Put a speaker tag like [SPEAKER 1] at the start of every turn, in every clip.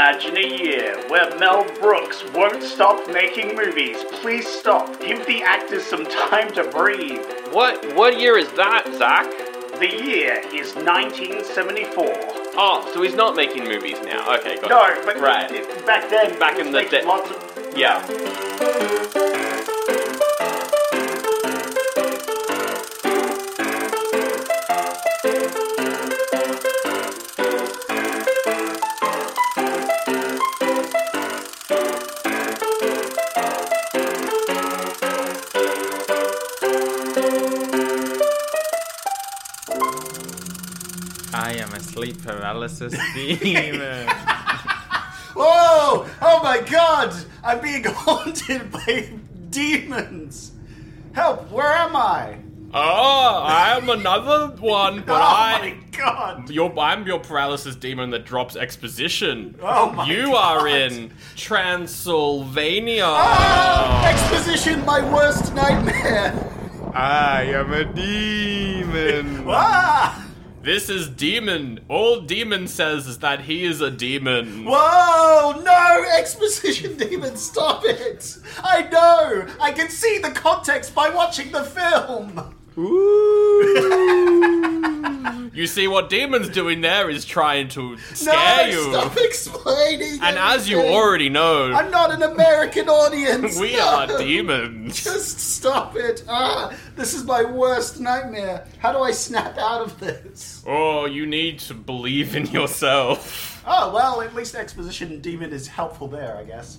[SPEAKER 1] Imagine a year where Mel Brooks won't stop making movies. Please stop. Give the actors some time to breathe.
[SPEAKER 2] What what year is that, Zach?
[SPEAKER 1] The year is 1974.
[SPEAKER 2] Oh, so he's not making movies now. Okay, got
[SPEAKER 1] No,
[SPEAKER 2] it.
[SPEAKER 1] but
[SPEAKER 2] right.
[SPEAKER 1] it- back then,
[SPEAKER 2] Back
[SPEAKER 1] it
[SPEAKER 2] in the
[SPEAKER 1] makes
[SPEAKER 2] day.
[SPEAKER 1] lots of-
[SPEAKER 2] yeah.
[SPEAKER 3] I am a sleep paralysis demon.
[SPEAKER 4] Whoa! Oh my god! I'm being haunted by demons! Help! Where am I?
[SPEAKER 5] Oh, I'm another one, but
[SPEAKER 4] oh
[SPEAKER 5] I.
[SPEAKER 4] my god!
[SPEAKER 5] Your, I'm your paralysis demon that drops exposition.
[SPEAKER 4] Oh my
[SPEAKER 5] You
[SPEAKER 4] God.
[SPEAKER 5] are in Transylvania.
[SPEAKER 4] Ah, Exposition, my worst nightmare!
[SPEAKER 3] I am a demon.
[SPEAKER 4] Ah!
[SPEAKER 5] This is demon. All demon says is that he is a demon.
[SPEAKER 4] Whoa! Oh, No! Exposition demon, stop it! I know! I can see the context by watching the film!
[SPEAKER 5] You see, what demon's doing there is trying to
[SPEAKER 4] no,
[SPEAKER 5] scare you.
[SPEAKER 4] stop explaining!
[SPEAKER 5] And as you
[SPEAKER 4] everything.
[SPEAKER 5] already know,
[SPEAKER 4] I'm not an American audience!
[SPEAKER 5] we
[SPEAKER 4] no.
[SPEAKER 5] are demons.
[SPEAKER 4] Just stop it! Ah, this is my worst nightmare. How do I snap out of this?
[SPEAKER 5] Oh, you need to believe in yourself.
[SPEAKER 4] Oh well, at least exposition demon is helpful there, I guess.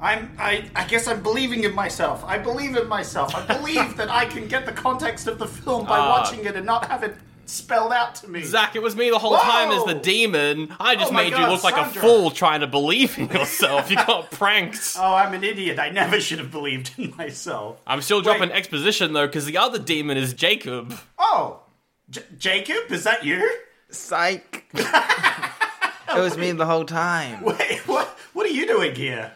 [SPEAKER 4] I'm I, I guess I'm believing in myself. I believe in myself. I believe that I can get the context of the film by watching it and not have it spelled out to me.
[SPEAKER 5] Ah. Zach, it was me the whole
[SPEAKER 4] Whoa!
[SPEAKER 5] time as the demon. I just
[SPEAKER 4] Oh my
[SPEAKER 5] made you
[SPEAKER 4] God,
[SPEAKER 5] look like a
[SPEAKER 4] Sandra.
[SPEAKER 5] fool trying to believe in yourself. You got pranked.
[SPEAKER 4] Oh, I'm an idiot. I never should have believed in myself.
[SPEAKER 5] I'm still dropping
[SPEAKER 4] Wait.
[SPEAKER 5] exposition though, because the other demon is Jacob.
[SPEAKER 4] Oh, J- Jacob, is that you?
[SPEAKER 3] Psych. it was me the whole time.
[SPEAKER 4] Wait, what? What are you doing here?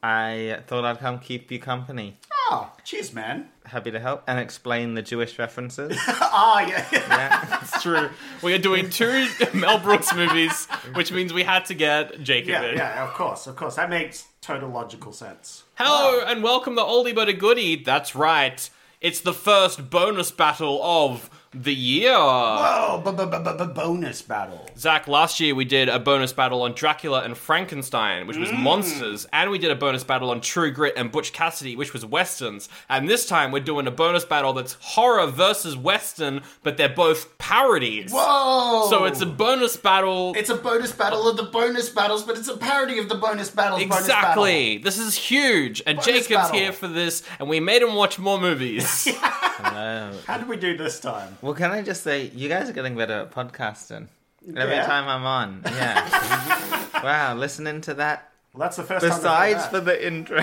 [SPEAKER 3] I thought I'd come keep you company.
[SPEAKER 4] Oh, cheers, man.
[SPEAKER 3] Happy to help and explain the Jewish references.
[SPEAKER 4] Ah, yeah.
[SPEAKER 3] Yeah.
[SPEAKER 5] It's true. We are doing two Mel Brooks movies, which means we had to get Jacob
[SPEAKER 4] Yeah,
[SPEAKER 5] in.
[SPEAKER 4] yeah, of course, of course. That makes total logical sense.
[SPEAKER 5] Hello and welcome to Oldie But a Goodie. That's right. It's the first bonus battle of the year.
[SPEAKER 4] Oh, b- b- b- b- bonus battle.
[SPEAKER 5] Zach, last year we did a bonus battle on Dracula and Frankenstein, which
[SPEAKER 4] Mm.
[SPEAKER 5] was monsters, and we did a bonus battle on True Grit and Butch Cassidy, which was westerns. And this time we're doing a bonus battle that's horror versus western, but they're both parodies.
[SPEAKER 4] Whoa!
[SPEAKER 5] So it's a bonus battle.
[SPEAKER 4] It's a bonus battle of the bonus battles, but it's a parody of the bonus battles. bonus battle.
[SPEAKER 5] Exactly. This is huge, and
[SPEAKER 4] Bonus
[SPEAKER 5] Jacob's
[SPEAKER 4] battle.
[SPEAKER 5] here for this, and we made him watch more movies.
[SPEAKER 4] How did we do this time?
[SPEAKER 3] well, can I just say, you guys are getting better at podcasting. Every
[SPEAKER 4] Yeah.
[SPEAKER 3] time I'm on, yeah. wow, listening to that.
[SPEAKER 4] Well, that's the first time.
[SPEAKER 3] Besides for the intro,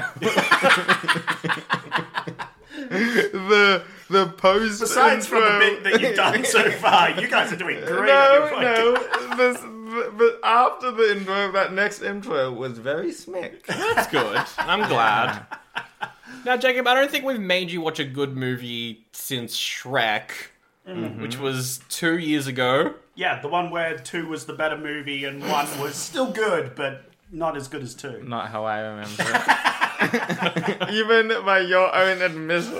[SPEAKER 3] the the post.
[SPEAKER 4] Besides for
[SPEAKER 3] intro.
[SPEAKER 4] the bit that you've done so far, you guys are doing great.
[SPEAKER 3] No,
[SPEAKER 4] on your podcast.
[SPEAKER 3] no. This, but after the intro, that next intro was very smick.
[SPEAKER 5] That's good. I'm glad. Now, Jacob, I don't think we've made you watch a good movie since Shrek,
[SPEAKER 4] Mm-hmm.
[SPEAKER 5] which was two years ago.
[SPEAKER 4] Yeah, the one where two was the better movie and one was still good, but not as good as two.
[SPEAKER 3] Not how I remember it. Even by your own admission.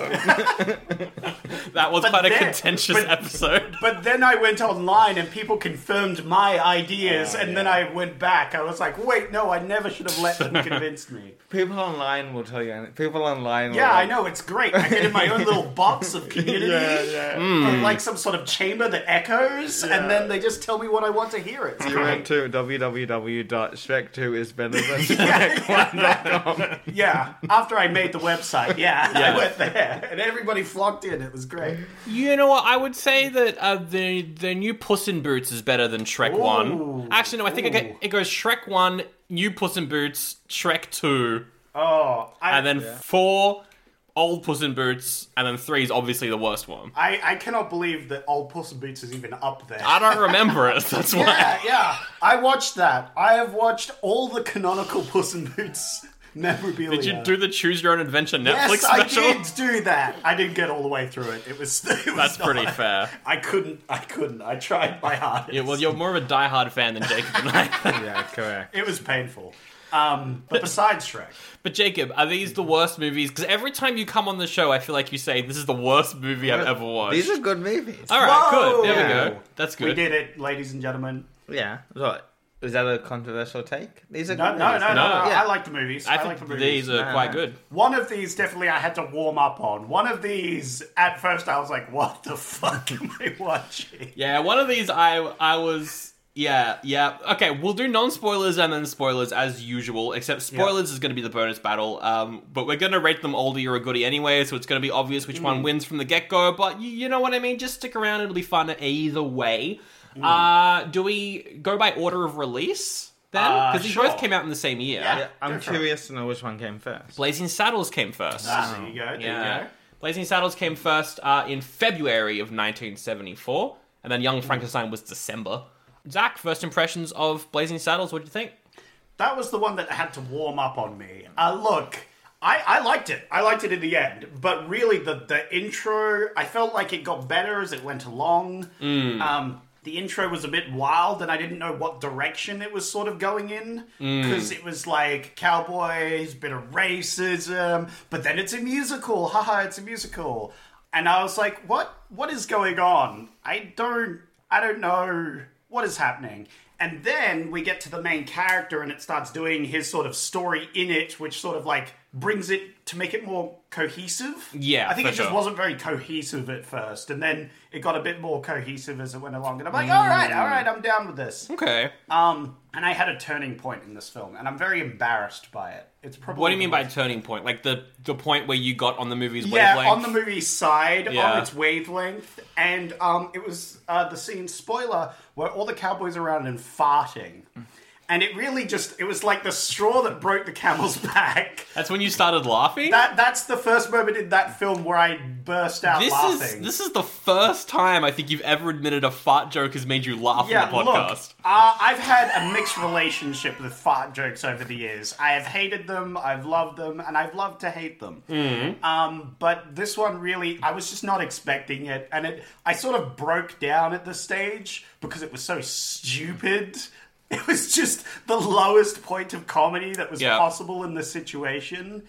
[SPEAKER 5] That was
[SPEAKER 4] But
[SPEAKER 5] quite a
[SPEAKER 4] there-
[SPEAKER 5] contentious
[SPEAKER 4] but-
[SPEAKER 5] episode.
[SPEAKER 4] But then I went online and people confirmed my ideas,
[SPEAKER 3] Oh,
[SPEAKER 4] and then I went back. I was like, wait, no, I never should have let them convince me.
[SPEAKER 3] People online will tell you. anything. People online. will
[SPEAKER 4] Yeah, I
[SPEAKER 3] like-
[SPEAKER 4] know, it's great. I get in my own little box of community,
[SPEAKER 3] Yeah, yeah.
[SPEAKER 5] Hmm.
[SPEAKER 4] of like some sort of chamber that echoes, and then they just tell me what I want to hear. It's
[SPEAKER 3] You went
[SPEAKER 4] great.
[SPEAKER 3] to www.shrek2isbetterthan.
[SPEAKER 4] yeah, after I made the website, yeah, I went there, and everybody flocked in. It was great. Okay.
[SPEAKER 5] You know what? I would say that uh, the the new Puss in Boots is better than Shrek One.
[SPEAKER 4] Ooh.
[SPEAKER 5] Actually, no. I think I get, it goes Shrek One, new Puss in Boots, Shrek Two,
[SPEAKER 4] Oh, I,
[SPEAKER 5] and then four old Puss in Boots, and then three is obviously the worst one.
[SPEAKER 4] I, I cannot believe that old Puss in Boots is even up there.
[SPEAKER 5] I don't remember it. That's why.
[SPEAKER 4] yeah, yeah. I watched that. I have watched all the canonical Puss in Boots memorabilia.
[SPEAKER 5] Did you do the Choose Your Own Adventure
[SPEAKER 4] Yes,
[SPEAKER 5] Netflix special?
[SPEAKER 4] I did do that. I didn't get all the way through it. It was. It was
[SPEAKER 5] That's
[SPEAKER 4] not-
[SPEAKER 5] pretty fair.
[SPEAKER 4] I couldn't. I couldn't. I tried my hardest.
[SPEAKER 5] Yeah, well, you're more of a diehard fan than Jacob and I.
[SPEAKER 3] Yeah, correct.
[SPEAKER 4] It was painful. Um, but besides Shrek,
[SPEAKER 5] but Jacob, are these
[SPEAKER 4] Mm-hmm.
[SPEAKER 5] the worst movies? Because every time you come on the show, I feel like you say this is the worst movie I've ever watched.
[SPEAKER 3] These are good movies.
[SPEAKER 5] All right,
[SPEAKER 4] Whoa!
[SPEAKER 5] good. There
[SPEAKER 3] Yeah.
[SPEAKER 5] we go. That's good.
[SPEAKER 4] we did it, ladies and gentlemen.
[SPEAKER 3] Yeah. What? Was that a controversial take? These are
[SPEAKER 4] No,
[SPEAKER 3] good
[SPEAKER 4] no, no,
[SPEAKER 3] movies.
[SPEAKER 4] no.
[SPEAKER 5] No.
[SPEAKER 4] no.
[SPEAKER 3] Yeah.
[SPEAKER 4] I like the movies. I,
[SPEAKER 5] I
[SPEAKER 4] like the
[SPEAKER 5] think
[SPEAKER 4] movies.
[SPEAKER 5] these are quite good.
[SPEAKER 4] One of these definitely I had to warm up on. One of these, at first, I was like, "What the fuck am I watching?"
[SPEAKER 5] Yeah, one of these I I was yeah, yeah. Okay, we'll do non spoilers and then spoilers as usual, except spoilers is going to be the bonus battle. Um, but we're going to rate them oldie or a goodie anyway, so it's going to be obvious which
[SPEAKER 4] Mm.
[SPEAKER 5] one wins from the get go. But you, you know what I mean? Just stick around, it'll be fun either way.
[SPEAKER 4] Mm.
[SPEAKER 5] Uh, do we go by order of release then?
[SPEAKER 4] Uh,
[SPEAKER 5] Because they
[SPEAKER 4] sure.
[SPEAKER 5] both came out in the same year.
[SPEAKER 4] Yeah.
[SPEAKER 3] Yeah, I'm
[SPEAKER 4] Go for it.
[SPEAKER 3] curious to know which one came first.
[SPEAKER 5] Blazing Saddles came first.
[SPEAKER 4] Ah, there you go. There you
[SPEAKER 5] Yeah.
[SPEAKER 4] go.
[SPEAKER 5] Blazing Saddles came first uh, in February of 1974, and then Young Frankenstein was December. Zach, first impressions of Blazing Saddles, what do you think?
[SPEAKER 4] That was the one that had to warm up on me. Uh, look, I, I liked it. I liked it in the end. But really, the, the intro, I felt like it got better as it went along. Um, the intro was a bit wild, and I didn't know what direction it was sort of going in.
[SPEAKER 5] Mm.
[SPEAKER 4] Because it was like cowboys, bit of racism, but then it's a musical. Haha, it's a musical. And I was like, what? What is going on? I don't. I don't know what is happening. And then we get to the main character and it starts doing his sort of story in it, which sort of like brings it to make it more cohesive.
[SPEAKER 5] Yeah,
[SPEAKER 4] I think
[SPEAKER 5] for
[SPEAKER 4] it just
[SPEAKER 5] sure.
[SPEAKER 4] wasn't very cohesive at first. And then it got a bit more cohesive as it went along. And I'm
[SPEAKER 5] Mm.
[SPEAKER 4] like, all right, all right, I'm down with this.
[SPEAKER 5] Okay.
[SPEAKER 4] Um, and I had a turning point in this film and I'm very embarrassed by it. It's probably.
[SPEAKER 5] What do you mean
[SPEAKER 4] the
[SPEAKER 5] by turning point? Like the the point where you got on the movie's
[SPEAKER 4] yeah,
[SPEAKER 5] wavelength?
[SPEAKER 4] on the movie's side,
[SPEAKER 5] Yeah.
[SPEAKER 4] on its wavelength, and um, it was uh, the scene spoiler where all the cowboys are around and farting, and it really just it was like the straw that broke the camel's back.
[SPEAKER 5] That's when you started laughing?
[SPEAKER 4] That that's the first moment in that film where I burst out
[SPEAKER 5] this
[SPEAKER 4] laughing.
[SPEAKER 5] is this is the first time I think you've ever admitted a fart joke has made you laugh
[SPEAKER 4] yeah,
[SPEAKER 5] on the podcast.
[SPEAKER 4] look, uh, I've had a mixed relationship with fart jokes over the years. I have hated them, I've loved them, and I've loved to hate them.
[SPEAKER 5] Mm-hmm.
[SPEAKER 4] Um, but this one really, I was just not expecting it, and it, I sort of broke down at the stage because it was so stupid. It was just the lowest point of comedy that was
[SPEAKER 5] Yeah.
[SPEAKER 4] possible in this situation.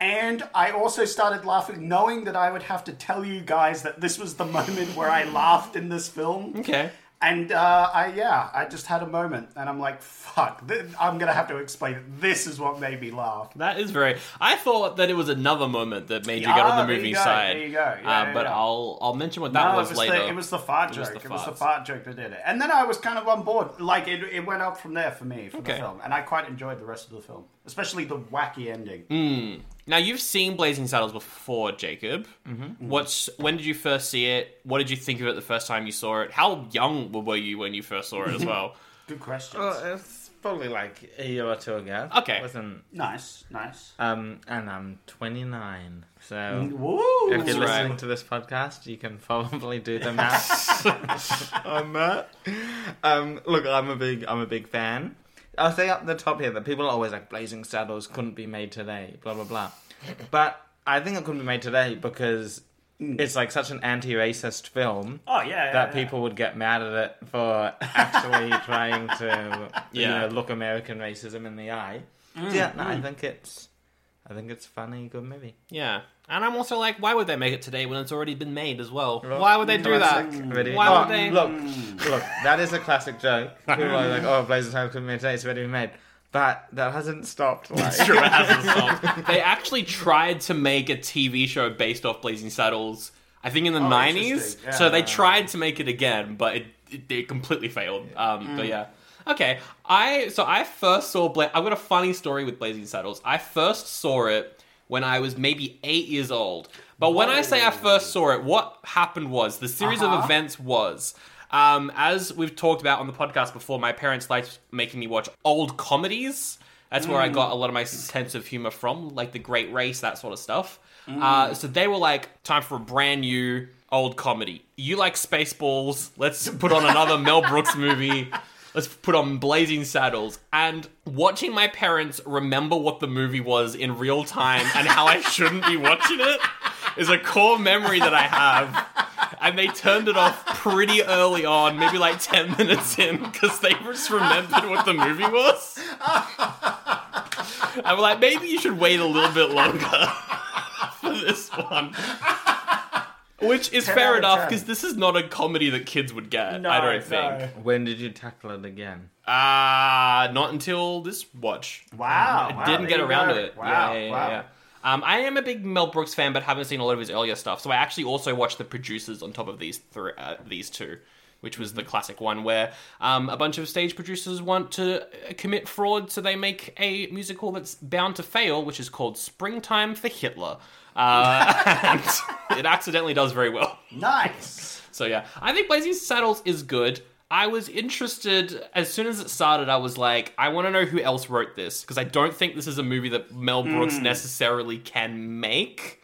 [SPEAKER 4] And I also started laughing, knowing that I would have to tell you guys that this was the moment where I laughed in this film.
[SPEAKER 5] Okay.
[SPEAKER 4] And uh, I yeah, I just had a moment, and I'm like, fuck, th- I'm gonna have to explain it. This is what made me laugh.
[SPEAKER 5] That is very. I thought that it was another moment that made you get
[SPEAKER 4] Ah,
[SPEAKER 5] on the
[SPEAKER 4] there you
[SPEAKER 5] movie
[SPEAKER 4] go,
[SPEAKER 5] side.
[SPEAKER 4] there you go. Yeah,
[SPEAKER 5] uh,
[SPEAKER 4] yeah,
[SPEAKER 5] but
[SPEAKER 4] yeah.
[SPEAKER 5] I'll I'll mention what that
[SPEAKER 4] No,
[SPEAKER 5] was,
[SPEAKER 4] it was
[SPEAKER 5] later.
[SPEAKER 4] The, it was the fart
[SPEAKER 5] was
[SPEAKER 4] joke.
[SPEAKER 5] the
[SPEAKER 4] it was the
[SPEAKER 5] farts.
[SPEAKER 4] fart joke that did it. And then I was kind of on board. Like it, it went up from there for me for
[SPEAKER 5] Okay.
[SPEAKER 4] the film, and I quite enjoyed the rest of the film, especially the wacky ending.
[SPEAKER 5] Mm. Now you've seen Blazing Saddles before, Jacob. Mm-hmm. What's when did you first see it? What did you think of it the first time you saw it? How young were you when you first saw it as well?
[SPEAKER 4] Good questions.
[SPEAKER 3] Well, it's probably like a year or two ago.
[SPEAKER 5] Okay.
[SPEAKER 3] Wasn't
[SPEAKER 4] nice, nice.
[SPEAKER 5] Uh,
[SPEAKER 3] um, and I'm 29, so
[SPEAKER 4] Woo!
[SPEAKER 3] if you're
[SPEAKER 5] right.
[SPEAKER 3] listening to this podcast, you can probably do the math on that. Um, look, I'm a big, I'm a big fan. I'll say up the top here that people are always like Blazing Saddles couldn't be made today, blah blah blah. But I think it couldn't be made today because it's like such an anti-racist film.
[SPEAKER 4] Mm. Oh yeah, yeah,
[SPEAKER 3] that
[SPEAKER 4] yeah.
[SPEAKER 3] people would get mad at it for actually trying to you
[SPEAKER 5] Yeah.
[SPEAKER 3] know look American racism in the eye.
[SPEAKER 4] Mm.
[SPEAKER 3] yeah, no, I think it's I think it's funny, good movie.
[SPEAKER 5] yeah. And I'm also like, why would they make it today when it's already been made as well? Why would they do that?
[SPEAKER 3] Classic video-
[SPEAKER 5] Why
[SPEAKER 3] Oh,
[SPEAKER 5] would they?
[SPEAKER 3] look, look, that is a classic joke. People are like, oh, Blazing Saddles couldn't be made today, it's already been made. But that hasn't stopped. Like,
[SPEAKER 5] they actually tried to make a TV show based off Blazing Saddles. I think in the nineties.
[SPEAKER 4] Oh, interesting. Yeah.
[SPEAKER 5] So they tried to make it again, but it it, it completely failed. Um, But yeah. Okay, I so I first saw Bla- I've got a funny story with Blazing Saddles. I first saw it when I was maybe eight years old. But when I say I first saw it, what happened was the series of events was. Um, as we've talked about on the podcast before, my parents liked making me watch old comedies. That's where I got a lot of my sense of humor from, like The Great Race, that sort of stuff. Uh, so they were like, time for a brand new old comedy. You like Spaceballs? Let's put on another Mel Brooks movie. Let's put on Blazing Saddles. And watching my parents remember what the movie was in real time and how I shouldn't be watching it is a core memory that I have. And they turned it off pretty early on, maybe like 10 minutes in, because they just remembered what the movie was. And we're like, maybe you should wait a little bit longer for this one. Which is fair
[SPEAKER 4] out of
[SPEAKER 5] enough,
[SPEAKER 4] 10.
[SPEAKER 5] because this is not a comedy that kids would get, I don't think.
[SPEAKER 3] When did you tackle it again?
[SPEAKER 5] Uh, not until this watch.
[SPEAKER 4] Wow. wow,
[SPEAKER 5] Didn't
[SPEAKER 4] there
[SPEAKER 5] get
[SPEAKER 4] you
[SPEAKER 5] around
[SPEAKER 4] go.
[SPEAKER 5] to it.
[SPEAKER 4] Wow.
[SPEAKER 5] yeah, yeah,
[SPEAKER 4] wow.
[SPEAKER 5] yeah. Um, I am a big Mel Brooks fan, but haven't seen a lot of his earlier stuff. So I actually also watched the producers on top of these thr uh, these two, which was the
[SPEAKER 4] Mm-hmm.
[SPEAKER 5] classic one where um, a bunch of stage producers want to uh, commit fraud, so they make a musical that's bound to fail, which is called Springtime for Hitler. Uh, and it accidentally does very well.
[SPEAKER 4] Nice.
[SPEAKER 5] So yeah, I think Blazing Saddles is good. I was interested as soon as it started. I was like, I want to know who else wrote this because I don't think this is a movie that Mel Brooks necessarily can make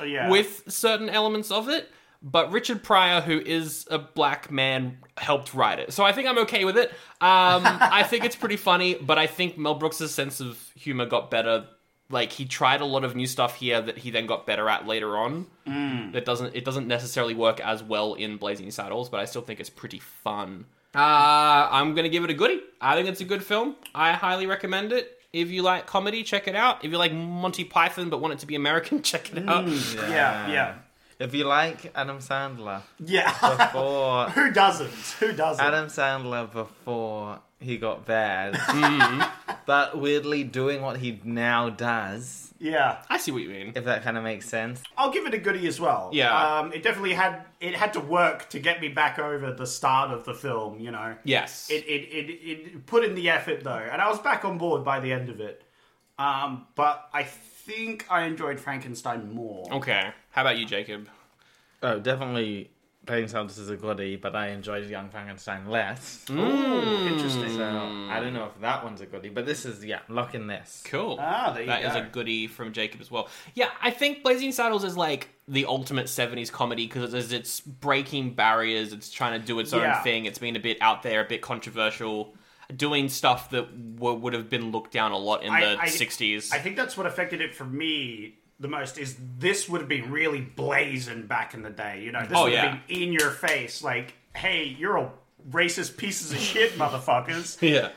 [SPEAKER 4] Oh, yeah.
[SPEAKER 5] with certain elements of it. But Richard Pryor, who is a black man, helped write it. So I think I'm okay with it. Um, I think it's pretty funny, but I think Mel Brooks' sense of humor got better. Like he tried a lot of new stuff here that he then got better at later on. That doesn't it doesn't necessarily work as well in Blazing Saddles, but I still think it's pretty fun. Uh, I'm gonna give it a goodie. I think it's a good film. I highly recommend it. If you like comedy, check it out. If you like Monty Python but want it to be American, check it out.
[SPEAKER 4] yeah, yeah.
[SPEAKER 3] If you like Adam Sandler
[SPEAKER 5] uh,
[SPEAKER 4] Yeah.
[SPEAKER 3] or
[SPEAKER 4] Who doesn't? Who doesn't?
[SPEAKER 3] Adam Sandler before he got bad, but weirdly doing what he now does,
[SPEAKER 4] Yeah.
[SPEAKER 5] I see what you mean.
[SPEAKER 3] if that kind of makes sense.
[SPEAKER 4] I'll give it a goodie as well.
[SPEAKER 5] Yeah.
[SPEAKER 4] Um, it definitely had it had to work to get me back over the start of the film, you know.
[SPEAKER 5] Yes.
[SPEAKER 4] It it, it it put in the effort though, and I was back on board by the end of it. Um, but I think I enjoyed Frankenstein more.
[SPEAKER 5] okay. How about you, Jacob?
[SPEAKER 3] Oh, definitely Playing Saddles is a goodie, but I enjoyed Young Frankenstein less.
[SPEAKER 5] Mm.
[SPEAKER 4] Interesting.
[SPEAKER 3] So I don't know if that one's a goodie, but this is, yeah, lock in this.
[SPEAKER 5] Cool.
[SPEAKER 4] Ah, there you
[SPEAKER 5] That
[SPEAKER 4] go.
[SPEAKER 5] is a goodie from Jacob as well. Yeah, I think Blazing Saddles is like the ultimate 70s comedy because it's, it's breaking barriers, it's trying to do its own
[SPEAKER 4] Yeah.
[SPEAKER 5] thing, it's been a bit out there, a bit controversial, doing stuff that w- would have been looked down a lot in the 60s.
[SPEAKER 4] I think that's what affected it for me the most is this would have been really blazing back in the day. You know, this
[SPEAKER 5] Oh,
[SPEAKER 4] would
[SPEAKER 5] yeah.
[SPEAKER 4] have been in your face, like, hey, you're all racist pieces of shit, motherfuckers.
[SPEAKER 5] yeah.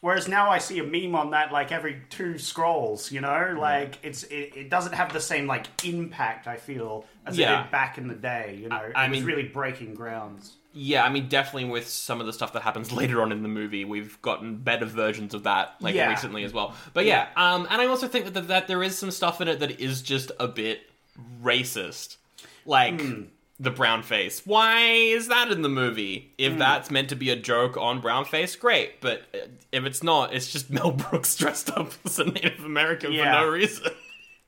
[SPEAKER 4] Whereas now I see a meme on that like every two scrolls, you know, like it's it, it doesn't have the same like impact I feel as
[SPEAKER 5] Yeah.
[SPEAKER 4] it did back in the day. You know, it
[SPEAKER 5] I
[SPEAKER 4] was
[SPEAKER 5] mean-
[SPEAKER 4] really breaking grounds.
[SPEAKER 5] Yeah, I mean, definitely with some of the stuff that happens later on in the movie, we've gotten better versions of that, like
[SPEAKER 4] Yeah.
[SPEAKER 5] recently as well. But yeah, um, and I also think that, that there is some stuff in it that is just a bit racist, like the brown face. Why is that in the movie? If that's meant to be a joke on brown face, great. But uh, if it's not, it's just Mel Brooks dressed up as a Native American
[SPEAKER 4] Yeah.
[SPEAKER 5] for no reason,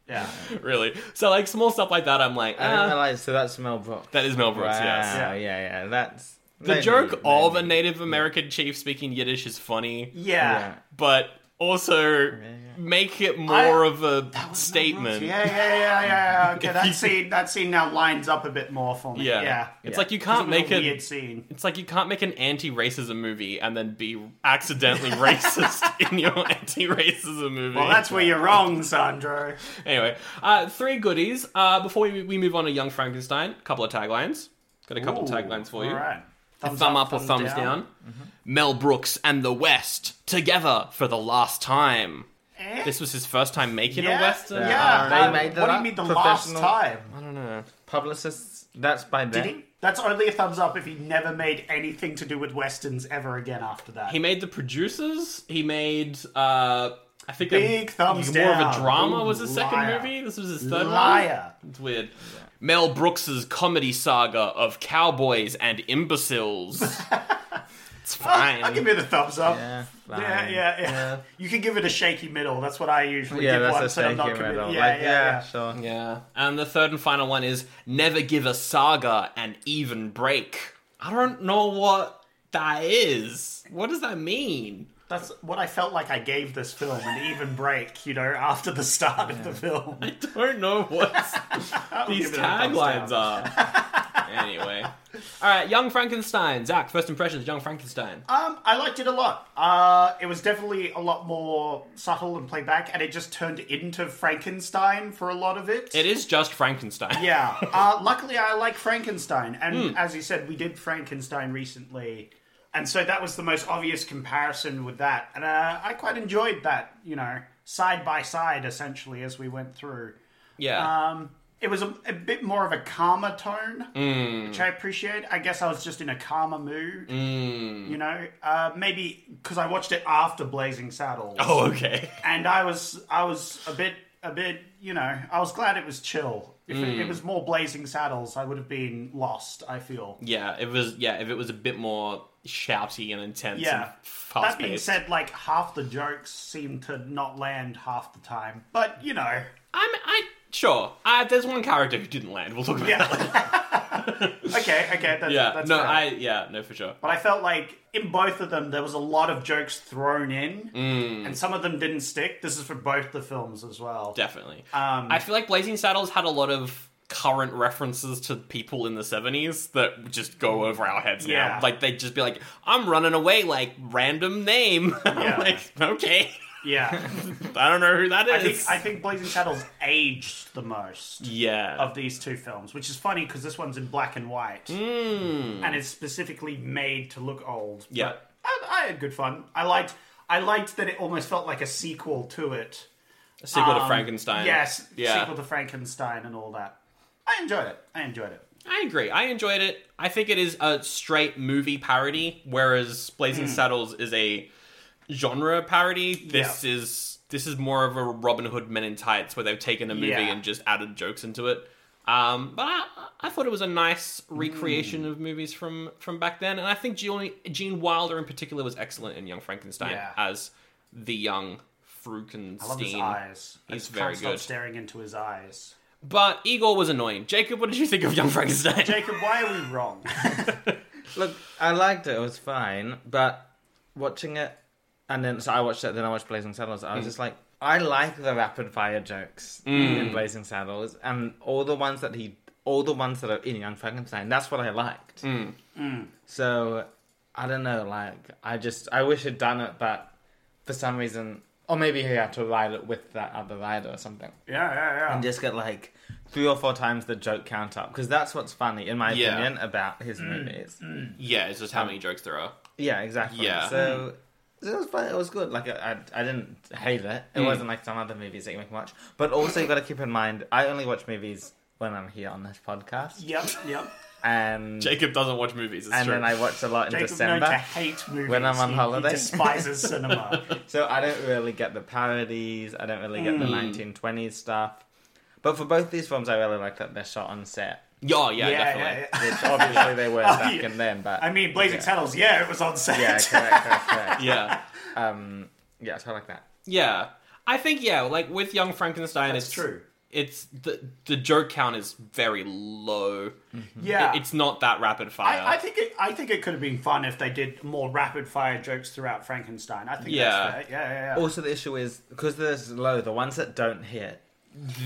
[SPEAKER 4] Yeah,
[SPEAKER 5] really. So like small stuff like that, I'm like,
[SPEAKER 3] I didn't
[SPEAKER 5] ah,
[SPEAKER 3] realize, so that's Mel Brooks.
[SPEAKER 5] that is Mel Brooks.
[SPEAKER 3] wow,
[SPEAKER 5] Yes.
[SPEAKER 3] yeah, yeah, that's.
[SPEAKER 5] The joke of a Native American chief speaking Yiddish is funny,
[SPEAKER 4] yeah.
[SPEAKER 5] but also make it more of a statement.
[SPEAKER 4] Yeah, yeah, yeah, yeah. yeah. Okay, that scene, that scene now lines up a bit more for me.
[SPEAKER 5] Yeah.
[SPEAKER 4] Yeah,
[SPEAKER 5] It's
[SPEAKER 3] Yeah.
[SPEAKER 5] like you
[SPEAKER 4] It's
[SPEAKER 5] can't make
[SPEAKER 4] a
[SPEAKER 5] it.
[SPEAKER 4] weird scene.
[SPEAKER 5] It's like you can't make an anti-racism movie and then be accidentally racist in your anti-racism movie.
[SPEAKER 4] Well, that's where you're wrong, Sandro.
[SPEAKER 5] anyway. Uh, three goodies. Uh, before we, we move on to Young Frankenstein, a couple of taglines. Got a couple of taglines for you.
[SPEAKER 4] All right. Thumbs Mm-hmm.
[SPEAKER 5] thumb up or thumbs down. Mel Brooks and the West together for the last time.
[SPEAKER 4] Eh?
[SPEAKER 5] This was his first time making
[SPEAKER 4] yeah,
[SPEAKER 5] a western. Uh,
[SPEAKER 4] Yeah.
[SPEAKER 3] They
[SPEAKER 4] um,
[SPEAKER 3] made that
[SPEAKER 4] what do you
[SPEAKER 3] up.
[SPEAKER 4] mean the last
[SPEAKER 3] Professional-
[SPEAKER 4] time?
[SPEAKER 3] Publicists, that's by them.
[SPEAKER 4] That's only a thumbs up if he never made anything to do with westerns ever again after that.
[SPEAKER 5] He made the producers. He made uh, I think a-
[SPEAKER 4] Big thumbs
[SPEAKER 5] more
[SPEAKER 4] down.
[SPEAKER 5] of a drama was his second
[SPEAKER 4] Liar.
[SPEAKER 5] movie. This was his third one.
[SPEAKER 4] Liar.
[SPEAKER 5] It's weird. Mel Brooks's comedy saga of cowboys and imbeciles. it's fine. nine.
[SPEAKER 4] I'll give it a thumbs up.
[SPEAKER 3] Yeah, fine.
[SPEAKER 4] Yeah, yeah, yeah,
[SPEAKER 3] Yeah.
[SPEAKER 4] You can give it a shaky middle. That's what I usually
[SPEAKER 3] Yeah,
[SPEAKER 4] give
[SPEAKER 3] that's
[SPEAKER 4] one.
[SPEAKER 3] a
[SPEAKER 4] so I'm
[SPEAKER 3] shaky
[SPEAKER 4] not committed.
[SPEAKER 3] middle.
[SPEAKER 4] Yeah,
[SPEAKER 3] like,
[SPEAKER 4] yeah, yeah.
[SPEAKER 3] sure.
[SPEAKER 5] Yeah. And the third and final one is never give a saga an even break. I don't know what that is. What does that mean?
[SPEAKER 4] That's what I felt like I gave this film an even break. You know, after the start of the film.
[SPEAKER 5] I don't know what these
[SPEAKER 4] give it a thumbs
[SPEAKER 5] taglines are. anyway. All right, Young Frankenstein. Zach, first impressions, Young Frankenstein.
[SPEAKER 4] Um, I liked it a lot. Uh, it was definitely a lot more subtle and playback, and it just turned into Frankenstein for a lot of it.
[SPEAKER 5] It is just Frankenstein.
[SPEAKER 4] Yeah. Uh, luckily, I like Frankenstein, and as you said, we did Frankenstein recently, and so that was the most obvious comparison with that, and uh, I quite enjoyed that. You know, side by side, essentially, as we went through.
[SPEAKER 5] Yeah.
[SPEAKER 4] Um, it was a, a bit more of a calmer tone, which I appreciate. I guess I was just in a calmer mood. You know, uh, maybe because I watched it after Blazing Saddles
[SPEAKER 5] oh, okay.
[SPEAKER 4] and I was I was a bit a bit you know I was glad it was chill. If it,
[SPEAKER 5] Mm.
[SPEAKER 4] it was more Blazing Saddles, I would have been lost. I feel.
[SPEAKER 5] Yeah, it was. Yeah, if it was a bit more shouty and intense.
[SPEAKER 4] Yeah.
[SPEAKER 5] And fast
[SPEAKER 4] That being said, like half the jokes seem to not land half the time, but you know,
[SPEAKER 5] I'm. I sure. I, there's one character who didn't land. We'll talk about that. Later.
[SPEAKER 4] yeah. okay, okay, that's,
[SPEAKER 5] Yeah.
[SPEAKER 4] that's
[SPEAKER 5] no.
[SPEAKER 4] fair.
[SPEAKER 5] I. Yeah. No. For sure.
[SPEAKER 4] But I felt like in both of them there was a lot of jokes thrown in,
[SPEAKER 5] Mm.
[SPEAKER 4] and some of them didn't stick. This is for both the films as well.
[SPEAKER 5] Definitely.
[SPEAKER 4] Um,
[SPEAKER 5] I feel like Blazing Saddles had a lot of current references to people in the 70s that just go over our heads
[SPEAKER 4] Yeah.
[SPEAKER 5] now. Like, they'd just be like, I'm running away, like, random name. I'm
[SPEAKER 4] Yeah.
[SPEAKER 5] like, okay.
[SPEAKER 4] Yeah,
[SPEAKER 5] I don't know who that is.
[SPEAKER 4] I think I think Blazing Saddles aged the most.
[SPEAKER 5] yeah.
[SPEAKER 4] of these two films, which is funny because this one's in black and white and it's specifically made to look old.
[SPEAKER 5] Hmm. yeah.
[SPEAKER 4] I, I had good fun. I liked. I liked that it almost felt like a sequel to it.
[SPEAKER 5] A sequel to
[SPEAKER 4] Um,
[SPEAKER 5] Frankenstein.
[SPEAKER 4] Yes,
[SPEAKER 5] Yeah.
[SPEAKER 4] sequel to Frankenstein and all that. I enjoyed it. I enjoyed it.
[SPEAKER 5] I agree. I enjoyed it. I think it is a straight movie parody, whereas Blazing
[SPEAKER 4] Hmm.
[SPEAKER 5] Saddles is a genre parody. This is this is more of a Robin Hood Men in Tights, where they've taken a movie
[SPEAKER 4] Yeah.
[SPEAKER 5] and just added jokes into it. Um, but I, I thought it was a nice recreation
[SPEAKER 4] Hmm.
[SPEAKER 5] of movies from from back then, and I think Gene, Gene Wilder in particular was excellent in Young Frankenstein
[SPEAKER 4] Yeah.
[SPEAKER 5] as the young Frankenstein.
[SPEAKER 4] I love his eyes. I
[SPEAKER 5] He's
[SPEAKER 4] just
[SPEAKER 5] very
[SPEAKER 4] can't stop
[SPEAKER 5] good.
[SPEAKER 4] staring into his eyes.
[SPEAKER 5] But Igor was annoying. Jacob, what did you think of Young Frankenstein?
[SPEAKER 4] Jacob, why are we wrong?
[SPEAKER 3] Look, I liked it. It was fine, but watching it, and then so I watched it. Then I watched Blazing Saddles. I was just like, I like the rapid fire jokes in Blazing Saddles, and all the ones that he, all the ones that are in Young Frankenstein. That's what I liked. So I don't know. Like I just, I wish he'd done it, but for some reason, or maybe he had to ride it with that other rider or something
[SPEAKER 4] yeah, yeah,
[SPEAKER 3] and
[SPEAKER 4] yeah.
[SPEAKER 3] just get like three or four times the joke count up because that's what's funny in my
[SPEAKER 5] Yeah.
[SPEAKER 3] opinion about his movies.
[SPEAKER 5] yeah, it's just how many jokes there are.
[SPEAKER 3] Yeah, exactly.
[SPEAKER 5] Yeah.
[SPEAKER 3] So, so it was fun. It was good. Like I, I, I didn't hate it. It
[SPEAKER 5] Hmm.
[SPEAKER 3] wasn't like some other movies that you make me watch. But also, you got to keep in mind, I only watch movies when I'm here on this podcast,
[SPEAKER 4] Yep, yep.
[SPEAKER 3] and
[SPEAKER 5] Jacob doesn't watch movies. It's
[SPEAKER 3] and
[SPEAKER 5] true.
[SPEAKER 3] then I watch a lot in
[SPEAKER 4] Jacob known to
[SPEAKER 3] December.
[SPEAKER 4] hate movies.
[SPEAKER 3] When I'm on
[SPEAKER 4] He-
[SPEAKER 3] holiday.
[SPEAKER 4] he despises cinema.
[SPEAKER 3] So I don't really get the parodies. I don't really get
[SPEAKER 5] Hmm.
[SPEAKER 3] the 1920s stuff. But for both these films, I really like that they're shot on set.
[SPEAKER 5] yeah, oh, yeah,
[SPEAKER 4] yeah,
[SPEAKER 5] definitely.
[SPEAKER 4] yeah, yeah.
[SPEAKER 3] Which obviously they were back
[SPEAKER 4] yeah.
[SPEAKER 3] in then, but
[SPEAKER 4] I mean, Blazing Saddles. Yeah, it was on set.
[SPEAKER 3] yeah, correct, correct, correct.
[SPEAKER 5] yeah,
[SPEAKER 3] Um, yeah, so I like that.
[SPEAKER 5] yeah. I think yeah, like with Young Frankenstein,
[SPEAKER 4] That's
[SPEAKER 5] it's
[SPEAKER 4] true.
[SPEAKER 5] It's the the joke count is very low.
[SPEAKER 4] Yeah,
[SPEAKER 5] It's not that rapid fire.
[SPEAKER 4] Mm-hmm. I, I think it. I think it could have been fun if they did more rapid fire jokes throughout Frankenstein. I think
[SPEAKER 5] Yeah.
[SPEAKER 4] that's fair. Yeah, yeah, yeah.
[SPEAKER 3] Also, the issue is because there's low, the ones that don't hit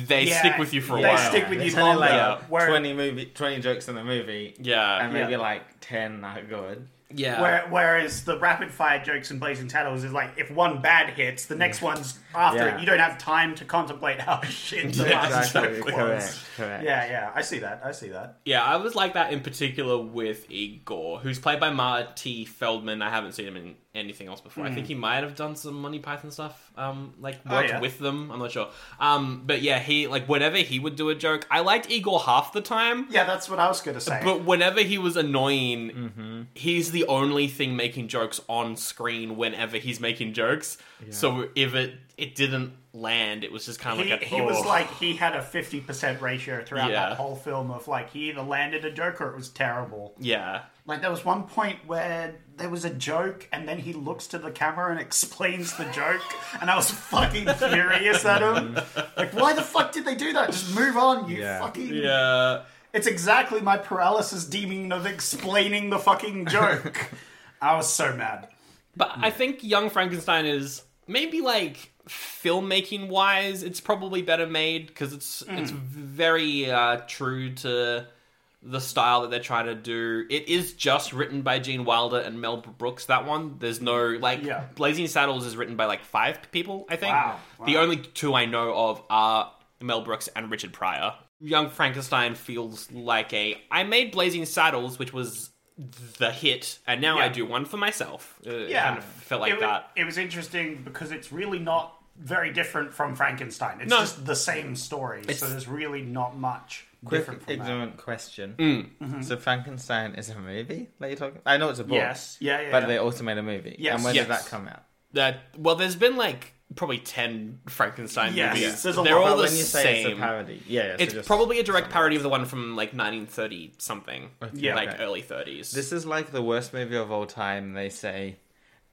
[SPEAKER 5] they
[SPEAKER 4] Yeah,
[SPEAKER 5] stick with you for a
[SPEAKER 4] they
[SPEAKER 5] while.
[SPEAKER 4] stick with you
[SPEAKER 3] It's only
[SPEAKER 4] longer.
[SPEAKER 3] like
[SPEAKER 4] where-
[SPEAKER 3] twenty movie, twenty jokes in the movie,
[SPEAKER 5] Yeah,
[SPEAKER 3] and maybe
[SPEAKER 4] Yeah.
[SPEAKER 3] like ten are good.
[SPEAKER 5] yeah.
[SPEAKER 4] Where, whereas the rapid fire jokes in Blazing Saddles is like if one bad hits, the next one's after
[SPEAKER 3] Yeah.
[SPEAKER 4] it. You don't have time to contemplate how shit the
[SPEAKER 5] Yeah,
[SPEAKER 4] last
[SPEAKER 3] Exactly,
[SPEAKER 4] joke was.
[SPEAKER 3] correct, correct.
[SPEAKER 4] Yeah, yeah, I see that. I see that.
[SPEAKER 5] Yeah, I was like that in particular with Igor, who's played by Marty Feldman. I haven't seen him in anything else before. I think he might have done some Monty Python stuff, um, like
[SPEAKER 4] Hmm. Oh,
[SPEAKER 5] worked
[SPEAKER 4] yeah.
[SPEAKER 5] with them. I'm not sure. Um, but yeah, he like whenever he would do a joke, I liked Igor half the time.
[SPEAKER 4] Yeah, Mm-hmm. that's what I was gonna say.
[SPEAKER 5] But whenever he was annoying, he's the only thing making jokes on screen whenever he's making jokes. So if it it didn't land, it was just kind of
[SPEAKER 4] he,
[SPEAKER 5] like a, oh.
[SPEAKER 4] he was
[SPEAKER 5] "Ugh."
[SPEAKER 4] like he had a fifty percent ratio throughout
[SPEAKER 5] Yeah.
[SPEAKER 4] that whole film of like he either landed a joke or it was terrible.
[SPEAKER 5] yeah.
[SPEAKER 4] Like there was one point where there was a joke, and then he looks to the camera and explains the joke, and I was fucking furious at him. Like, why the fuck did they do that? Just move on, you
[SPEAKER 3] Yeah.
[SPEAKER 4] fucking.
[SPEAKER 5] Yeah.
[SPEAKER 4] It's exactly my paralysis demon of explaining the fucking joke. I was so mad.
[SPEAKER 5] But I think Young Frankenstein is maybe like filmmaking wise, it's probably better made because it's
[SPEAKER 4] Mm.
[SPEAKER 5] it's very uh, true to the style that they're trying to do. It is just written by Gene Wilder and Mel Brooks. That one, there's no like
[SPEAKER 4] Yeah.
[SPEAKER 5] Blazing Saddles is written by like five people, I think.
[SPEAKER 4] Wow,
[SPEAKER 5] The
[SPEAKER 4] wow.
[SPEAKER 5] only two I know of are Mel Brooks and Richard Pryor. Young Frankenstein feels like a I made Blazing Saddles, which was the hit, and now I
[SPEAKER 4] Yeah.
[SPEAKER 5] do one for myself. Uh, it
[SPEAKER 4] Yeah,
[SPEAKER 5] kind of felt like
[SPEAKER 4] it, wa-
[SPEAKER 5] that.
[SPEAKER 4] It was interesting because it's really not very different from Frankenstein. It's
[SPEAKER 5] No.
[SPEAKER 4] just the same story, so there's really not much different Mm-hmm. from that.
[SPEAKER 3] ignorant question.
[SPEAKER 5] Hmm.
[SPEAKER 3] So Frankenstein is a movie that you're talking. I know it's a book.
[SPEAKER 4] Yes. Yeah, yeah,
[SPEAKER 3] But
[SPEAKER 4] yeah.
[SPEAKER 3] they also made a movie.
[SPEAKER 4] Yes.
[SPEAKER 3] And when
[SPEAKER 5] Yes.
[SPEAKER 3] did that come out?
[SPEAKER 5] That well, there's been like probably ten Frankenstein
[SPEAKER 4] Yes,
[SPEAKER 5] movies.
[SPEAKER 4] there's a
[SPEAKER 5] They're
[SPEAKER 4] lot.
[SPEAKER 5] all
[SPEAKER 3] But
[SPEAKER 5] the
[SPEAKER 3] when you say it's a
[SPEAKER 5] same.
[SPEAKER 3] parody, yeah, yeah so
[SPEAKER 5] It's
[SPEAKER 3] just-
[SPEAKER 5] probably a direct parody of the one from like 1930 something,
[SPEAKER 4] Yeah.
[SPEAKER 5] like
[SPEAKER 3] Okay.
[SPEAKER 5] early 30s.
[SPEAKER 3] This is like the worst movie of all time. They say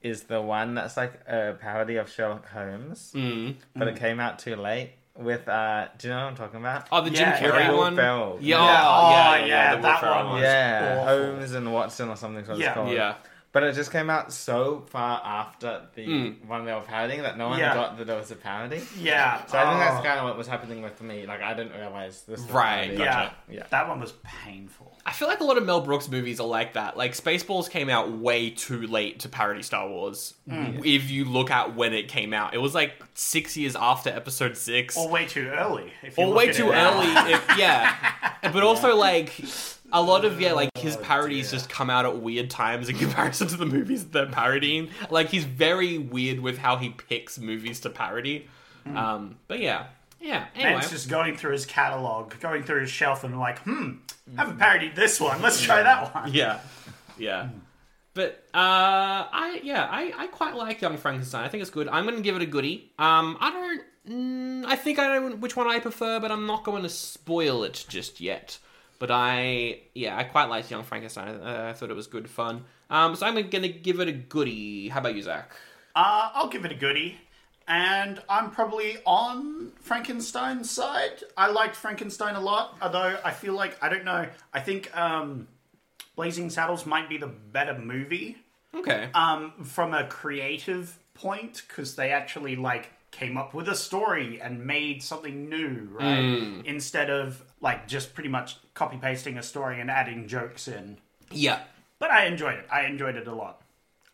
[SPEAKER 3] is the one that's like a parody of Sherlock Holmes,
[SPEAKER 5] Hmm.
[SPEAKER 3] mm. but
[SPEAKER 4] Hmm.
[SPEAKER 3] it came out too late. With uh, do you know what I'm talking about?
[SPEAKER 5] oh, the
[SPEAKER 4] Yeah,
[SPEAKER 5] Jim Carrey
[SPEAKER 4] yeah.
[SPEAKER 5] one.
[SPEAKER 3] Ferrell.
[SPEAKER 5] Yeah,
[SPEAKER 3] Yeah.
[SPEAKER 5] oh, yeah,
[SPEAKER 4] Oh,
[SPEAKER 5] yeah,
[SPEAKER 4] yeah,
[SPEAKER 5] the Will
[SPEAKER 4] that
[SPEAKER 5] Ferrell
[SPEAKER 4] one was-
[SPEAKER 3] Yeah,
[SPEAKER 4] awful.
[SPEAKER 3] Holmes and Watson or something. is what it's
[SPEAKER 4] Yeah.
[SPEAKER 3] called.
[SPEAKER 5] Yeah.
[SPEAKER 3] But it just came out so far after the
[SPEAKER 5] Hmm.
[SPEAKER 3] one they were parodying that no one
[SPEAKER 4] Yeah.
[SPEAKER 3] got that there was a parody.
[SPEAKER 4] Yeah.
[SPEAKER 3] So I think
[SPEAKER 4] oh,
[SPEAKER 3] that's kind of what was happening with me. Like I didn't realize this. Was a
[SPEAKER 5] Right,
[SPEAKER 3] parody.
[SPEAKER 4] yeah.
[SPEAKER 3] Yeah.
[SPEAKER 4] That one was painful.
[SPEAKER 5] I feel like a lot of Mel Brooks movies are like that. Like Spaceballs came out way too late to parody Star Wars. If you look at when it came out, it was like six years after Episode Six,
[SPEAKER 4] Or way too early. If you
[SPEAKER 5] or
[SPEAKER 4] look
[SPEAKER 5] way
[SPEAKER 4] at
[SPEAKER 5] too
[SPEAKER 4] it now.
[SPEAKER 5] early. If, yeah, but also like a lot of yeah, like his parodies just come out at weird times in comparison to the movies that they're parodying. Like he's very weird with how he picks movies to parody. Um, but yeah, yeah. Anyway,
[SPEAKER 4] Mm. Man's just going through his catalogue, going through his shelf, and like, hmm, haven't parodied this one. Let's try that one.
[SPEAKER 5] Yeah, yeah. But uh, I yeah, I, I quite like Young Frankenstein. I think it's good. I'm going to give it a goodie. Um, I don't. Mm, I think I know which one I prefer, but I'm not going to spoil it just yet. But I yeah, I quite liked Young Frankenstein. Uh, I thought it was good fun. Um, so I'm going to give it a goodie. How about you, Zach?
[SPEAKER 4] Uh, I'll give it a goodie. And I'm probably on Frankenstein's side. I liked Frankenstein a lot, although I feel like, I don't know, I think um, Blazing Saddles might be the better movie
[SPEAKER 5] Okay.
[SPEAKER 4] um, from a creative point because they actually like came up with a story and made something new, right? Instead of like just pretty much copy pasting a story and adding jokes in.
[SPEAKER 5] yeah.
[SPEAKER 4] But I enjoyed it. I enjoyed it a lot.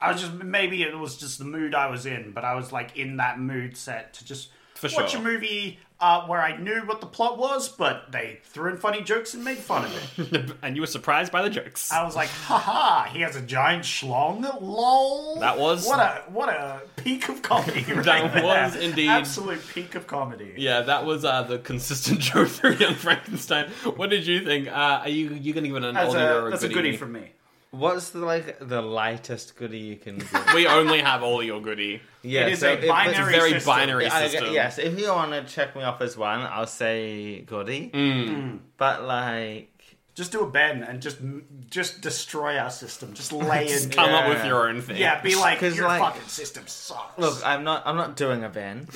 [SPEAKER 4] I was just maybe it was just the mood I was in, but I was like in that mood set to just watch
[SPEAKER 5] sure.
[SPEAKER 4] a movie uh, where I knew what the plot was, but they threw in funny jokes and made fun of it.
[SPEAKER 5] and you were surprised by the jokes.
[SPEAKER 4] I was like, haha, he has a giant schlong. Lol.
[SPEAKER 5] That was-
[SPEAKER 4] what a what a peak of comedy. Right
[SPEAKER 5] That was
[SPEAKER 4] there.
[SPEAKER 5] indeed.
[SPEAKER 4] absolute peak of comedy.
[SPEAKER 5] Yeah, that was uh, the consistent joke through Young Frankenstein. What did you think? Uh, are you you gonna give it an
[SPEAKER 4] that's
[SPEAKER 5] oldie or
[SPEAKER 4] a,
[SPEAKER 5] a
[SPEAKER 4] that's a
[SPEAKER 5] goodie?
[SPEAKER 4] goodie from me.
[SPEAKER 3] What's the like the lightest goodie you can do?
[SPEAKER 5] we only have oldie or goodie.
[SPEAKER 3] yeah,
[SPEAKER 4] It is
[SPEAKER 3] so
[SPEAKER 4] a
[SPEAKER 3] if it's
[SPEAKER 4] binary
[SPEAKER 5] Very
[SPEAKER 4] system.
[SPEAKER 5] binary
[SPEAKER 3] I-
[SPEAKER 5] system.
[SPEAKER 3] yes, if you want to check me off as one, I'll say goody.
[SPEAKER 5] Hmm.
[SPEAKER 3] But like,
[SPEAKER 4] Just do a Ben and just just destroy our system. Just lay in.
[SPEAKER 5] Come up
[SPEAKER 3] Yeah.
[SPEAKER 5] with your own thing.
[SPEAKER 4] Yeah, be like
[SPEAKER 3] 'Cause,
[SPEAKER 4] your
[SPEAKER 3] like-
[SPEAKER 4] fucking system sucks.
[SPEAKER 3] look, I'm not. I'm not doing a ban.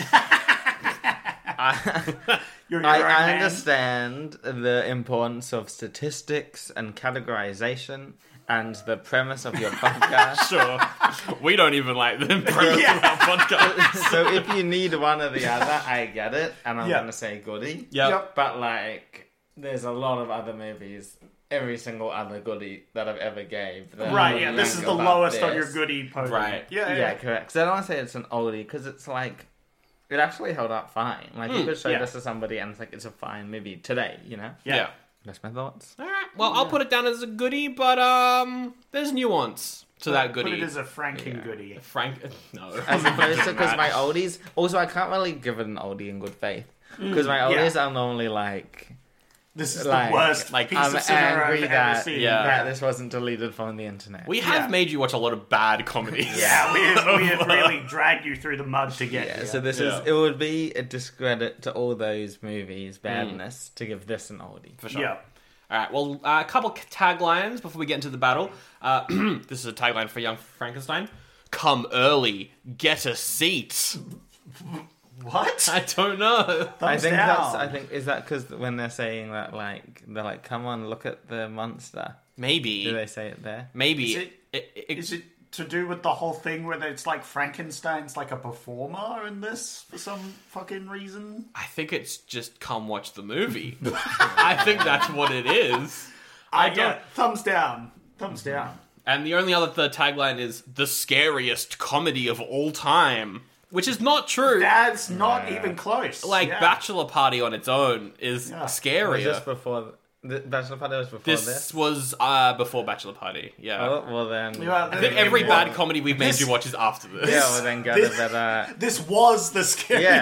[SPEAKER 4] you're your
[SPEAKER 3] I,
[SPEAKER 4] own
[SPEAKER 3] I
[SPEAKER 4] man.
[SPEAKER 3] understand the importance of statistics and categorization and the premise of your podcast.
[SPEAKER 5] Sure. we don't even like the premise of
[SPEAKER 4] Yeah.
[SPEAKER 5] our podcast.
[SPEAKER 3] so if you need one or the other, I get it, and I'm
[SPEAKER 4] Yeah.
[SPEAKER 3] gonna say goody.
[SPEAKER 5] Yep.
[SPEAKER 4] Yep.
[SPEAKER 3] But like, there's a lot of other movies. Every single other goody that I've ever gave. that
[SPEAKER 4] Right,
[SPEAKER 3] are
[SPEAKER 4] yeah, this is the
[SPEAKER 3] about
[SPEAKER 4] lowest on
[SPEAKER 3] this.
[SPEAKER 4] your goodie podium.
[SPEAKER 5] Right.
[SPEAKER 4] Yeah, yeah.
[SPEAKER 3] Yeah, correct. So I don't want to say it's an oldie because it's like it actually held up fine. Like you could show
[SPEAKER 4] Hmm, yeah.
[SPEAKER 3] this to somebody and it's like it's a fine movie today. You know.
[SPEAKER 4] Yeah.
[SPEAKER 3] That's my thoughts.
[SPEAKER 5] All right. Well, I'll put it down as a goodie, but um, there's nuance to that
[SPEAKER 4] But
[SPEAKER 5] goodie.
[SPEAKER 4] it is a Franken goodie.
[SPEAKER 5] Frank, no.
[SPEAKER 3] As opposed to because my oldies. Also, I can't really give it an oldie in good faith because my oldies are normally like
[SPEAKER 4] This is
[SPEAKER 3] Like-
[SPEAKER 4] the worst
[SPEAKER 5] like,
[SPEAKER 4] piece
[SPEAKER 3] I'm
[SPEAKER 4] of cinema I've
[SPEAKER 3] angry
[SPEAKER 4] ever
[SPEAKER 3] that
[SPEAKER 4] seen.
[SPEAKER 5] yeah.
[SPEAKER 3] that this wasn't deleted from the internet.
[SPEAKER 5] we have
[SPEAKER 4] Yeah.
[SPEAKER 5] made you watch a lot of bad comedies.
[SPEAKER 4] Yeah, we have, we have really dragged you through the mud to get
[SPEAKER 3] yeah,
[SPEAKER 4] here.
[SPEAKER 3] so this
[SPEAKER 5] Yeah.
[SPEAKER 3] is it would Mm. be a discredit to all those movies badness to give this an oldie.
[SPEAKER 5] For sure.
[SPEAKER 4] Yeah.
[SPEAKER 5] All right. Well, uh, a couple taglines before we get into the battle. Uh, this is a tagline for Young Frankenstein. Come early, get a seat.
[SPEAKER 4] What?
[SPEAKER 5] I don't know.
[SPEAKER 3] I
[SPEAKER 4] Thumbs
[SPEAKER 3] think
[SPEAKER 4] down.
[SPEAKER 3] that's. I think is that because when they're saying that, like they're like, "Come on, look at the monster." Do
[SPEAKER 5] Maybe.
[SPEAKER 3] they say it there?
[SPEAKER 5] Maybe.
[SPEAKER 4] Is it-
[SPEAKER 5] it, it-
[SPEAKER 4] Is it to do with the whole thing where it's like Frankenstein's like a performer in this for some fucking reason?
[SPEAKER 5] I think it's just come watch the movie. I think that's what it is.
[SPEAKER 4] Uh,
[SPEAKER 5] I don't. Mm-hmm.
[SPEAKER 4] Yeah, thumbs down. Thumbs down.
[SPEAKER 5] And the only other the tagline is the scariest comedy of all time, which is not true.
[SPEAKER 4] That's not even close.
[SPEAKER 5] like
[SPEAKER 4] Yeah.
[SPEAKER 5] Bachelor Party on its own is
[SPEAKER 4] Yeah.
[SPEAKER 3] Was
[SPEAKER 5] scarier.
[SPEAKER 3] this before the Bachelor Party was before
[SPEAKER 5] this
[SPEAKER 3] this?
[SPEAKER 5] was uh, before Bachelor Party. Yeah.
[SPEAKER 3] Oh, well then.
[SPEAKER 4] Yeah,
[SPEAKER 3] I
[SPEAKER 5] I think
[SPEAKER 4] then
[SPEAKER 5] every
[SPEAKER 4] it
[SPEAKER 5] bad
[SPEAKER 4] was-
[SPEAKER 5] comedy we've made
[SPEAKER 4] this-
[SPEAKER 5] you watch is after this.
[SPEAKER 3] Yeah, well then go to bed. Uh,
[SPEAKER 4] This was the
[SPEAKER 3] yeah,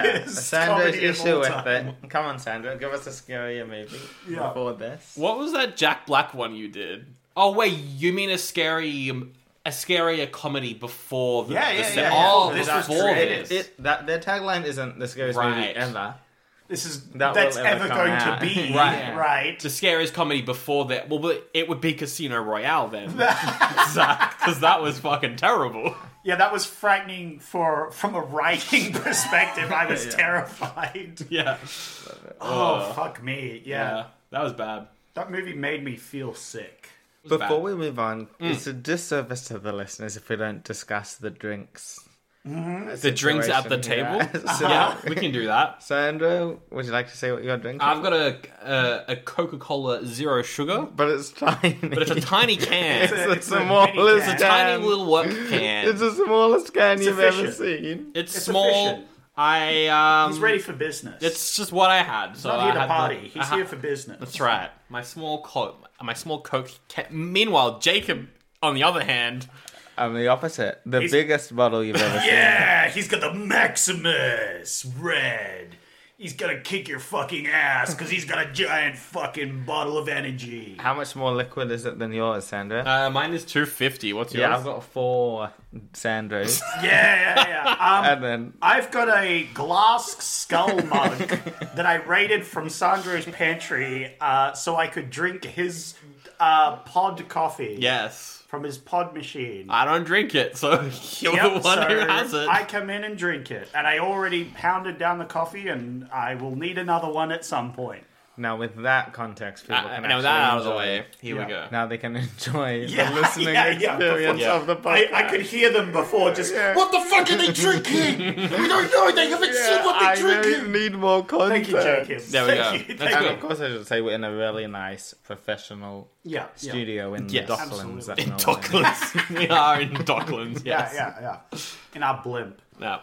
[SPEAKER 4] scariest
[SPEAKER 3] Sandra's
[SPEAKER 4] comedy of
[SPEAKER 3] issue
[SPEAKER 4] all
[SPEAKER 3] with
[SPEAKER 4] time.
[SPEAKER 3] it. Come on, Sandra, give us a scarier movie
[SPEAKER 4] Yeah.
[SPEAKER 3] before this.
[SPEAKER 5] What was that Jack Black one you did? Oh wait, you mean a scary, a scarier comedy before the?
[SPEAKER 4] Yeah,
[SPEAKER 5] the
[SPEAKER 4] yeah,
[SPEAKER 5] se-
[SPEAKER 4] yeah, yeah.
[SPEAKER 5] Oh,
[SPEAKER 4] This was
[SPEAKER 5] before
[SPEAKER 4] created.
[SPEAKER 5] this.
[SPEAKER 3] It, it, that their tagline isn't the scariest movie
[SPEAKER 5] Right.
[SPEAKER 3] ever.
[SPEAKER 4] This is
[SPEAKER 3] That
[SPEAKER 4] that's
[SPEAKER 3] will ever
[SPEAKER 4] ever
[SPEAKER 3] come
[SPEAKER 4] going to
[SPEAKER 3] out.
[SPEAKER 4] be
[SPEAKER 5] Right.
[SPEAKER 4] right.
[SPEAKER 5] the scariest comedy before that. Well, but it would be Casino Royale then, because that was fucking terrible.
[SPEAKER 4] Yeah, that was frightening for from a writing perspective. I was terrified.
[SPEAKER 5] Yeah,
[SPEAKER 4] Oh fuck me. Yeah.
[SPEAKER 5] yeah, that was bad.
[SPEAKER 4] that movie made me feel sick.
[SPEAKER 3] Before
[SPEAKER 5] bad. Mm.
[SPEAKER 3] we move on, it's a disservice to the listeners if we don't discuss the drinks.
[SPEAKER 4] Mm-hmm.
[SPEAKER 5] The drinks at the table.
[SPEAKER 3] Yeah. So-
[SPEAKER 4] Uh-huh.
[SPEAKER 5] yeah, we can do that.
[SPEAKER 3] Sandra, would you like to say what your drink? is?
[SPEAKER 5] I've got a a, a Coca Cola Zero Sugar,
[SPEAKER 3] but it's tiny.
[SPEAKER 5] but it's a tiny can.
[SPEAKER 3] It's the
[SPEAKER 4] it's a
[SPEAKER 3] smallest
[SPEAKER 4] mini can.
[SPEAKER 5] tiny
[SPEAKER 3] can.
[SPEAKER 5] little work
[SPEAKER 3] It's
[SPEAKER 5] can.
[SPEAKER 3] the smallest can you've ever
[SPEAKER 4] efficient.
[SPEAKER 3] seen.
[SPEAKER 5] It's
[SPEAKER 4] it's
[SPEAKER 5] small.
[SPEAKER 4] efficient.
[SPEAKER 5] I um.
[SPEAKER 4] He's ready for business.
[SPEAKER 5] It's just what I had. So
[SPEAKER 4] not
[SPEAKER 5] I
[SPEAKER 4] here to
[SPEAKER 5] had the-
[SPEAKER 4] party.
[SPEAKER 5] I
[SPEAKER 4] He's
[SPEAKER 5] ha-
[SPEAKER 4] here for business.
[SPEAKER 5] That's right. My small coke. My small coke. Can- Meanwhile, Jacob, on the other hand,
[SPEAKER 3] I'm the opposite. The biggest bottle you've ever seen.
[SPEAKER 4] Yeah, he's got the Maximus red. He's gonna kick your fucking ass because he's got a giant fucking bottle of energy.
[SPEAKER 3] How much more liquid is it than yours, Sandra?
[SPEAKER 5] uh, mine is two fifty. What's yours?
[SPEAKER 3] yeah, I've got four Sandros,
[SPEAKER 4] Yeah, yeah, yeah. Um,
[SPEAKER 3] and then
[SPEAKER 4] I've got a glass skull mug that I raided from Sandro's pantry uh, so I could drink his uh, pod coffee
[SPEAKER 5] Yes.
[SPEAKER 4] from his pod machine.
[SPEAKER 5] I don't drink it, so you're the
[SPEAKER 4] Yep,
[SPEAKER 5] one who
[SPEAKER 4] so
[SPEAKER 5] has it.
[SPEAKER 4] I come in and drink it, and I already pounded down the coffee, and I will need another one at some point.
[SPEAKER 3] now with that context, people
[SPEAKER 5] Uh,
[SPEAKER 3] can
[SPEAKER 5] now
[SPEAKER 3] actually
[SPEAKER 5] that out of the
[SPEAKER 3] enjoy-
[SPEAKER 5] way, here we
[SPEAKER 4] Yeah.
[SPEAKER 5] go.
[SPEAKER 3] Now they can enjoy
[SPEAKER 4] Yeah,
[SPEAKER 3] the listening
[SPEAKER 4] yeah, yeah,
[SPEAKER 3] experience
[SPEAKER 5] before-
[SPEAKER 3] of the podcast.
[SPEAKER 4] I, I could hear them before just what the fuck are they drinking? we don't know. They haven't seen what
[SPEAKER 3] I
[SPEAKER 4] they're
[SPEAKER 3] really
[SPEAKER 4] drinking.
[SPEAKER 3] need more
[SPEAKER 4] Thank
[SPEAKER 3] context.
[SPEAKER 4] you, Jacob.
[SPEAKER 5] There we
[SPEAKER 4] Thank
[SPEAKER 5] go.
[SPEAKER 4] you,
[SPEAKER 5] That's
[SPEAKER 4] thank
[SPEAKER 3] And
[SPEAKER 5] good.
[SPEAKER 3] of course, I should say we're in a really nice professional
[SPEAKER 4] you. Yeah, yeah.
[SPEAKER 3] studio in
[SPEAKER 5] Yes.
[SPEAKER 3] the Docklands.
[SPEAKER 4] Absolutely.
[SPEAKER 3] at Norway.
[SPEAKER 5] Docklands. we are in Docklands.
[SPEAKER 4] Yeah,
[SPEAKER 5] Yes.
[SPEAKER 4] yeah, yeah. In our blimp.
[SPEAKER 5] No.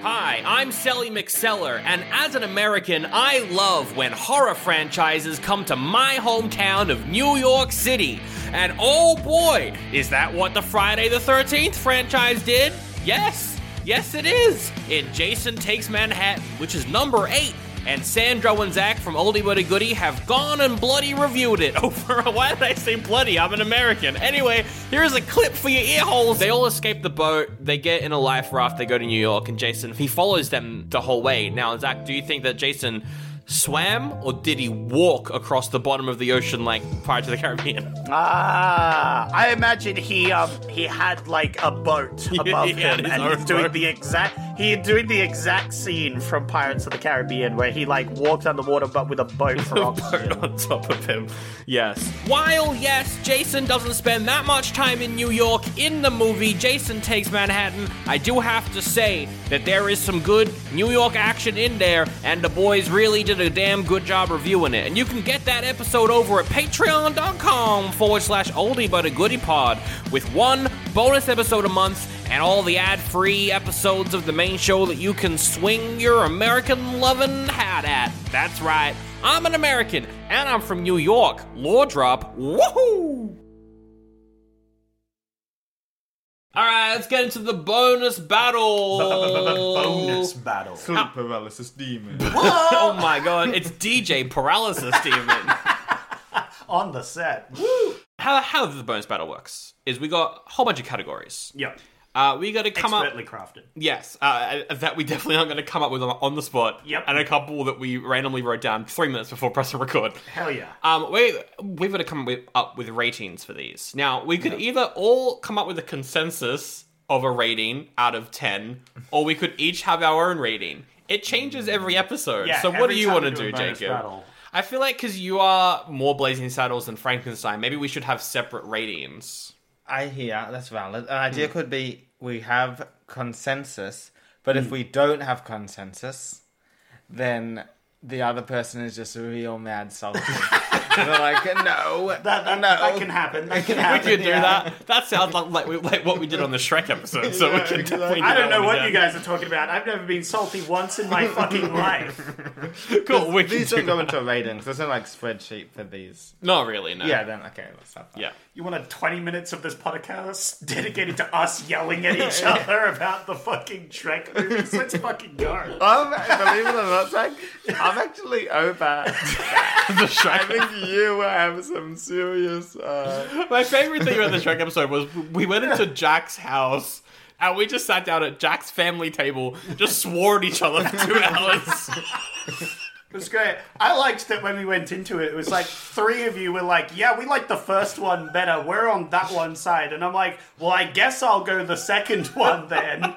[SPEAKER 5] Hi, I'm Sally McSeller, and as an American, I love when horror franchises come to my hometown of New York City. And oh boy, is that what the Friday the 13th franchise did? Yes, yes, it is. In Jason Takes Manhattan, which is number eight, and Sandro and Zach from Oldie But a Goodie have gone and bloody reviewed it over. Why did I say bloody? I'm an American. Anyway, here's a clip for your ear holes. They all escape the boat. They get in a life raft. They go to New York, and Jason he follows them the whole way. Now, Zach, do you think that Jason swam or did he walk across the bottom of the ocean like Pirates of the Caribbean?
[SPEAKER 4] Ah, I imagine he um he had like a boat above
[SPEAKER 5] He had
[SPEAKER 4] him,
[SPEAKER 5] his
[SPEAKER 4] and
[SPEAKER 5] own
[SPEAKER 4] he's doing
[SPEAKER 5] boat.
[SPEAKER 4] the exact he doing the exact scene from Pirates of the Caribbean where he like walked underwater but with a boat for oxygen.
[SPEAKER 5] on top of him. Yes. While yes, Jason doesn't spend that much time in New York in the movie Jason Takes Manhattan, I do have to say that there is some good New York action in there and the boys really did a damn good job reviewing it. And you can get that episode over at patreon.com forward slash oldie but a goodie pod with one bonus episode a month and all the ad-free episodes of the main show that you can swing your American lovin' hat at. That's right. I'm an American, and I'm from New York. Law drop. Woohoo! All right, let's get into the bonus battle.
[SPEAKER 4] Bonus battle.
[SPEAKER 3] Sleep paralysis demon.
[SPEAKER 5] oh my god, it's DJ Paralysis Demon.
[SPEAKER 4] On the set.
[SPEAKER 5] how, how the bonus battle works is we got a whole bunch of categories.
[SPEAKER 4] Yep.
[SPEAKER 5] Uh, we got to come up.
[SPEAKER 4] Expertly crafted.
[SPEAKER 5] Yes, uh, that we definitely aren't going to come up with on- on the spot.
[SPEAKER 4] Yep.
[SPEAKER 5] And a couple that we randomly wrote down three minutes before pressing record.
[SPEAKER 4] Hell Oh, yeah.
[SPEAKER 5] Um, we we've got to come with, up with ratings for these. Now we could either all come up with a consensus of a rating out of ten, or we could each have our own rating. It changes every episode.
[SPEAKER 4] Mm. Yeah,
[SPEAKER 5] so what
[SPEAKER 4] every
[SPEAKER 5] do you
[SPEAKER 4] time
[SPEAKER 5] want to
[SPEAKER 4] we do
[SPEAKER 5] do,
[SPEAKER 4] a bonus
[SPEAKER 5] Jacob?
[SPEAKER 4] battle.
[SPEAKER 5] I feel like because you are more Blazing Saddles than Frankenstein, maybe we should have separate ratings.
[SPEAKER 3] I hear that's valid. An idea
[SPEAKER 4] Hmm.
[SPEAKER 3] could be we have consensus, but
[SPEAKER 4] Hmm.
[SPEAKER 3] if we don't have consensus, then the other person is just real mad salty. They're like, no,
[SPEAKER 4] That, that,
[SPEAKER 3] no,
[SPEAKER 4] that can happen. That can
[SPEAKER 5] We
[SPEAKER 4] happen.
[SPEAKER 5] could do
[SPEAKER 4] yeah.
[SPEAKER 5] that. That sounds like like, we, like what we did on the Shrek episode. So we can definitely. Do
[SPEAKER 4] I don't
[SPEAKER 5] that
[SPEAKER 4] know
[SPEAKER 5] one
[SPEAKER 4] what
[SPEAKER 5] again.
[SPEAKER 4] you guys are talking about. I've never been salty once in my fucking life.
[SPEAKER 5] Cool. We can
[SPEAKER 3] These
[SPEAKER 5] do
[SPEAKER 3] don't go into ratings. There's no like spreadsheet for these.
[SPEAKER 5] Not really. No.
[SPEAKER 3] Yeah, then okay, let's have that.
[SPEAKER 5] Yeah.
[SPEAKER 4] You want a 20 minutes of this podcast dedicated to us yelling at each other about the fucking Shrek movies? Let's fucking go.
[SPEAKER 3] Um, believe it or not, Zach, I'm actually over.
[SPEAKER 5] the Shrek.
[SPEAKER 3] I think you have some serious. Uh...
[SPEAKER 5] My favorite thing about the Shrek episode was we went into Jack's house and we just sat down at Jack's family table, just swore at each other for two hours.
[SPEAKER 4] It was great. I liked that when we went into it, it was like three of you were like, yeah, we like the first one better. We're on that one side. And I'm like, well, I guess I'll go the second one then.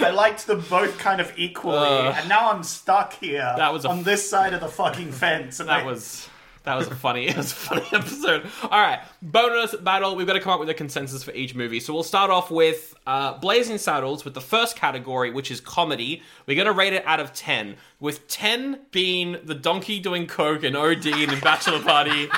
[SPEAKER 4] I liked them both kind of equally. and now I'm stuck here
[SPEAKER 5] That was a-
[SPEAKER 4] on this side of the fucking fence. And
[SPEAKER 5] That
[SPEAKER 4] I-
[SPEAKER 5] was that was a funny it was a funny episode. Alright. Bonus battle. We've got to come up with a consensus for each movie. So we'll start off with uh, Blazing Saddles with the first category, which is comedy. We're gonna rate it out of ten, with ten being the donkey doing coke and OD in Bachelor Party.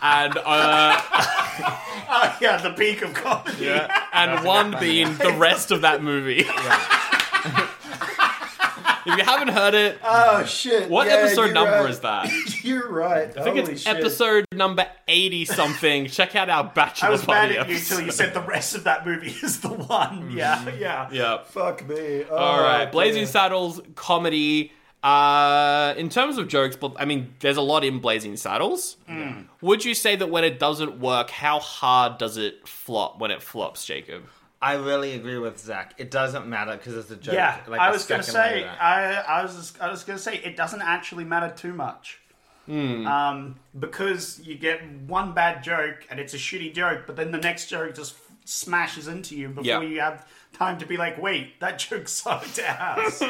[SPEAKER 5] And uh
[SPEAKER 4] yeah, the peak of comedy.
[SPEAKER 5] and one being the rest of that movie. if you haven't heard it,
[SPEAKER 4] Oh, shit.
[SPEAKER 5] what
[SPEAKER 4] Yeah,
[SPEAKER 5] episode
[SPEAKER 4] you're
[SPEAKER 5] number
[SPEAKER 4] right.
[SPEAKER 5] is that? I
[SPEAKER 4] You're right. I
[SPEAKER 5] think it's episode number 80 something. Check out our
[SPEAKER 4] I
[SPEAKER 5] Bachelor
[SPEAKER 4] was mad
[SPEAKER 5] Party
[SPEAKER 4] at you
[SPEAKER 5] episode.
[SPEAKER 4] till you said the rest of that movie is the
[SPEAKER 5] Mm.
[SPEAKER 4] one. Yeah, yeah.
[SPEAKER 5] Yeah.
[SPEAKER 4] Fuck me. Oh,
[SPEAKER 5] All right, Blazing Saddles comedy. Uh, in terms of jokes, but I mean, there's a lot in Blazing Saddles.
[SPEAKER 4] Mm.
[SPEAKER 5] Would you say that when it doesn't work, how hard does it flop when it flops, Jacob?
[SPEAKER 3] I really agree with Zach. It doesn't matter because it's a joke.
[SPEAKER 4] Yeah,
[SPEAKER 3] like,
[SPEAKER 4] I
[SPEAKER 3] a
[SPEAKER 4] was gonna
[SPEAKER 3] second
[SPEAKER 4] say,
[SPEAKER 3] later.
[SPEAKER 4] I, I was, just- I was gonna say, it doesn't actually matter too much,
[SPEAKER 5] Hmm.
[SPEAKER 4] um, because you get one bad joke and it's a shitty joke, but then the next joke just f- smashes into you before
[SPEAKER 5] Yeah.
[SPEAKER 4] you have time to be like, wait, that joke sucked ass,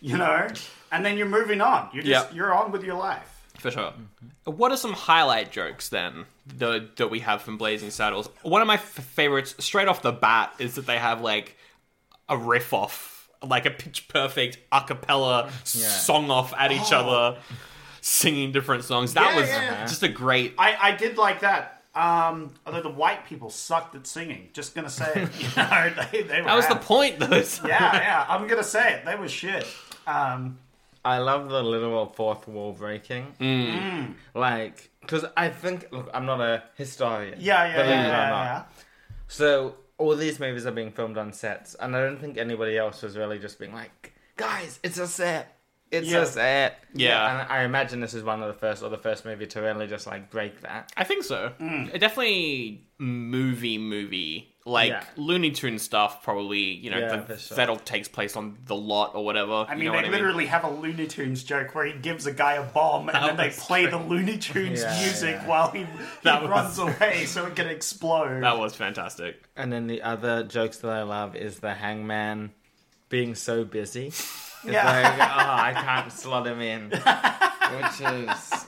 [SPEAKER 4] you know, and then you're moving on. You're just,
[SPEAKER 5] Yeah.
[SPEAKER 4] you're on with your life.
[SPEAKER 5] For sure.
[SPEAKER 4] Mm-hmm.
[SPEAKER 5] What are some highlight jokes then the, that we have from Blazing Saddles? One of my f- favorites, straight off the bat, is that they have like a riff off, like a pitch perfect a cappella song off at each other, singing different songs. That
[SPEAKER 4] Oh. Yeah,
[SPEAKER 5] was
[SPEAKER 4] yeah, yeah.
[SPEAKER 5] just a great.
[SPEAKER 4] I, I did like that. Um, although the white people sucked at singing. Just gonna say it. You know, they, they were
[SPEAKER 5] That was the
[SPEAKER 4] ass.
[SPEAKER 5] point, though. It's-
[SPEAKER 4] Yeah, yeah. I'm gonna say it. They were shit. Um,
[SPEAKER 3] I love the literal fourth wall breaking. Mm. Like, because I think, look, I'm not a historian.
[SPEAKER 4] yeah, yeah, yeah,
[SPEAKER 3] believe it
[SPEAKER 4] yeah,
[SPEAKER 3] or not.
[SPEAKER 4] yeah,
[SPEAKER 3] So all these movies are being filmed on sets, and I don't think anybody else was really just being like, "Guys, it's a set, it's
[SPEAKER 4] Yeah.
[SPEAKER 3] a set."
[SPEAKER 5] Yeah.
[SPEAKER 3] and I imagine this is one of the first or the first movie to really just like break that.
[SPEAKER 5] I think so.
[SPEAKER 4] Mm.
[SPEAKER 5] Definitely movie, movie. Like
[SPEAKER 3] Yeah.
[SPEAKER 5] Looney Tune stuff, probably, you know,
[SPEAKER 3] Yeah,
[SPEAKER 5] the,
[SPEAKER 3] for sure.
[SPEAKER 5] that all takes place on the lot or whatever.
[SPEAKER 4] I
[SPEAKER 5] you
[SPEAKER 4] mean,
[SPEAKER 5] know
[SPEAKER 4] they
[SPEAKER 5] what I mean?
[SPEAKER 4] literally have a Looney Tunes joke where he gives a guy a bomb and then they
[SPEAKER 5] was
[SPEAKER 4] play the Looney Tunes
[SPEAKER 3] Yeah,
[SPEAKER 4] music
[SPEAKER 3] yeah.
[SPEAKER 4] while he, he
[SPEAKER 5] That was-
[SPEAKER 4] runs away so it can explode.
[SPEAKER 5] That was fantastic.
[SPEAKER 3] And then the other jokes that I love is the hangman being so busy. It's like, oh, I can't slot him in, which is.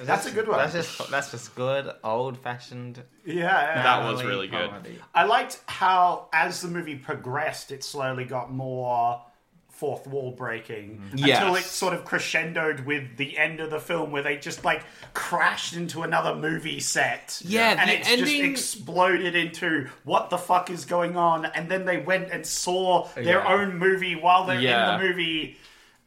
[SPEAKER 3] That's
[SPEAKER 4] a good one.
[SPEAKER 3] That's just that's just good old fashioned.
[SPEAKER 4] yeah, yeah.
[SPEAKER 5] That was really good.
[SPEAKER 4] I liked how, as the movie progressed, it slowly got more fourth wall breaking
[SPEAKER 5] Mm-hmm. Yes.
[SPEAKER 4] until it sort of crescendoed with the end of the film where they just like crashed into another movie set.
[SPEAKER 5] Yeah,
[SPEAKER 4] and
[SPEAKER 5] the
[SPEAKER 4] it just
[SPEAKER 5] ending-
[SPEAKER 4] exploded into what the fuck is going on, and then they went and saw their
[SPEAKER 3] Yeah.
[SPEAKER 4] own movie while they're
[SPEAKER 5] Oh, Yeah.
[SPEAKER 4] in the movie.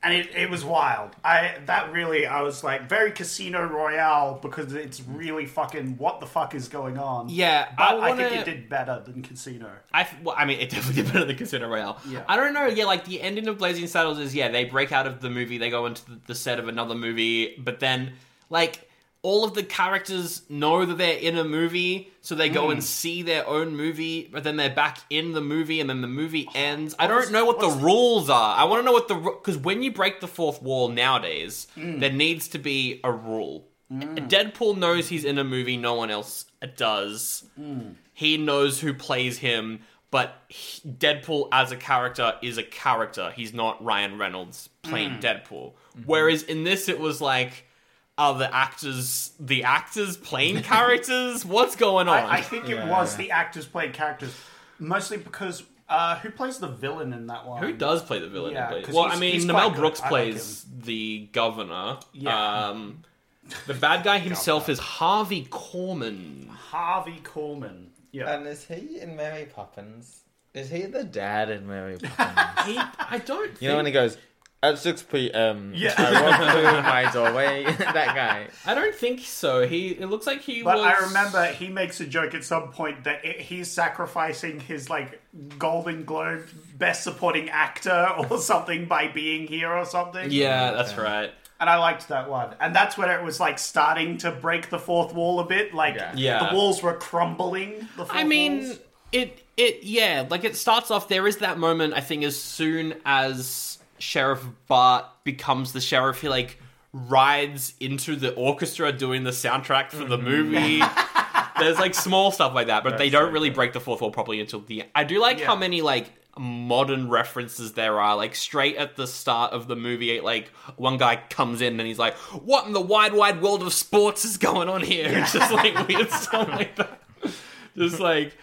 [SPEAKER 4] And it, it was wild. I that really I was like very Casino Royale because it's really fucking what the fuck is going on.
[SPEAKER 5] Yeah,
[SPEAKER 4] I,
[SPEAKER 5] I
[SPEAKER 4] I think
[SPEAKER 5] wanna-
[SPEAKER 4] it did better than Casino.
[SPEAKER 5] I, th- well, I mean, it definitely did better than Casino Royale.
[SPEAKER 4] Yeah.
[SPEAKER 5] I don't know. Yeah, like the ending of Blazing Saddles is yeah, they break out of the movie, they go into the, the set of another movie, but then like all of the characters know that they're in a movie, so they go and see their own movie, but then they're back in the movie, and then the movie ends. I don't know what the rules are. I want to know what the because when you break the fourth wall nowadays, there needs to be a rule. Mm. Deadpool knows he's in a movie; no one else does.
[SPEAKER 4] Mm.
[SPEAKER 5] He knows who plays him, but he- Deadpool as a character is a character. He's not Ryan Reynolds playing
[SPEAKER 4] Mm.
[SPEAKER 5] Deadpool.
[SPEAKER 4] Mm-hmm.
[SPEAKER 5] Whereas in this, it was like are the actors the actors playing characters? What's going on?
[SPEAKER 4] I, I think it was the actors played characters, mostly because uh, who plays the villain in that one?
[SPEAKER 5] Who does play the villain?
[SPEAKER 4] Yeah,
[SPEAKER 5] in Blade?
[SPEAKER 4] 'cause
[SPEAKER 5] well,
[SPEAKER 4] he's-
[SPEAKER 5] I mean,
[SPEAKER 4] he's
[SPEAKER 5] Mel
[SPEAKER 4] quite
[SPEAKER 5] Brooks
[SPEAKER 4] good. I like
[SPEAKER 5] plays the governor.
[SPEAKER 4] Yeah.
[SPEAKER 5] Um, the bad guy himself is Harvey Corman.
[SPEAKER 4] Harvey Corman. Yeah.
[SPEAKER 3] And is he in Mary Poppins? Is he the dad in Mary Poppins?
[SPEAKER 5] He, I don't.
[SPEAKER 3] you know when he
[SPEAKER 5] think-
[SPEAKER 3] goes at six p.m.
[SPEAKER 4] Yeah.
[SPEAKER 3] I walk through my doorway. that guy.
[SPEAKER 5] I don't think so. He. It looks like he.
[SPEAKER 4] but
[SPEAKER 5] was...
[SPEAKER 4] I remember he makes a joke at some point that it, he's sacrificing his like Golden Globe Best Supporting Actor or something by being here or something.
[SPEAKER 5] Yeah, that's right.
[SPEAKER 4] and I liked that one. And that's when it was like starting to break the fourth wall a bit. Like
[SPEAKER 3] Yeah.
[SPEAKER 5] Yeah.
[SPEAKER 4] the walls were crumbling. The fourth
[SPEAKER 5] I mean,
[SPEAKER 4] walls.
[SPEAKER 5] it it yeah, like it starts off. There is that moment. I think as soon as Sheriff Bart becomes the sheriff, he like rides into the orchestra doing the soundtrack for the movie. There's like small stuff like that, but they don't really break the fourth wall properly until the. I do like how many like modern references there are like straight at the start of the movie like one guy comes in and he's like what in the wide wide world of sports is going on here it's just like weird stuff like that just like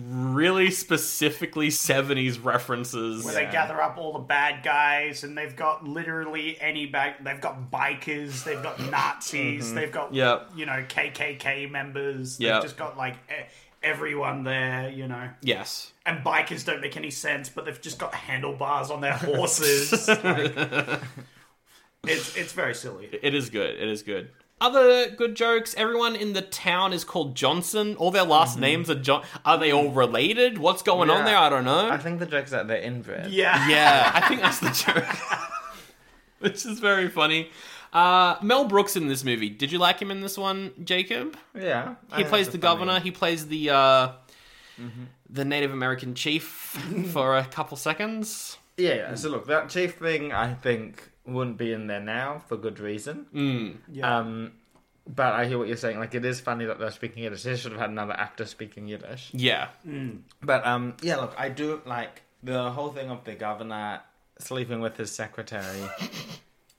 [SPEAKER 5] really specifically 70s references.
[SPEAKER 4] Where they gather up all the bad guys, and they've got literally any bad. They've got bikers, they've got Nazis, they've got
[SPEAKER 5] Yep.
[SPEAKER 4] you know KKK members.
[SPEAKER 5] Yep.
[SPEAKER 4] They've just got like e- everyone there, you know.
[SPEAKER 5] Yes.
[SPEAKER 4] And bikers don't make any sense, but they've just got handlebars on their horses. it's it's very silly.
[SPEAKER 5] It is good. It is good. Other good jokes. Everyone in the town is called Johnson. All their last names are John. Are they all related? What's going on
[SPEAKER 3] Mm-hmm. Yeah.
[SPEAKER 5] there? I don't know.
[SPEAKER 3] I think the joke's that they're inbred.
[SPEAKER 4] Yeah.
[SPEAKER 5] yeah, I think that's the joke. Which is very funny. Uh, Mel Brooks in this movie. Did you like him in this one, Jacob?
[SPEAKER 3] Yeah.
[SPEAKER 5] He plays the governor. He plays the uh,
[SPEAKER 3] Mm-hmm.
[SPEAKER 5] the Native American chief for a couple seconds.
[SPEAKER 3] Yeah, yeah. So look, that chief thing I think wouldn't be in there now for good reason.
[SPEAKER 4] Yeah.
[SPEAKER 3] Um, but I hear what you're saying. Like it is funny that they're speaking Yiddish. They should have had another actor speaking Yiddish.
[SPEAKER 5] Yeah.
[SPEAKER 3] But um, yeah, look, I do like the whole thing of the governor sleeping with his secretary.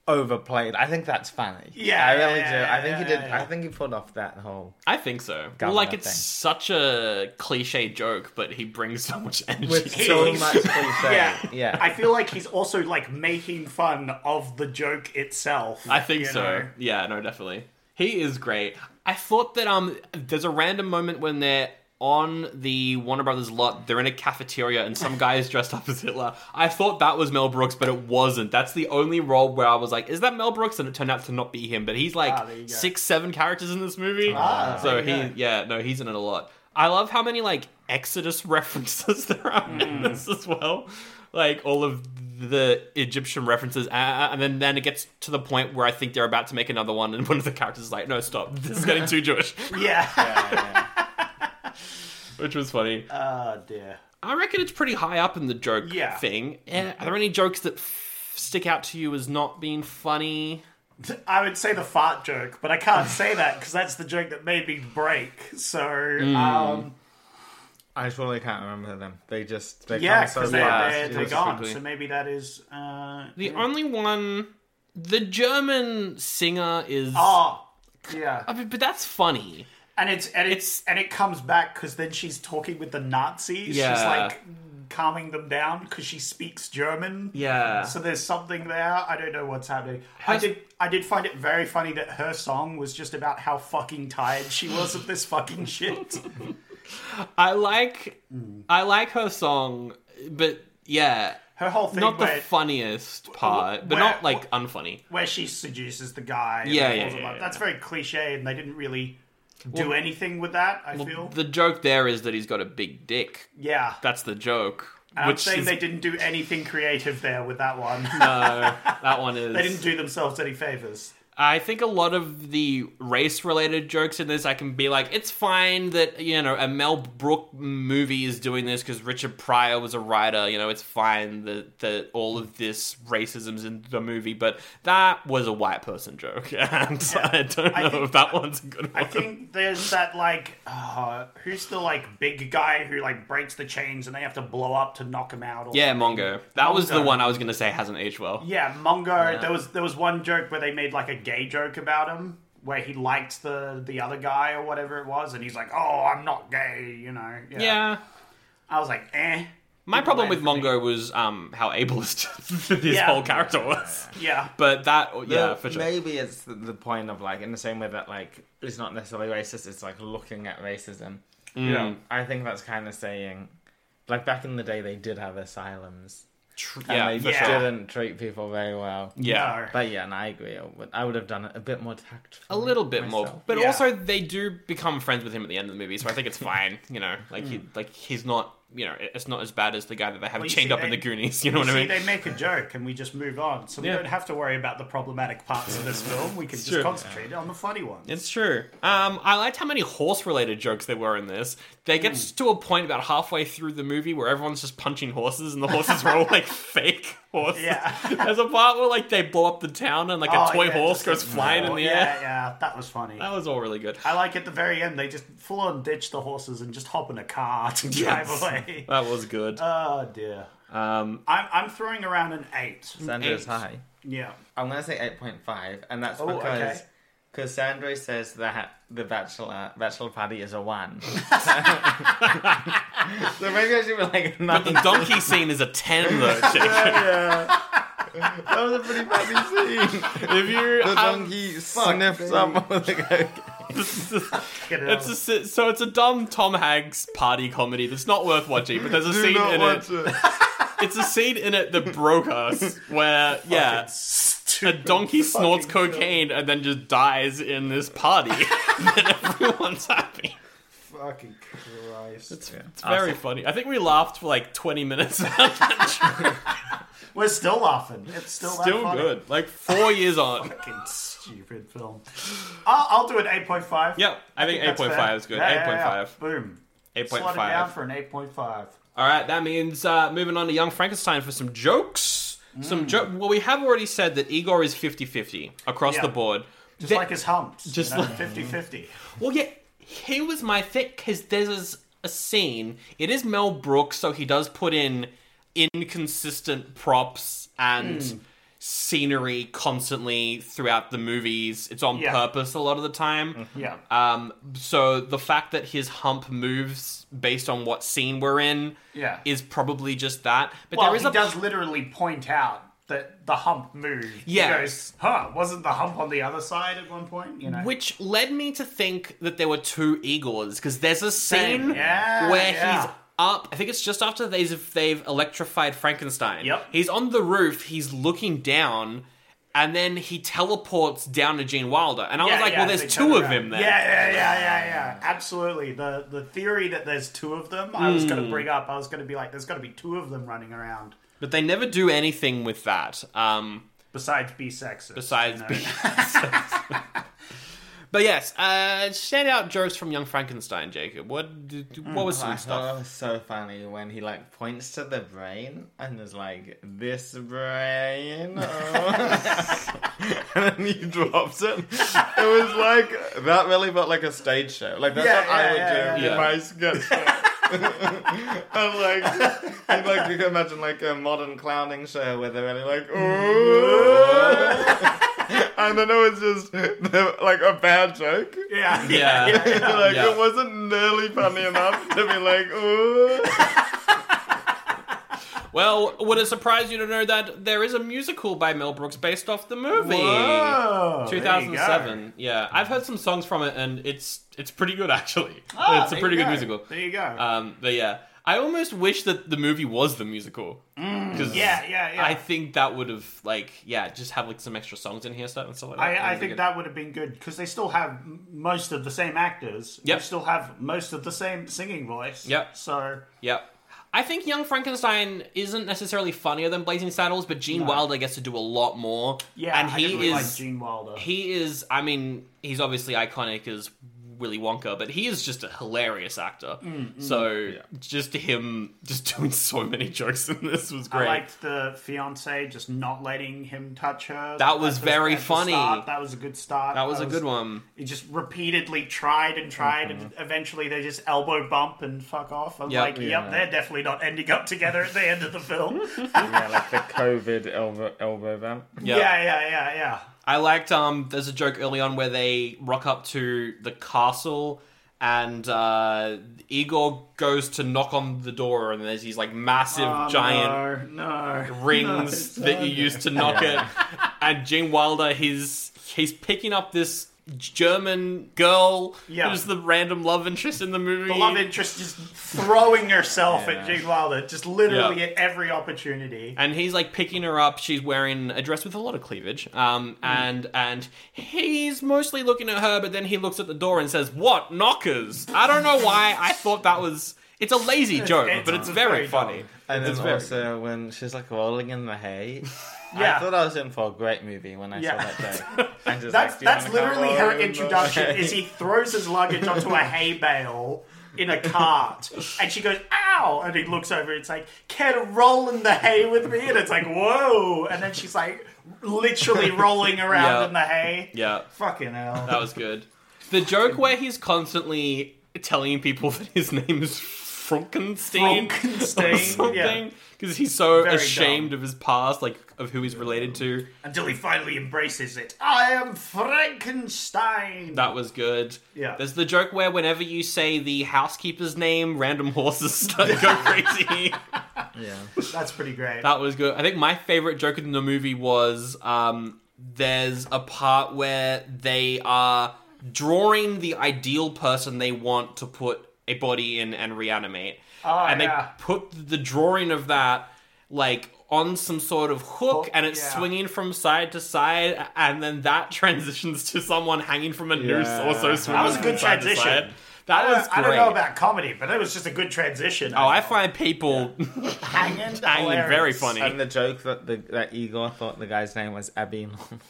[SPEAKER 3] Overplayed. I think that's funny.
[SPEAKER 4] Yeah,
[SPEAKER 3] I really
[SPEAKER 4] yeah,
[SPEAKER 3] do.
[SPEAKER 4] yeah,
[SPEAKER 3] I think he
[SPEAKER 4] yeah,
[SPEAKER 3] did.
[SPEAKER 4] yeah, yeah.
[SPEAKER 3] I think he pulled off that whole
[SPEAKER 5] I think so.
[SPEAKER 3] Governor
[SPEAKER 5] like it's
[SPEAKER 3] thing.
[SPEAKER 5] such a cliche joke, but he brings so much energy.
[SPEAKER 3] with
[SPEAKER 5] to
[SPEAKER 3] so
[SPEAKER 5] it.
[SPEAKER 3] much cliche.
[SPEAKER 4] Yeah.
[SPEAKER 3] yeah.
[SPEAKER 4] I feel like he's also like making fun of the joke itself.
[SPEAKER 5] I think
[SPEAKER 4] you
[SPEAKER 5] so.
[SPEAKER 4] know?
[SPEAKER 5] Yeah, no, definitely. He is great. I thought that um, there's a random moment when they're on the Warner Brothers lot. They're in a cafeteria and some guy is dressed up as Hitler. I thought that was Mel Brooks, but it wasn't. That's the only role where I was like, "Is that Mel Brooks?" And it turned out to not be him. But he's like
[SPEAKER 4] Ah, there you go.
[SPEAKER 5] six, seven characters in this movie. so he, yeah, no, he's in it a lot. I love how many like Exodus references there are in this as well. Like all of the Egyptian references, uh, and then then it gets to the point where I think they're about to make another one, and one of the characters is like, "No, stop! This is getting too Jewish,"
[SPEAKER 4] Yeah.
[SPEAKER 5] which was funny.
[SPEAKER 4] Oh dear.
[SPEAKER 5] I reckon it's pretty high up in the joke
[SPEAKER 4] Yeah.
[SPEAKER 5] thing. Uh, Are there any jokes that f- stick out to you as not being funny?
[SPEAKER 4] I would say the fart joke, but I can't say that because that's the joke that made me break. So,
[SPEAKER 5] Hmm.
[SPEAKER 4] um,
[SPEAKER 3] I totally can't remember them. They just they
[SPEAKER 4] yeah,
[SPEAKER 3] come so
[SPEAKER 4] because they're,
[SPEAKER 3] fast.
[SPEAKER 4] they're,
[SPEAKER 3] It
[SPEAKER 4] they're
[SPEAKER 3] was-
[SPEAKER 4] gone.
[SPEAKER 5] quickly.
[SPEAKER 4] So maybe that is. Uh,
[SPEAKER 5] The only one, the German singer is,
[SPEAKER 4] oh, yeah.
[SPEAKER 5] I mean, but that's funny.
[SPEAKER 4] And it's and it's,
[SPEAKER 5] It's-
[SPEAKER 4] and it comes back because then she's talking with the Nazis. She's
[SPEAKER 5] Yeah.
[SPEAKER 4] like calming them down because she speaks German.
[SPEAKER 5] Yeah.
[SPEAKER 4] So there's something there. I don't know what's happening. I
[SPEAKER 5] Has-
[SPEAKER 4] did I did find it very funny that her song was just about how fucking tired she was of this fucking shit.
[SPEAKER 5] I like I like her song, but yeah,
[SPEAKER 4] Her whole thing
[SPEAKER 5] not the
[SPEAKER 4] where,
[SPEAKER 5] funniest part, but
[SPEAKER 4] where-
[SPEAKER 5] not like unfunny.
[SPEAKER 4] where she seduces the guy. and
[SPEAKER 5] Yeah,
[SPEAKER 4] then
[SPEAKER 5] yeah,
[SPEAKER 4] falls in
[SPEAKER 5] yeah,
[SPEAKER 4] love.
[SPEAKER 5] yeah.
[SPEAKER 4] That's very cliche, and they didn't really do anything with that. I feel.
[SPEAKER 5] The joke there is that he's got a big dick.
[SPEAKER 4] yeah.
[SPEAKER 5] That's the joke.
[SPEAKER 4] And I'm
[SPEAKER 5] which
[SPEAKER 4] saying
[SPEAKER 5] is,
[SPEAKER 4] they didn't do anything creative there with that one.
[SPEAKER 5] uh, that one is
[SPEAKER 4] they didn't do themselves any favors.
[SPEAKER 5] I think a lot of the race related jokes in this, I can be like, it's fine that, you know, a Mel Brook movie is doing this because Richard Pryor was a writer. You know, it's fine that, that all of this racism's in the movie, but that was a white person joke. And I don't
[SPEAKER 4] I
[SPEAKER 5] know
[SPEAKER 4] think-
[SPEAKER 5] if that one's a good one.
[SPEAKER 4] I think there's that like, uh, who's the like big guy who like breaks the chains and they have to blow up to knock him out? Or
[SPEAKER 5] yeah, Mongo. That was the
[SPEAKER 4] Mongo.
[SPEAKER 5] one I was going to say hasn't aged well.
[SPEAKER 4] Yeah, Mongo. There was there was one joke where they made like a gay joke about him, where he liked the the other guy or whatever it was, and he's like, "Oh, I'm not gay," you know. Yeah.
[SPEAKER 5] yeah.
[SPEAKER 4] I was like, eh.
[SPEAKER 5] My problem with
[SPEAKER 4] land for me.
[SPEAKER 5] Mongo was um, how ableist his
[SPEAKER 4] Yeah.
[SPEAKER 5] whole character was.
[SPEAKER 4] Yeah.
[SPEAKER 5] But that, yeah,
[SPEAKER 3] Well,
[SPEAKER 5] for sure.
[SPEAKER 3] Maybe it's the- the point of like in the same way that like it's not necessarily racist. It's like looking at racism.
[SPEAKER 5] Mm.
[SPEAKER 3] You know, I think that's kind of saying, like back in the day, they did have asylums.
[SPEAKER 5] Tr-
[SPEAKER 3] And
[SPEAKER 5] yeah,
[SPEAKER 3] they
[SPEAKER 5] for
[SPEAKER 4] Yeah.
[SPEAKER 5] sure.
[SPEAKER 3] didn't treat people very well.
[SPEAKER 5] Yeah.
[SPEAKER 4] No.
[SPEAKER 3] But yeah, and I agree. I would, I would have done it a bit more tactful.
[SPEAKER 5] A little bit more, but
[SPEAKER 4] Yeah.
[SPEAKER 5] also they do become friends with him at the end of the movie, so I think it's fine. You know, like he, like he's not, you know, it's not as bad as the guy that they have
[SPEAKER 4] Well, you
[SPEAKER 5] chained
[SPEAKER 4] see,
[SPEAKER 5] up in
[SPEAKER 4] they-
[SPEAKER 5] the Goonies. You know
[SPEAKER 4] You
[SPEAKER 5] what I
[SPEAKER 4] see,
[SPEAKER 5] mean?
[SPEAKER 4] they make a joke and we just move on, so we
[SPEAKER 5] Yeah.
[SPEAKER 4] don't have to worry about the problematic parts of this film. We can just
[SPEAKER 5] Sure.
[SPEAKER 4] concentrate on the funny ones.
[SPEAKER 5] It's true. Um, I liked how many horse-related jokes there were in this. They get to a point about halfway through the movie where everyone's just punching horses, and the horses are all like fake horses.
[SPEAKER 4] Yeah.
[SPEAKER 5] There's a part where like they blow up the town, and like a
[SPEAKER 4] Oh,
[SPEAKER 5] toy
[SPEAKER 4] yeah,
[SPEAKER 5] horse
[SPEAKER 4] just
[SPEAKER 5] goes
[SPEAKER 4] like-
[SPEAKER 5] flying in the
[SPEAKER 4] Yeah,
[SPEAKER 5] air. Oh.
[SPEAKER 4] yeah, that was funny.
[SPEAKER 5] That was all really good.
[SPEAKER 4] I like at the very end they just full on ditch the horses and just hop in a car to drive
[SPEAKER 5] Yes.
[SPEAKER 4] away.
[SPEAKER 5] That was good.
[SPEAKER 4] Oh dear.
[SPEAKER 5] Um,
[SPEAKER 4] I'm I'm throwing around an eight.
[SPEAKER 3] Sandra's
[SPEAKER 5] eight.
[SPEAKER 3] high.
[SPEAKER 4] Yeah.
[SPEAKER 3] I'm gonna say eight point five, and that's
[SPEAKER 4] Oh, okay.
[SPEAKER 3] because because Sandra says that the bachelor bachelor party is a one. so maybe I should be like a
[SPEAKER 5] but the
[SPEAKER 3] nine.
[SPEAKER 5] donkey scene is a ten though. Jake.
[SPEAKER 3] That was a pretty funny scene.
[SPEAKER 5] If you
[SPEAKER 3] The
[SPEAKER 5] have-
[SPEAKER 3] donkey sniffs up on the guy.
[SPEAKER 4] Get it
[SPEAKER 5] It's
[SPEAKER 4] out.
[SPEAKER 5] a, si- so it's a dumb Tom Hanks party comedy that's not worth watching, but there's a
[SPEAKER 3] Do
[SPEAKER 5] scene
[SPEAKER 3] not
[SPEAKER 5] in
[SPEAKER 3] watch
[SPEAKER 5] it.
[SPEAKER 3] it.
[SPEAKER 5] It's a scene in it that broke us, where yeah, a donkey snorts cocaine and then just dies in this party, and everyone's happy.
[SPEAKER 4] Fucking Christ.
[SPEAKER 5] It's very funny. I think we laughed for like 20 minutes. About that joke.
[SPEAKER 4] We're still laughing. It's still that
[SPEAKER 5] Still
[SPEAKER 4] funny.
[SPEAKER 5] good. Like four years on.
[SPEAKER 4] Fucking stupid film. I'll, I'll do an eight point five.
[SPEAKER 5] Yep, I think
[SPEAKER 4] That's
[SPEAKER 5] 8.5
[SPEAKER 4] fair.
[SPEAKER 5] is good.
[SPEAKER 4] Yeah, yeah,
[SPEAKER 5] 8.5.
[SPEAKER 4] yeah. Boom. Slot it down
[SPEAKER 5] 8.5.
[SPEAKER 4] for an eight point five.
[SPEAKER 5] All right, that means uh, moving on to Young Frankenstein for some jokes.
[SPEAKER 4] Mm.
[SPEAKER 5] Some joke. Well, we have already said that Igor is 50-50 across
[SPEAKER 4] Yeah.
[SPEAKER 5] the board.
[SPEAKER 4] Just
[SPEAKER 5] That-
[SPEAKER 4] like his humps.
[SPEAKER 5] just
[SPEAKER 4] Just you know,
[SPEAKER 5] like-
[SPEAKER 4] 50-50.
[SPEAKER 5] well, yeah, he was my thing because there's a s- a, scene. It is Mel Brooks, so he does put in inconsistent props and
[SPEAKER 4] Mm.
[SPEAKER 5] scenery constantly throughout the movies. It's on
[SPEAKER 4] Yeah. Mm-hmm.
[SPEAKER 5] purpose a lot of the time.
[SPEAKER 4] Yeah.
[SPEAKER 5] Um, so the fact that his hump moves based on what scene we're in
[SPEAKER 4] Yeah.
[SPEAKER 5] is probably just that. But
[SPEAKER 4] well,
[SPEAKER 5] there is
[SPEAKER 4] he
[SPEAKER 5] a
[SPEAKER 4] does literally point out that the hump moved. He
[SPEAKER 5] Yes.
[SPEAKER 4] goes, huh, wasn't the hump on the other side at one point? You know?
[SPEAKER 5] Which led me to think that there were two Igors because there's a
[SPEAKER 4] Same.
[SPEAKER 5] scene
[SPEAKER 4] Yeah,
[SPEAKER 5] where
[SPEAKER 4] yeah.
[SPEAKER 5] he's up. I think it's just after they've they've electrified Frankenstein.
[SPEAKER 4] Yep.
[SPEAKER 5] He's on the roof. He's looking down, and then he teleports down to Gene Wilder. And I was like, well,
[SPEAKER 4] they
[SPEAKER 5] there's
[SPEAKER 4] turn
[SPEAKER 5] two of
[SPEAKER 4] around.
[SPEAKER 5] him there.
[SPEAKER 4] Yeah, yeah, yeah, yeah, yeah. Absolutely. The the theory that there's two of them, I was
[SPEAKER 5] Hmm.
[SPEAKER 4] going to bring up. I was going to be like, there's got to be two of them running around
[SPEAKER 5] But they never do anything with that. Um,
[SPEAKER 4] besides be sexist.
[SPEAKER 5] besides.
[SPEAKER 4] you know?
[SPEAKER 5] But yes, uh, shout out jokes from Young Frankenstein, Jacob. What did, what was
[SPEAKER 4] Mm,
[SPEAKER 5] some
[SPEAKER 3] I thought
[SPEAKER 5] stuff?
[SPEAKER 4] uh-huh.
[SPEAKER 3] that was so funny when he like points to the brain and is like, "This brain," oh." and then he drops it. It was like that really felt like a stage show. Like that's
[SPEAKER 4] Yeah,
[SPEAKER 3] what I
[SPEAKER 4] yeah,
[SPEAKER 3] would
[SPEAKER 4] yeah,
[SPEAKER 3] do
[SPEAKER 5] yeah,
[SPEAKER 3] in
[SPEAKER 5] yeah.
[SPEAKER 3] my sketch show. I'm like, I'm like you can imagine like a modern clowning show where they're really like, "Ooh." and I know it's just they're, like a bad joke.
[SPEAKER 4] Yeah.
[SPEAKER 5] Yeah.
[SPEAKER 3] like
[SPEAKER 5] Yeah.
[SPEAKER 3] it wasn't nearly funny enough to be like, ooh.
[SPEAKER 5] Well, would it surprise you to know that there is a musical by Mel Brooks based off the movie?
[SPEAKER 4] Whoa, there you go.
[SPEAKER 5] 2007. Yeah, I've heard some songs from it, and it's it's pretty good actually.
[SPEAKER 4] Ah,
[SPEAKER 5] it's a
[SPEAKER 4] there
[SPEAKER 5] pretty
[SPEAKER 4] you
[SPEAKER 5] good
[SPEAKER 4] go.
[SPEAKER 5] musical.
[SPEAKER 4] There you go.
[SPEAKER 5] Um, but yeah, I almost wish that the movie was the musical. 'Cause
[SPEAKER 4] Mm, yeah, yeah, yeah.
[SPEAKER 5] I think that would have like yeah, just have like some extra songs in here stuff and stuff like
[SPEAKER 4] I,
[SPEAKER 5] that.
[SPEAKER 4] I
[SPEAKER 5] would've been
[SPEAKER 4] think
[SPEAKER 5] good.
[SPEAKER 4] that would have been good because they still have m- most of the same actors. They
[SPEAKER 5] Yep.
[SPEAKER 4] still have most of the same singing voice.
[SPEAKER 5] Yep.
[SPEAKER 4] So
[SPEAKER 5] Yep. I think Young Frankenstein isn't necessarily funnier than Blazing Saddles, but Gene Wilder gets to do a lot more.
[SPEAKER 4] Yeah,
[SPEAKER 5] and
[SPEAKER 4] I
[SPEAKER 5] he
[SPEAKER 4] didn't
[SPEAKER 5] is
[SPEAKER 4] really like Gene Wilder.
[SPEAKER 5] he is. I mean, he's obviously iconic as Willy Wonka, but he is just a hilarious actor.
[SPEAKER 4] Mm,
[SPEAKER 5] so just him just doing so many jokes in this was
[SPEAKER 4] I
[SPEAKER 5] great.
[SPEAKER 4] liked the fiance just not letting him touch her.
[SPEAKER 5] That was
[SPEAKER 4] At the-
[SPEAKER 5] very
[SPEAKER 4] at the
[SPEAKER 5] funny.
[SPEAKER 4] start. That was a good start.
[SPEAKER 5] that was a good one.
[SPEAKER 4] He just repeatedly tried and tried, and eventually they just elbow bump and fuck off. I'm
[SPEAKER 5] Mm-hmm. Yep.
[SPEAKER 4] like, yep,
[SPEAKER 3] Yeah.
[SPEAKER 4] they're definitely not ending up together at the end of the film.
[SPEAKER 3] yeah, like the COVID elbow, elbow bump.
[SPEAKER 5] Yeah.
[SPEAKER 4] Yeah, yeah, yeah, yeah.
[SPEAKER 5] I liked um there's a joke early on where they rock up to the castle and uh Igor goes to knock on the door and there's these like massive giant
[SPEAKER 4] Oh, No, no.
[SPEAKER 5] rings that you use to knock it. And Gene Wilder he's he's picking up this German girl
[SPEAKER 4] Yeah.
[SPEAKER 5] who's the random love interest in the movie.
[SPEAKER 4] The love interest just throwing herself at Gene Wilder, just literally
[SPEAKER 5] Yeah.
[SPEAKER 4] at every opportunity.
[SPEAKER 5] and he's like picking her up. She's wearing a dress with a lot of cleavage,
[SPEAKER 4] Hmm.
[SPEAKER 5] um, and and he's mostly looking at her, but then he looks at the door and says, "What knockers?" I don't know why I thought that was. It's a lazy joke,
[SPEAKER 4] it's-
[SPEAKER 5] but it's
[SPEAKER 4] it's
[SPEAKER 5] very
[SPEAKER 4] very
[SPEAKER 5] funny.
[SPEAKER 3] And then
[SPEAKER 5] It's very
[SPEAKER 3] also when she's like rolling in the hay.
[SPEAKER 4] Yeah.
[SPEAKER 3] I thought I was in for a great movie when I
[SPEAKER 4] Yeah.
[SPEAKER 3] saw that day. And just
[SPEAKER 4] That's
[SPEAKER 3] like, "Do you
[SPEAKER 4] that's
[SPEAKER 3] wanna come
[SPEAKER 4] literally her
[SPEAKER 3] along?"
[SPEAKER 4] introduction. Is he throws his luggage onto a hay bale in a cart, and she goes "ow," and he looks over. It's like, "Care to roll in the hay with me?" And it's like, "Whoa!" And then she's like, literally rolling around
[SPEAKER 5] Yeah.
[SPEAKER 4] in the hay.
[SPEAKER 5] Yeah,
[SPEAKER 4] Fucking hell.
[SPEAKER 5] that was good. The joke where he's constantly telling people that his name is Frankenstein,
[SPEAKER 4] Frankenstein,
[SPEAKER 5] or
[SPEAKER 4] yeah.
[SPEAKER 5] something, because he's so
[SPEAKER 4] Very
[SPEAKER 5] ashamed of his past, like of who he's related to.
[SPEAKER 4] Until he finally embraces it. I am Frankenstein.
[SPEAKER 5] That was good.
[SPEAKER 4] Yeah.
[SPEAKER 5] There's the joke where whenever you say the housekeeper's name, random horses start to go crazy.
[SPEAKER 3] Yeah.
[SPEAKER 4] That's pretty great.
[SPEAKER 5] that was good. I think my favorite joke in the movie was um, there's a part where they are drawing the ideal person they want to put a body in and reanimate.
[SPEAKER 4] Oh,
[SPEAKER 5] and
[SPEAKER 4] yeah.
[SPEAKER 5] they put the drawing of that like on some sort of hook
[SPEAKER 4] Hook,
[SPEAKER 5] and it's
[SPEAKER 4] yeah.
[SPEAKER 5] swinging from side to side and then that transitions to someone hanging from a noose
[SPEAKER 3] Yeah.
[SPEAKER 5] also swinging
[SPEAKER 4] was a
[SPEAKER 5] from
[SPEAKER 4] good
[SPEAKER 5] side to
[SPEAKER 4] transition.
[SPEAKER 5] side. That was great.
[SPEAKER 4] I don't know about comedy, but it was just a good transition.
[SPEAKER 5] Oh, I find people
[SPEAKER 4] hanging,
[SPEAKER 5] hanging very
[SPEAKER 4] hilarious.
[SPEAKER 5] funny.
[SPEAKER 3] And the joke that the that Igor thought the guy's name was Abby Normal.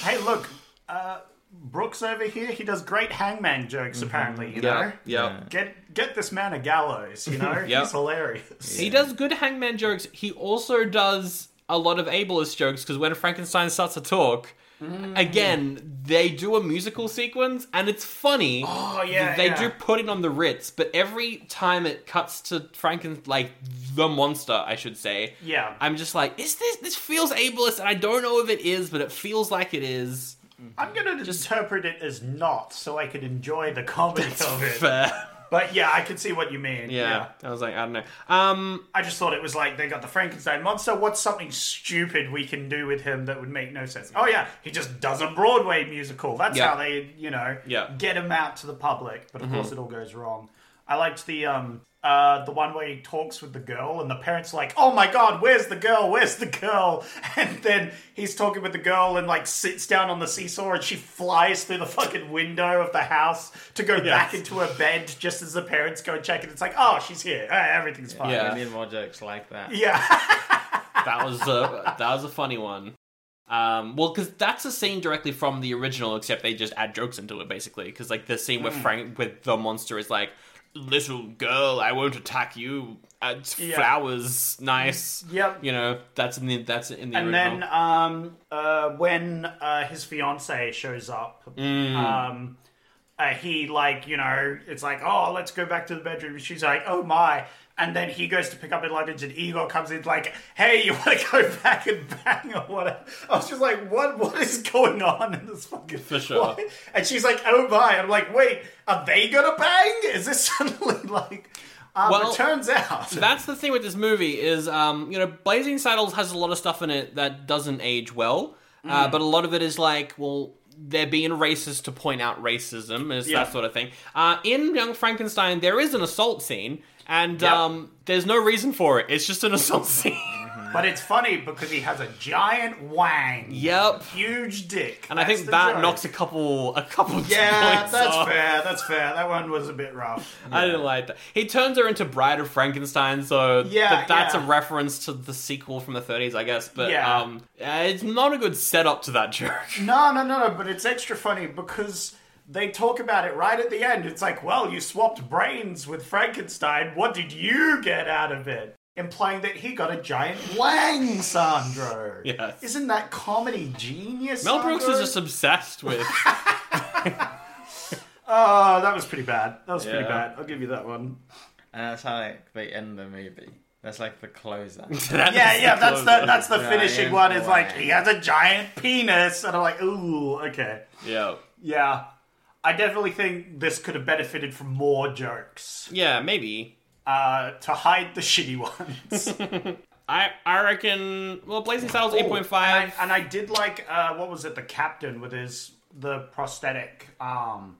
[SPEAKER 4] Hey, look, uh, Brooks over here. He does great hangman jokes. Apparently, you know.
[SPEAKER 5] Mm-hmm. yeah.
[SPEAKER 4] Get get this man a gallows. You know,
[SPEAKER 5] Yeah.
[SPEAKER 4] he's hilarious.
[SPEAKER 5] He does good hangman jokes. He also does a lot of ableist jokes because when Frankenstein starts to talk,
[SPEAKER 4] Mm.
[SPEAKER 5] again, they do a musical sequence and it's funny.
[SPEAKER 4] Oh yeah,
[SPEAKER 5] they
[SPEAKER 4] yeah.
[SPEAKER 5] do put it on the Ritz, but every time it cuts to Franken, like the monster, I should say.
[SPEAKER 4] Yeah.
[SPEAKER 5] I'm just like, is this? This feels ableist, and I don't know if it is, but it feels like it is.
[SPEAKER 4] I'm gonna interpret it as not, so I could enjoy the comedy of it.
[SPEAKER 5] Fair.
[SPEAKER 4] But yeah, I can see what you mean.
[SPEAKER 5] Yeah. I was like, I don't know. Um,
[SPEAKER 4] I just thought it was like they got the Frankenstein monster. What's something stupid we can do with him that would make no sense? Oh yeah, he just does a Broadway musical. That's
[SPEAKER 5] Yeah.
[SPEAKER 4] how they, you know,
[SPEAKER 5] Yeah. Mm-hmm.
[SPEAKER 4] get him out to the public. But of course, it all goes wrong. I liked the um uh the one where he talks with the girl and the parents are like, oh my god, where's the girl? Where's the girl? And then he's talking with the girl and like sits down on the seesaw and she flies through the fucking window of the house to go back into her bed just as the parents go and check and it's like, oh, she's here. Eh, everything's fine.
[SPEAKER 5] Yeah.
[SPEAKER 3] I need more jokes like that.
[SPEAKER 4] Yeah.
[SPEAKER 5] that was a that was a funny one. Um, well, because that's a scene directly from the original, except they just add jokes into it basically. Because like the scene where
[SPEAKER 4] Hmm.
[SPEAKER 5] Frank with the monster is like, "Little girl, I won't attack you." Uh, it's
[SPEAKER 4] Yeah.
[SPEAKER 5] Flowers, nice.
[SPEAKER 4] Yep.
[SPEAKER 5] You know that's in the that's in the
[SPEAKER 4] And
[SPEAKER 5] original.
[SPEAKER 4] then um, uh, when uh, his fiance shows up,
[SPEAKER 5] Mm.
[SPEAKER 4] um, uh, he like you know it's like oh let's go back to the bedroom. And she's like oh my, and then he goes to pick up his luggage, and Igor comes in like hey you want to go back and bang or whatever. I was just like what what is going on in this fucking for
[SPEAKER 5] sure.
[SPEAKER 4] And she's like oh my, I'm like wait are they gonna bang? Is this suddenly like? Um,
[SPEAKER 5] Well,
[SPEAKER 4] it turns out
[SPEAKER 5] that's the thing with this movie is um, you know blazing saddles has a lot of stuff in it that doesn't age well
[SPEAKER 4] Mm.
[SPEAKER 5] uh, but a lot of it is like well they're being racist to point out racism is
[SPEAKER 4] Yeah.
[SPEAKER 5] that sort of thing uh, in young frankenstein there is an assault scene and
[SPEAKER 4] Yep.
[SPEAKER 5] um, there's no reason for it it's just an assault scene
[SPEAKER 4] But it's funny because he has a giant wang.
[SPEAKER 5] Yep.
[SPEAKER 4] Huge dick.
[SPEAKER 5] And I think that knocks a couple a couple
[SPEAKER 4] Yeah,
[SPEAKER 5] points
[SPEAKER 4] that's
[SPEAKER 5] off.
[SPEAKER 4] fair. That's fair. That one was a bit rough.
[SPEAKER 5] I didn't like that. He turns her into Bride of Frankenstein, so
[SPEAKER 4] Yeah,
[SPEAKER 5] that- that's
[SPEAKER 4] yeah.
[SPEAKER 5] a reference to the sequel from the 30s, I guess. But
[SPEAKER 4] Yeah.
[SPEAKER 5] um, uh, it's not a good setup to that joke.
[SPEAKER 4] No, no, no, no. But it's extra funny because they talk about it right at the end. It's like, well, you swapped brains with Frankenstein. What did you get out of it? Implying that he got a giant wang, Sandro.
[SPEAKER 5] Yes.
[SPEAKER 4] Isn't that comedy genius?
[SPEAKER 5] Mel Brooks is
[SPEAKER 4] Sandro?
[SPEAKER 5] just obsessed with.
[SPEAKER 4] Oh, that was pretty bad. That was pretty
[SPEAKER 3] Yeah.
[SPEAKER 4] bad. I'll give you that one.
[SPEAKER 3] And that's how like, they end the movie. That's like the closer.
[SPEAKER 5] that
[SPEAKER 4] Yeah,
[SPEAKER 5] is
[SPEAKER 4] yeah, that's the
[SPEAKER 5] closer.
[SPEAKER 4] that's the finishing
[SPEAKER 3] Giant
[SPEAKER 4] one. It's like
[SPEAKER 3] wang.
[SPEAKER 4] he has a giant penis, and I'm like, ooh, okay,
[SPEAKER 5] Yeah.
[SPEAKER 4] yeah. I definitely think this could have benefited from more jokes
[SPEAKER 5] Yeah, maybe.
[SPEAKER 4] uh, to hide the shitty ones.
[SPEAKER 5] I I reckon. Well, Blazing Saddles
[SPEAKER 4] and,
[SPEAKER 5] 8.5.
[SPEAKER 4] and Oh, I did like uh, what was it? The captain with his the prosthetic arm,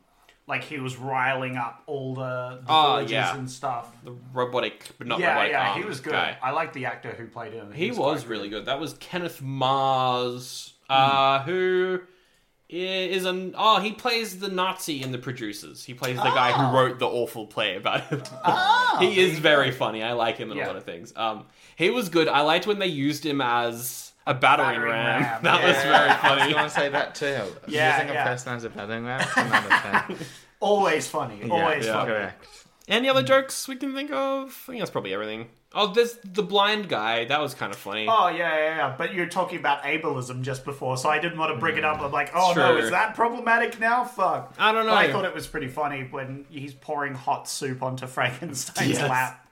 [SPEAKER 4] like he was riling up all the, the
[SPEAKER 5] Oh,
[SPEAKER 4] villagers
[SPEAKER 5] yeah.
[SPEAKER 4] and stuff.
[SPEAKER 5] Robotic, but not
[SPEAKER 4] yeah,
[SPEAKER 5] robotic.
[SPEAKER 4] yeah,
[SPEAKER 5] arm
[SPEAKER 4] he was good.
[SPEAKER 5] guy.
[SPEAKER 4] I like the actor who played him.
[SPEAKER 5] He
[SPEAKER 4] quite
[SPEAKER 5] was really good. That was Kenneth Mars, uh,
[SPEAKER 4] Hmm.
[SPEAKER 5] who i- is an oh he plays the Nazi in the producers. He plays the guy
[SPEAKER 4] Oh.
[SPEAKER 5] who wrote the awful play about him. he is very funny. I like him in
[SPEAKER 4] Yeah.
[SPEAKER 5] a lot of things. Um, he was good. I liked when they used him as a battering,
[SPEAKER 4] Battering
[SPEAKER 5] ram.
[SPEAKER 4] ram,
[SPEAKER 5] That was very
[SPEAKER 3] Yeah, I
[SPEAKER 5] funny.
[SPEAKER 3] was going to say that too.
[SPEAKER 4] Yeah,
[SPEAKER 3] Using
[SPEAKER 4] yeah.
[SPEAKER 3] a person as a battering ram. is Another thing.
[SPEAKER 4] Always funny. Always
[SPEAKER 3] yeah,
[SPEAKER 4] funny.
[SPEAKER 3] correct.
[SPEAKER 5] Any other jokes we can think of? I think that's probably everything. Oh, there's the blind guy. That was kind of funny.
[SPEAKER 4] Oh yeah, yeah, yeah. But you're talking about ableism just before, so I didn't want to bring it up. I'm like, oh no,
[SPEAKER 5] Mm. Sure.
[SPEAKER 4] is that problematic now? Fuck.
[SPEAKER 5] I don't know.
[SPEAKER 4] But I thought it was pretty funny when he's pouring hot soup onto Frankenstein's
[SPEAKER 5] Yes.
[SPEAKER 4] lap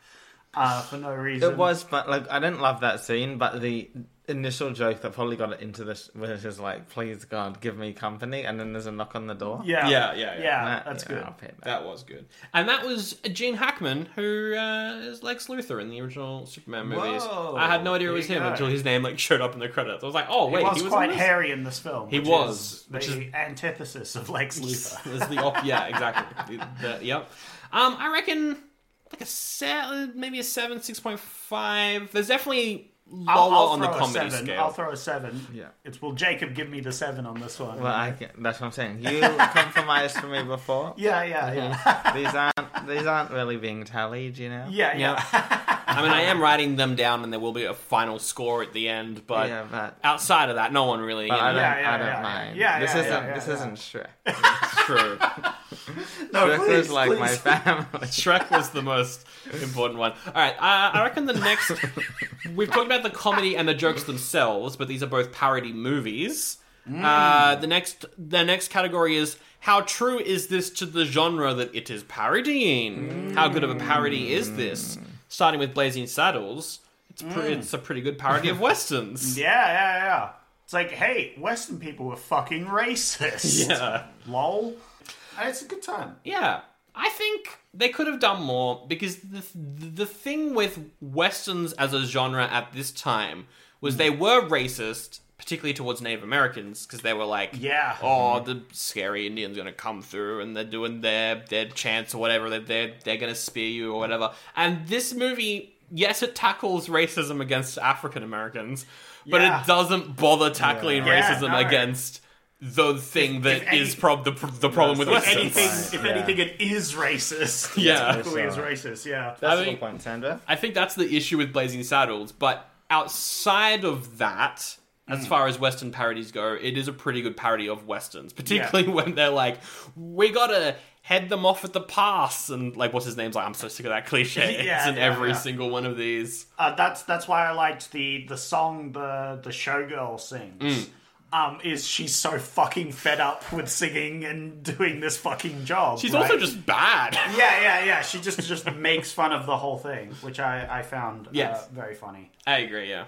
[SPEAKER 4] uh, for no reason.
[SPEAKER 3] It was, but like I didn't love that scene. But the initial joke that probably got it into this was just like, "Please God, give me company," and then there's a knock on the door.
[SPEAKER 4] Yeah,
[SPEAKER 5] Yeah, yeah, yeah.
[SPEAKER 3] That-
[SPEAKER 4] that's
[SPEAKER 3] yeah,
[SPEAKER 4] good.
[SPEAKER 3] I'll pay that.
[SPEAKER 5] That was good. And that was Gene Hackman, who uh, is Lex Luthor in the original Superman movies.
[SPEAKER 4] Whoa,
[SPEAKER 5] I had no idea it
[SPEAKER 4] there
[SPEAKER 5] was
[SPEAKER 4] you
[SPEAKER 5] him
[SPEAKER 4] go.
[SPEAKER 5] until his name like showed up in the credits. I was like, oh wait,
[SPEAKER 4] he was,
[SPEAKER 5] in
[SPEAKER 4] quite
[SPEAKER 5] this?
[SPEAKER 4] hairy in this film.
[SPEAKER 5] He
[SPEAKER 4] which
[SPEAKER 5] was,
[SPEAKER 4] is
[SPEAKER 5] which
[SPEAKER 4] the
[SPEAKER 5] is-
[SPEAKER 4] antithesis of Lex Luthor.
[SPEAKER 5] It was the op- yeah, exactly. The- the- yep. Um, I reckon like a se- maybe a seven, six point five. There's definitely lower
[SPEAKER 4] I'll, I'll
[SPEAKER 5] on the
[SPEAKER 4] throw a
[SPEAKER 5] comedy
[SPEAKER 4] seven.
[SPEAKER 5] scale.
[SPEAKER 4] I'll throw a seven.
[SPEAKER 3] Yeah.
[SPEAKER 4] It's will Jacob give me the seven on this one?
[SPEAKER 3] Well, I can, that's what I'm saying. You compromised for me before.
[SPEAKER 4] yeah, yeah,
[SPEAKER 5] mm-hmm.
[SPEAKER 4] yeah,
[SPEAKER 3] These aren't these aren't really being tallied, you know.
[SPEAKER 4] yeah, yeah.
[SPEAKER 5] I mean, I am writing them down, and there will be a final score at the end. But
[SPEAKER 3] yeah, but.
[SPEAKER 5] outside of that, no one really.
[SPEAKER 3] But I don't,
[SPEAKER 5] you know,
[SPEAKER 4] Yeah, yeah,
[SPEAKER 3] I don't
[SPEAKER 4] yeah,
[SPEAKER 3] mind.
[SPEAKER 4] yeah. Yeah,
[SPEAKER 3] this
[SPEAKER 4] yeah,
[SPEAKER 3] isn't
[SPEAKER 4] yeah,
[SPEAKER 3] this
[SPEAKER 4] yeah.
[SPEAKER 3] isn't Shrek.
[SPEAKER 5] it's true.
[SPEAKER 4] No,
[SPEAKER 3] Shrek
[SPEAKER 4] please,
[SPEAKER 3] is like my
[SPEAKER 4] please.
[SPEAKER 3] family.
[SPEAKER 5] Shrek was the most important one. All right, uh, I reckon the next. We've talked about the comedy and the jokes themselves, but these are both parody movies. Uh, the next, the next category is how true is this to the genre that it is parodying? How good of a parody is this? Starting with Blazing Saddles, it's pre- it's a pretty good parody of westerns.
[SPEAKER 4] Yeah, yeah, yeah. It's like, hey, Western people were fucking racist.
[SPEAKER 5] Yeah.
[SPEAKER 4] Lol. And it's a good time.
[SPEAKER 5] Yeah, I think they could have done more because the the thing with westerns as a genre at this time
[SPEAKER 4] Hmm.
[SPEAKER 5] was they were racist, particularly towards Native Americans, because they were like,
[SPEAKER 4] Yeah.
[SPEAKER 5] oh, the scary Indians gonna come through and they're doing their their chants or whatever, they're they're, they're gonna spear you or whatever. And this movie. Yes, it tackles racism against African Americans, but
[SPEAKER 4] Yeah.
[SPEAKER 5] it doesn't bother tackling
[SPEAKER 4] Yeah,
[SPEAKER 5] racism
[SPEAKER 4] no.
[SPEAKER 5] against the thing that is
[SPEAKER 4] if any-
[SPEAKER 5] prob- the, pr- the problem with
[SPEAKER 4] If
[SPEAKER 5] Westerns.
[SPEAKER 4] anything, if anything, it is racist.
[SPEAKER 5] Yeah.
[SPEAKER 4] It totally
[SPEAKER 3] uh,
[SPEAKER 4] is racist, yeah.
[SPEAKER 3] That's
[SPEAKER 5] I
[SPEAKER 3] a
[SPEAKER 5] mean-
[SPEAKER 3] good point, Sandra.
[SPEAKER 5] I think that's the issue with Blazing Saddles. But outside of that,
[SPEAKER 4] Mm.
[SPEAKER 5] as far as Western parodies go, it is a pretty good parody of Westerns, particularly when they're like, we gotta head them off at the pass. And like, what's his name's like, I'm so sick of that cliche.
[SPEAKER 4] Yeah,
[SPEAKER 5] it's in
[SPEAKER 4] yeah,
[SPEAKER 5] every
[SPEAKER 4] yeah.
[SPEAKER 5] single one of these.
[SPEAKER 4] Uh, that's that's why I liked the the song the the showgirl sings.
[SPEAKER 5] Mm.
[SPEAKER 4] Um, is she's so fucking fed up with singing and doing this fucking job?
[SPEAKER 5] She's
[SPEAKER 4] right?
[SPEAKER 5] also just bad.
[SPEAKER 4] yeah, yeah, yeah. She just just makes fun of the whole thing, which I I found uh,
[SPEAKER 5] Yes.
[SPEAKER 4] very funny.
[SPEAKER 5] I agree, yeah.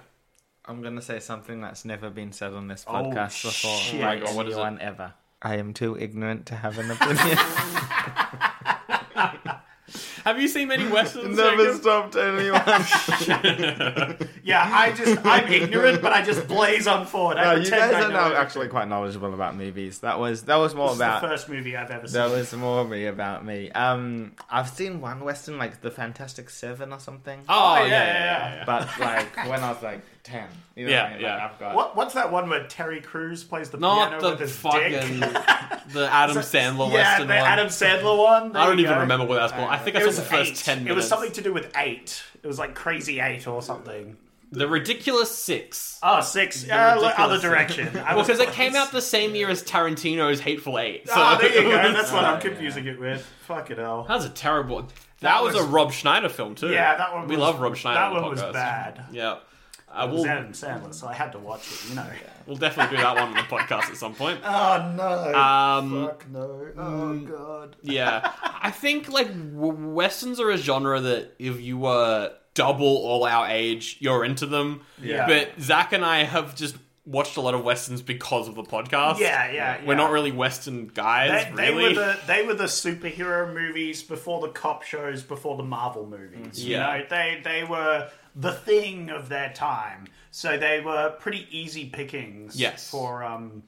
[SPEAKER 3] I'm gonna say something that's never been said on this podcast before.
[SPEAKER 4] shit.
[SPEAKER 3] by
[SPEAKER 4] Oh my God,
[SPEAKER 5] what is it?
[SPEAKER 3] anyone ever. I am too ignorant to have an opinion.
[SPEAKER 5] Have you seen many Westerns?
[SPEAKER 3] never
[SPEAKER 5] Jacob?
[SPEAKER 3] stopped anyone.
[SPEAKER 4] Yeah, I just I'm ignorant, but I just blaze on forward. I
[SPEAKER 3] No, you
[SPEAKER 4] pretend
[SPEAKER 3] guys
[SPEAKER 4] I know
[SPEAKER 3] are now
[SPEAKER 4] everything.
[SPEAKER 3] actually quite knowledgeable about movies. That was that was more
[SPEAKER 4] This is
[SPEAKER 3] about
[SPEAKER 4] the first movie I've ever seen.
[SPEAKER 3] that was more me about me. Um, I've seen one western like The Fantastic Seven or something,
[SPEAKER 5] Oh,
[SPEAKER 4] yeah, yeah, yeah.
[SPEAKER 3] but like when I was like ten. You know
[SPEAKER 5] Yeah,
[SPEAKER 3] what I mean? Like,
[SPEAKER 5] yeah.
[SPEAKER 3] I've got
[SPEAKER 4] What, what's that one where Terry Crews plays the
[SPEAKER 5] Not
[SPEAKER 4] piano with
[SPEAKER 5] the
[SPEAKER 4] his
[SPEAKER 5] fucking
[SPEAKER 4] dick?
[SPEAKER 5] the Adam Sandler
[SPEAKER 4] yeah,
[SPEAKER 5] Western
[SPEAKER 4] the
[SPEAKER 5] one.
[SPEAKER 4] Adam Sandler one. There
[SPEAKER 5] I don't
[SPEAKER 4] you
[SPEAKER 5] even
[SPEAKER 4] go.
[SPEAKER 5] remember what that's called. I think I
[SPEAKER 4] It
[SPEAKER 5] saw
[SPEAKER 4] was
[SPEAKER 5] the first
[SPEAKER 4] eight.
[SPEAKER 5] ten minutes.
[SPEAKER 4] It was something to do with eight. It was like Crazy Eight or something.
[SPEAKER 5] The ridiculous six.
[SPEAKER 4] Oh, six. Uh, look, other
[SPEAKER 5] ridiculous-
[SPEAKER 4] direction. I was
[SPEAKER 5] Because it
[SPEAKER 4] close.
[SPEAKER 5] came out the same year as Tarantino's Hateful Eight. So
[SPEAKER 4] Oh, there you go.
[SPEAKER 5] it was-
[SPEAKER 4] That's what I'm confusing it with. Fuck it hell.
[SPEAKER 5] That was a terrible. That, was, a Rob Schneider film too.
[SPEAKER 4] Yeah, that one.
[SPEAKER 5] We
[SPEAKER 4] was-
[SPEAKER 5] love Rob Schneider.
[SPEAKER 4] That
[SPEAKER 5] on the
[SPEAKER 4] one was
[SPEAKER 5] podcast.
[SPEAKER 4] bad.
[SPEAKER 5] Yeah, uh,
[SPEAKER 4] It was
[SPEAKER 5] we'll
[SPEAKER 4] Adam Sandler, so I had to watch it. You know.
[SPEAKER 5] we'll definitely do that one on the podcast at some point.
[SPEAKER 4] Oh no.
[SPEAKER 5] Um, mm.
[SPEAKER 4] Fuck no. Oh god.
[SPEAKER 5] yeah, I think like w- westerns are a genre that if you were double all our age, you're into them.
[SPEAKER 4] Yeah.
[SPEAKER 5] But Zach and I have just watched a lot of westerns because of the podcast.
[SPEAKER 4] Yeah, yeah,
[SPEAKER 5] We're
[SPEAKER 4] yeah.
[SPEAKER 5] not really western guys,
[SPEAKER 4] They, they
[SPEAKER 5] really.
[SPEAKER 4] were the they were the superhero movies before the cop shows, before the Marvel movies.
[SPEAKER 5] Yeah.
[SPEAKER 4] You know, they they were the thing of their time. So they were pretty easy pickings
[SPEAKER 5] Yes.
[SPEAKER 4] for um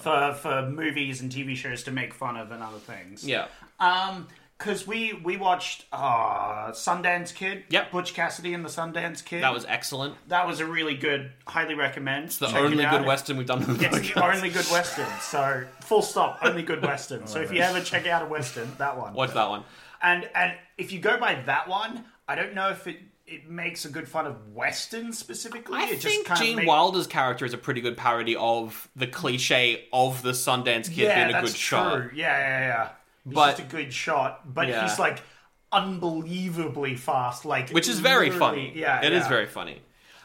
[SPEAKER 4] for for movies and TV shows to make fun of and other things.
[SPEAKER 5] yeah.
[SPEAKER 4] Um, because we we watched uh Sundance Kid.
[SPEAKER 5] Yep.
[SPEAKER 4] Butch Cassidy and the Sundance Kid.
[SPEAKER 5] That was excellent.
[SPEAKER 4] that was a really good. Highly recommend.
[SPEAKER 5] The
[SPEAKER 4] Check it
[SPEAKER 5] only
[SPEAKER 4] out.
[SPEAKER 5] good western we've done. on the
[SPEAKER 4] It's the
[SPEAKER 5] podcast.
[SPEAKER 4] only good western. So full stop. Only good western. So if you ever check out a western, that one.
[SPEAKER 5] Watch that one.
[SPEAKER 4] And and if you go by that one, I don't know if it it makes a good fun of western specifically.
[SPEAKER 5] I
[SPEAKER 4] it just
[SPEAKER 5] think
[SPEAKER 4] kind
[SPEAKER 5] Gene
[SPEAKER 4] of make-
[SPEAKER 5] Wilder's character is a pretty good parody of the cliche of the Sundance Kid
[SPEAKER 4] yeah,
[SPEAKER 5] being a
[SPEAKER 4] that's
[SPEAKER 5] good shot.
[SPEAKER 4] true. Yeah, yeah, yeah. He's
[SPEAKER 5] But-
[SPEAKER 4] just a good shot, but
[SPEAKER 5] Yeah.
[SPEAKER 4] he's like unbelievably fast. Like
[SPEAKER 5] which is very
[SPEAKER 4] literally-
[SPEAKER 5] funny.
[SPEAKER 4] Yeah,
[SPEAKER 5] it is
[SPEAKER 4] yeah.
[SPEAKER 5] very funny.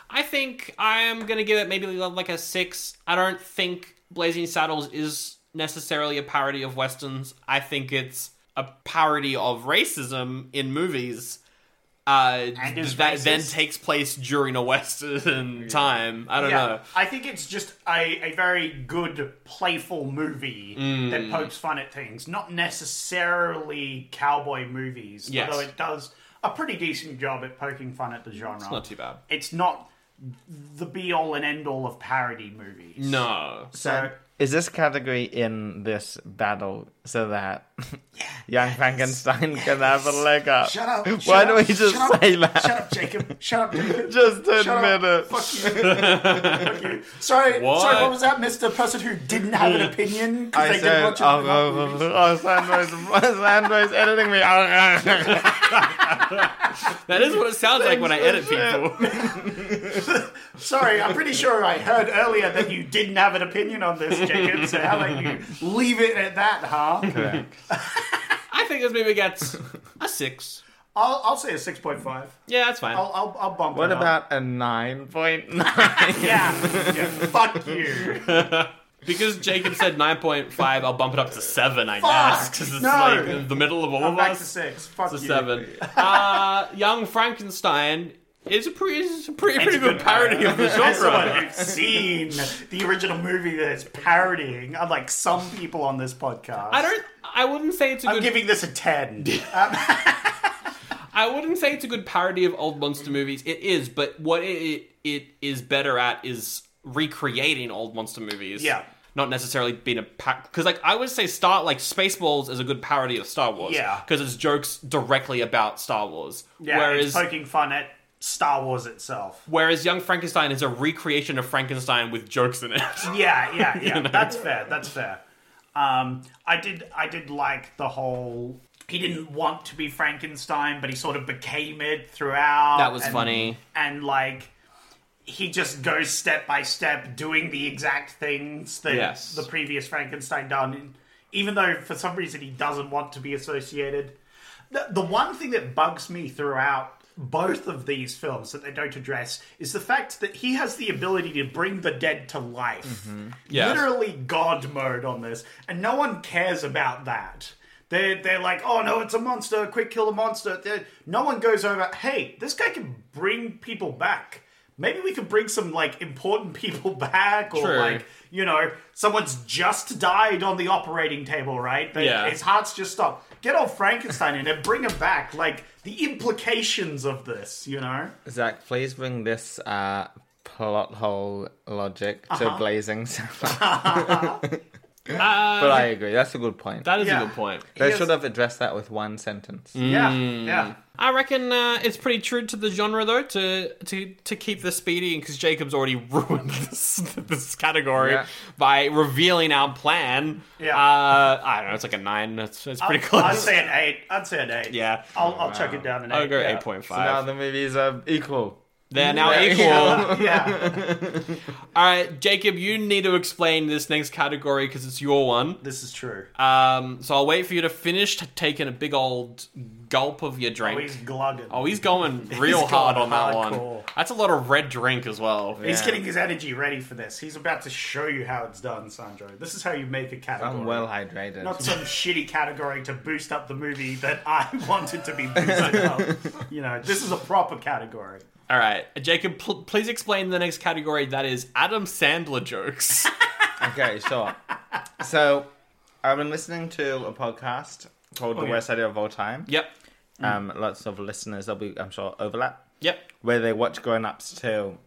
[SPEAKER 5] I think I'm gonna give it maybe uh, like a six. I don't think Blazing Saddles is necessarily a parody of westerns. I think it's a parody of racism in movies. Uh,
[SPEAKER 4] And is
[SPEAKER 5] that then
[SPEAKER 4] racist.
[SPEAKER 5] takes place during a western time. I don't
[SPEAKER 4] Yeah,
[SPEAKER 5] know.
[SPEAKER 4] I think it's just a, a very good, playful movie
[SPEAKER 5] Mm.
[SPEAKER 4] that pokes fun at things. Not necessarily cowboy movies,
[SPEAKER 5] Yes.
[SPEAKER 4] although it does a pretty decent job at poking fun at the genre. It's
[SPEAKER 5] Not too bad.
[SPEAKER 4] It's not the be all and end all of parody movies.
[SPEAKER 5] No,
[SPEAKER 4] So
[SPEAKER 3] Is this category in this battle so that young Frankenstein can have a leg up?
[SPEAKER 6] Shut up.
[SPEAKER 3] Why
[SPEAKER 6] shut
[SPEAKER 3] don't
[SPEAKER 6] up,
[SPEAKER 3] we just
[SPEAKER 6] shut up,
[SPEAKER 3] say that?
[SPEAKER 6] Shut up, Jacob. Shut up, Jacob.
[SPEAKER 3] Just ten
[SPEAKER 6] Shut up.
[SPEAKER 3] minutes.
[SPEAKER 6] Fuck you. Fuck you. Sorry,
[SPEAKER 5] What?
[SPEAKER 6] sorry, what was that, Mr. Person who didn't have an opinion because
[SPEAKER 3] I
[SPEAKER 6] they didn't
[SPEAKER 3] said,
[SPEAKER 6] watch it?
[SPEAKER 3] oh,
[SPEAKER 6] in the
[SPEAKER 3] oh,
[SPEAKER 6] movies?
[SPEAKER 3] oh, oh, Sandro's, Sandro's editing me. Oh,
[SPEAKER 5] that is what it sounds like when I edit people.
[SPEAKER 6] Sorry, I'm
[SPEAKER 4] I'm pretty sure I heard earlier that you didn't have an opinion on this, Jacob. So how about you leave it at that, huh?
[SPEAKER 5] I think this movie gets a six.
[SPEAKER 4] I'll, I'll say a six point five.
[SPEAKER 5] Yeah, that's fine.
[SPEAKER 4] I'll, I'll, I'll bump
[SPEAKER 3] what
[SPEAKER 4] it up.
[SPEAKER 3] about a 9.9?
[SPEAKER 4] Yeah. yeah. Fuck you.
[SPEAKER 5] Because Jacob said 9.5, I'll bump it up to 7, I guess. Because it's
[SPEAKER 4] No!
[SPEAKER 5] like in the middle of all
[SPEAKER 4] I'm
[SPEAKER 5] of
[SPEAKER 4] back to
[SPEAKER 5] us.
[SPEAKER 4] six. Fuck
[SPEAKER 5] It's
[SPEAKER 4] you.
[SPEAKER 5] a 7. Uh, Young Frankenstein is a pretty, is a pretty, pretty good, parody of the
[SPEAKER 4] As someone
[SPEAKER 5] genre.
[SPEAKER 4] who's seen the original movie that it's parodying, unlike some people on this podcast,
[SPEAKER 5] I don't. I wouldn't say it's a
[SPEAKER 4] I'm
[SPEAKER 5] good.
[SPEAKER 4] giving this a ten.
[SPEAKER 5] I wouldn't say it's a good parody of old monster movies. It is, but what it it is better at is recreating old monster movies.
[SPEAKER 4] Yeah.
[SPEAKER 5] Not necessarily being a pack because, like, I would say Star like Spaceballs is a good parody of Star Wars.
[SPEAKER 4] Yeah.
[SPEAKER 5] because it's jokes directly about Star Wars.
[SPEAKER 4] yeah,
[SPEAKER 5] whereas
[SPEAKER 4] it's poking fun at Star Wars itself.
[SPEAKER 5] Whereas Young Frankenstein is a recreation of Frankenstein with jokes in it.
[SPEAKER 4] Yeah, yeah, yeah. That's fair. That's fair. Um, I did, I did like the whole. He didn't want to be Frankenstein, but he sort of became it throughout.
[SPEAKER 5] That was
[SPEAKER 4] and-
[SPEAKER 5] funny.
[SPEAKER 4] and like. He just goes step by step, doing the exact things that
[SPEAKER 5] Yes.
[SPEAKER 4] the previous Frankenstein done, even though for some reason he doesn't want to be associated. The, the one thing that bugs me throughout both of these films that they don't address is the fact that he has the ability to bring the dead to life.
[SPEAKER 5] Mm-hmm. Yes.
[SPEAKER 4] Literally God mode on this, and no one cares about that. They're, they're like, oh no, it's a monster, quick kill the monster. They're- no one goes over, hey, this guy can bring people back. Maybe we could bring some like important people back or
[SPEAKER 5] True.
[SPEAKER 4] like you know, someone's just died on the operating table, right? They,
[SPEAKER 5] Yeah.
[SPEAKER 4] His heart's just stopped. Get old Frankenstein in and bring him back. Like, the implications of this, you know?
[SPEAKER 5] Hmm.
[SPEAKER 3] Zach, please bring this
[SPEAKER 6] Uh-huh.
[SPEAKER 3] uh, plot hole logic to Blazing Saddles. but I agree. That's a good point.
[SPEAKER 5] That is
[SPEAKER 4] Yeah.
[SPEAKER 5] a good point.
[SPEAKER 3] they
[SPEAKER 4] is-
[SPEAKER 3] should have addressed that with one sentence.
[SPEAKER 4] Yeah, yeah.
[SPEAKER 5] I reckon uh, it's pretty true to the genre though to to to keep this speedy because Jacob's already ruined this this category
[SPEAKER 3] Yeah.
[SPEAKER 5] by revealing our plan.
[SPEAKER 4] Yeah.
[SPEAKER 5] uh, I don't know. It's like a nine. It's, it's pretty close.
[SPEAKER 4] I'd say an eight. I'd say an eight.
[SPEAKER 5] Yeah.
[SPEAKER 4] I'll, I'll chuck it down an eight.
[SPEAKER 5] I'll go
[SPEAKER 4] yeah.
[SPEAKER 5] eight point
[SPEAKER 3] So now
[SPEAKER 5] five.
[SPEAKER 3] the movies are equal.
[SPEAKER 5] They're now equal.
[SPEAKER 3] Yeah.
[SPEAKER 4] Yeah,
[SPEAKER 5] All right, Jacob, you need to explain this next category because it's your one.
[SPEAKER 4] this is true.
[SPEAKER 5] Um, so I'll wait for you to finish t- taking a big old gulp of your drink.
[SPEAKER 4] Oh, he's glugging.
[SPEAKER 5] Oh, he's going real
[SPEAKER 4] He's
[SPEAKER 5] hard
[SPEAKER 4] going
[SPEAKER 5] on that one.
[SPEAKER 4] hardcore.
[SPEAKER 5] That's a lot of red drink as well.
[SPEAKER 4] He's getting his energy ready for this. He's about to show you how it's done, Sandro. This is how you make a category.
[SPEAKER 3] I'm well hydrated.
[SPEAKER 4] Not some shitty category to boost up the movie that I wanted to be boosted up. You know, this is a proper category.
[SPEAKER 5] All right, Jacob, pl- please explain the next category. That is Adam Sandler jokes.
[SPEAKER 3] Okay, sure. so I've been listening to a podcast
[SPEAKER 6] Oh,
[SPEAKER 3] called The
[SPEAKER 4] yeah.
[SPEAKER 3] Worst Idea of All Time.
[SPEAKER 5] yep,
[SPEAKER 4] Mm.
[SPEAKER 3] Um, lots of listeners, there'll be, I'm sure, overlap.
[SPEAKER 5] yep,
[SPEAKER 3] Where they watch Grown Ups 2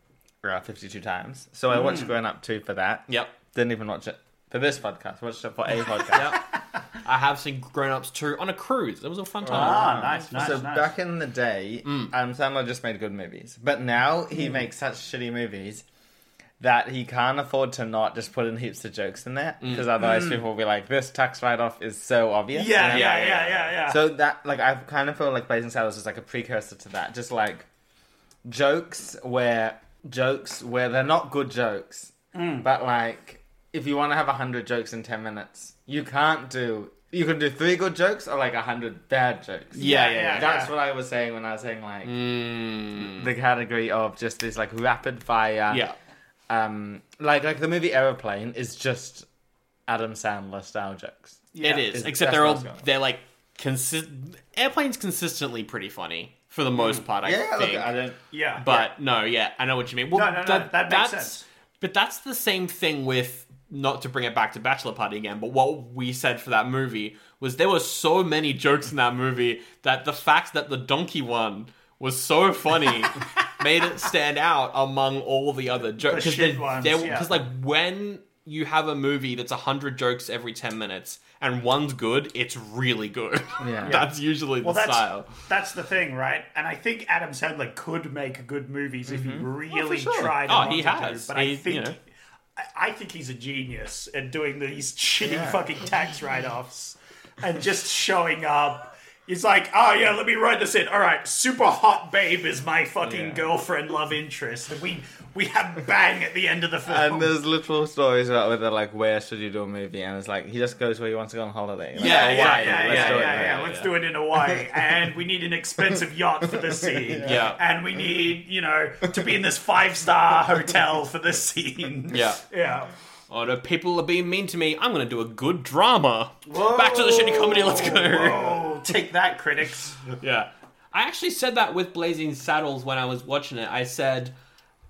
[SPEAKER 3] uh, 52 times. So I
[SPEAKER 4] Mm.
[SPEAKER 3] watched Grown Up 2 for that.
[SPEAKER 5] yep,
[SPEAKER 3] Didn't even watch it for this podcast. Watched it for a podcast.
[SPEAKER 5] yep. I have seen Grown Ups too on a cruise. It was a fun time.
[SPEAKER 4] Ah, nice, nice,
[SPEAKER 3] So
[SPEAKER 4] nice.
[SPEAKER 3] back in the day,
[SPEAKER 4] Mm.
[SPEAKER 3] Adam Sandler just made good movies, but now he makes such shitty movies that he can't afford to not just put in heaps of jokes in there because otherwise people will be like, "This tax write-off is so obvious."
[SPEAKER 4] Mm. yeah, yeah,
[SPEAKER 3] you know?
[SPEAKER 4] yeah, yeah, yeah,
[SPEAKER 3] So that like I kind of feel like Blazing Saddles is like a precursor to that, just like jokes where jokes where they're not good jokes,
[SPEAKER 5] Mm.
[SPEAKER 3] but like if you want to have hundred jokes in ten minutes, you can't do. You can do three good jokes or like hundred bad jokes.
[SPEAKER 5] Yeah, yeah, yeah.
[SPEAKER 4] yeah.
[SPEAKER 3] That's what I was saying when I was saying like the category of just this like rapid fire.
[SPEAKER 5] Yeah.
[SPEAKER 3] Um, like like the movie Aeroplane is just Adam Sandler style jokes.
[SPEAKER 5] it is.
[SPEAKER 3] It's-
[SPEAKER 5] Except
[SPEAKER 3] that's
[SPEAKER 5] they're
[SPEAKER 3] what I
[SPEAKER 5] all
[SPEAKER 3] was going with.
[SPEAKER 5] they're like consist. Airplanes consistently pretty funny for the most part. I
[SPEAKER 3] Mm. Yeah,
[SPEAKER 5] think.
[SPEAKER 3] look, I don't.
[SPEAKER 4] yeah.
[SPEAKER 5] But no, yeah, I know what you mean. Well,
[SPEAKER 4] No, no, no, that makes sense.
[SPEAKER 5] But that's the same thing with not to bring it back to Bachelor Party again. But what we said for that movie was there were so many jokes in that movie that the fact that the donkey one was so funny made it stand out among all the other jokes.
[SPEAKER 4] The shit ones, yeah.
[SPEAKER 5] Because like when you have a movie that's hundred jokes every ten minutes and one's good, it's really good.
[SPEAKER 3] Yeah.
[SPEAKER 5] that's usually
[SPEAKER 4] well,
[SPEAKER 5] the
[SPEAKER 4] that's
[SPEAKER 5] style.
[SPEAKER 4] that's the thing, right? And I think Adam Sandler could make good movies if he
[SPEAKER 5] Mm-hmm.
[SPEAKER 4] really tried. and
[SPEAKER 5] Oh,
[SPEAKER 4] wanted
[SPEAKER 5] he
[SPEAKER 4] to,
[SPEAKER 5] has.
[SPEAKER 4] but
[SPEAKER 5] He-
[SPEAKER 4] I
[SPEAKER 5] you
[SPEAKER 4] think
[SPEAKER 5] know.
[SPEAKER 4] I- I think he's a genius at doing these shitty fucking tax write-offs and just showing up. He's like, oh yeah, let me write this in. All right, super hot babe is my fucking girlfriend love interest, and we we have bang at the end of the film.
[SPEAKER 3] And there's literal stories about whether like where should you do a movie, and it's like he just goes where he wants to go on holiday. Like,
[SPEAKER 5] Yeah,
[SPEAKER 3] oh,
[SPEAKER 4] yeah,
[SPEAKER 3] why?
[SPEAKER 4] yeah, yeah,
[SPEAKER 3] Let's
[SPEAKER 4] yeah,
[SPEAKER 3] do it.
[SPEAKER 4] yeah, yeah. Let's do it in Hawaii, and we need an expensive yacht for this scene.
[SPEAKER 5] Yeah.
[SPEAKER 4] and we need you know to be in this five star hotel for this scene.
[SPEAKER 5] Yeah.
[SPEAKER 4] yeah.
[SPEAKER 5] Oh no, people are being mean to me. I'm gonna do a good drama. Back to the shitty comedy, let's go.
[SPEAKER 4] Oh, take that, critics.
[SPEAKER 5] Yeah. I actually said that with Blazing Saddles when I was watching it. I said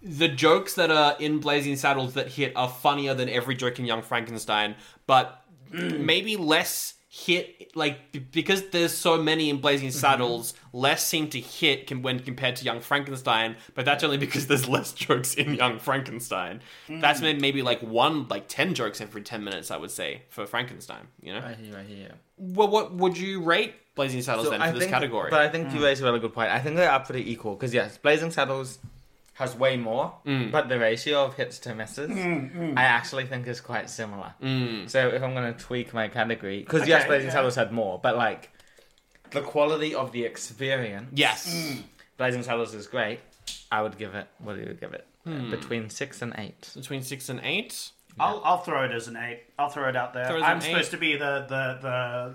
[SPEAKER 5] the jokes that are in Blazing Saddles that hit are funnier than every joke in Young Frankenstein, but
[SPEAKER 3] Mm.
[SPEAKER 5] maybe less hit like b- because there's so many in Blazing
[SPEAKER 3] Mm-hmm.
[SPEAKER 5] Saddles, less seem to hit com- when compared to Young Frankenstein, but that's only because there's less jokes in Young Frankenstein.
[SPEAKER 3] Mm.
[SPEAKER 5] That's may- maybe like one like 10 jokes every 10 minutes I would say for Frankenstein, you know?
[SPEAKER 3] I hear, I hear.
[SPEAKER 5] Well, what would you rate Blazing Saddles then for
[SPEAKER 3] I
[SPEAKER 5] this
[SPEAKER 3] think,
[SPEAKER 5] category?
[SPEAKER 3] but I think you raise a really good point. I think they are pretty equal because yes, Blazing Saddles has way more, but the ratio of hits to misses, I actually think is quite similar. So if I'm going to tweak my category, because yes,
[SPEAKER 4] Okay,
[SPEAKER 3] Blazing
[SPEAKER 4] yeah.
[SPEAKER 3] Saddles had more, but like the quality of the experience,
[SPEAKER 5] Yes.
[SPEAKER 4] Mm.
[SPEAKER 3] Blazing Saddles is great. I would give it. What do you give it? Between six and eight.
[SPEAKER 5] Between six and eight.
[SPEAKER 4] I'll, I'll throw it as an eight. I'll throw it out there.
[SPEAKER 5] Throw it as
[SPEAKER 4] I'm
[SPEAKER 5] an
[SPEAKER 4] supposed
[SPEAKER 5] eight.
[SPEAKER 4] to be the the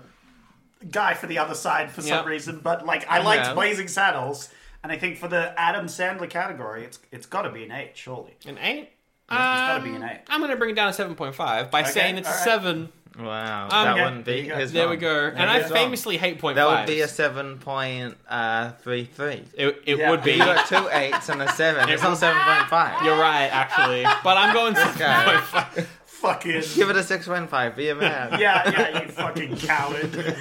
[SPEAKER 4] the guy for the other side for
[SPEAKER 5] Yeah.
[SPEAKER 4] some reason, but like I liked
[SPEAKER 3] Yeah.
[SPEAKER 4] Blazing Saddles, and I think for the Adam Sandler category, it's it's got to be an eight, surely.
[SPEAKER 5] An eight? Um,
[SPEAKER 4] gotta be an eight.
[SPEAKER 5] I'm going to bring it down to 7.5 by saying it's a
[SPEAKER 4] all right.
[SPEAKER 5] 7.
[SPEAKER 3] Wow,
[SPEAKER 5] yeah,
[SPEAKER 3] that wouldn't
[SPEAKER 4] there
[SPEAKER 3] be.
[SPEAKER 4] you go.
[SPEAKER 3] his
[SPEAKER 5] There
[SPEAKER 3] wrong.
[SPEAKER 5] we go. and I
[SPEAKER 3] his wrong.
[SPEAKER 5] famously hate point
[SPEAKER 3] That
[SPEAKER 5] five.
[SPEAKER 3] would be a seven point uh, three three.
[SPEAKER 5] It, it
[SPEAKER 4] Yeah.
[SPEAKER 5] would be.
[SPEAKER 3] You got two eights and a seven. It's not seven point five.
[SPEAKER 5] You're right, actually. But I'm going 6.5.
[SPEAKER 4] Fucking
[SPEAKER 3] Give it a six point five. Be a man.
[SPEAKER 4] yeah, yeah, you fucking coward.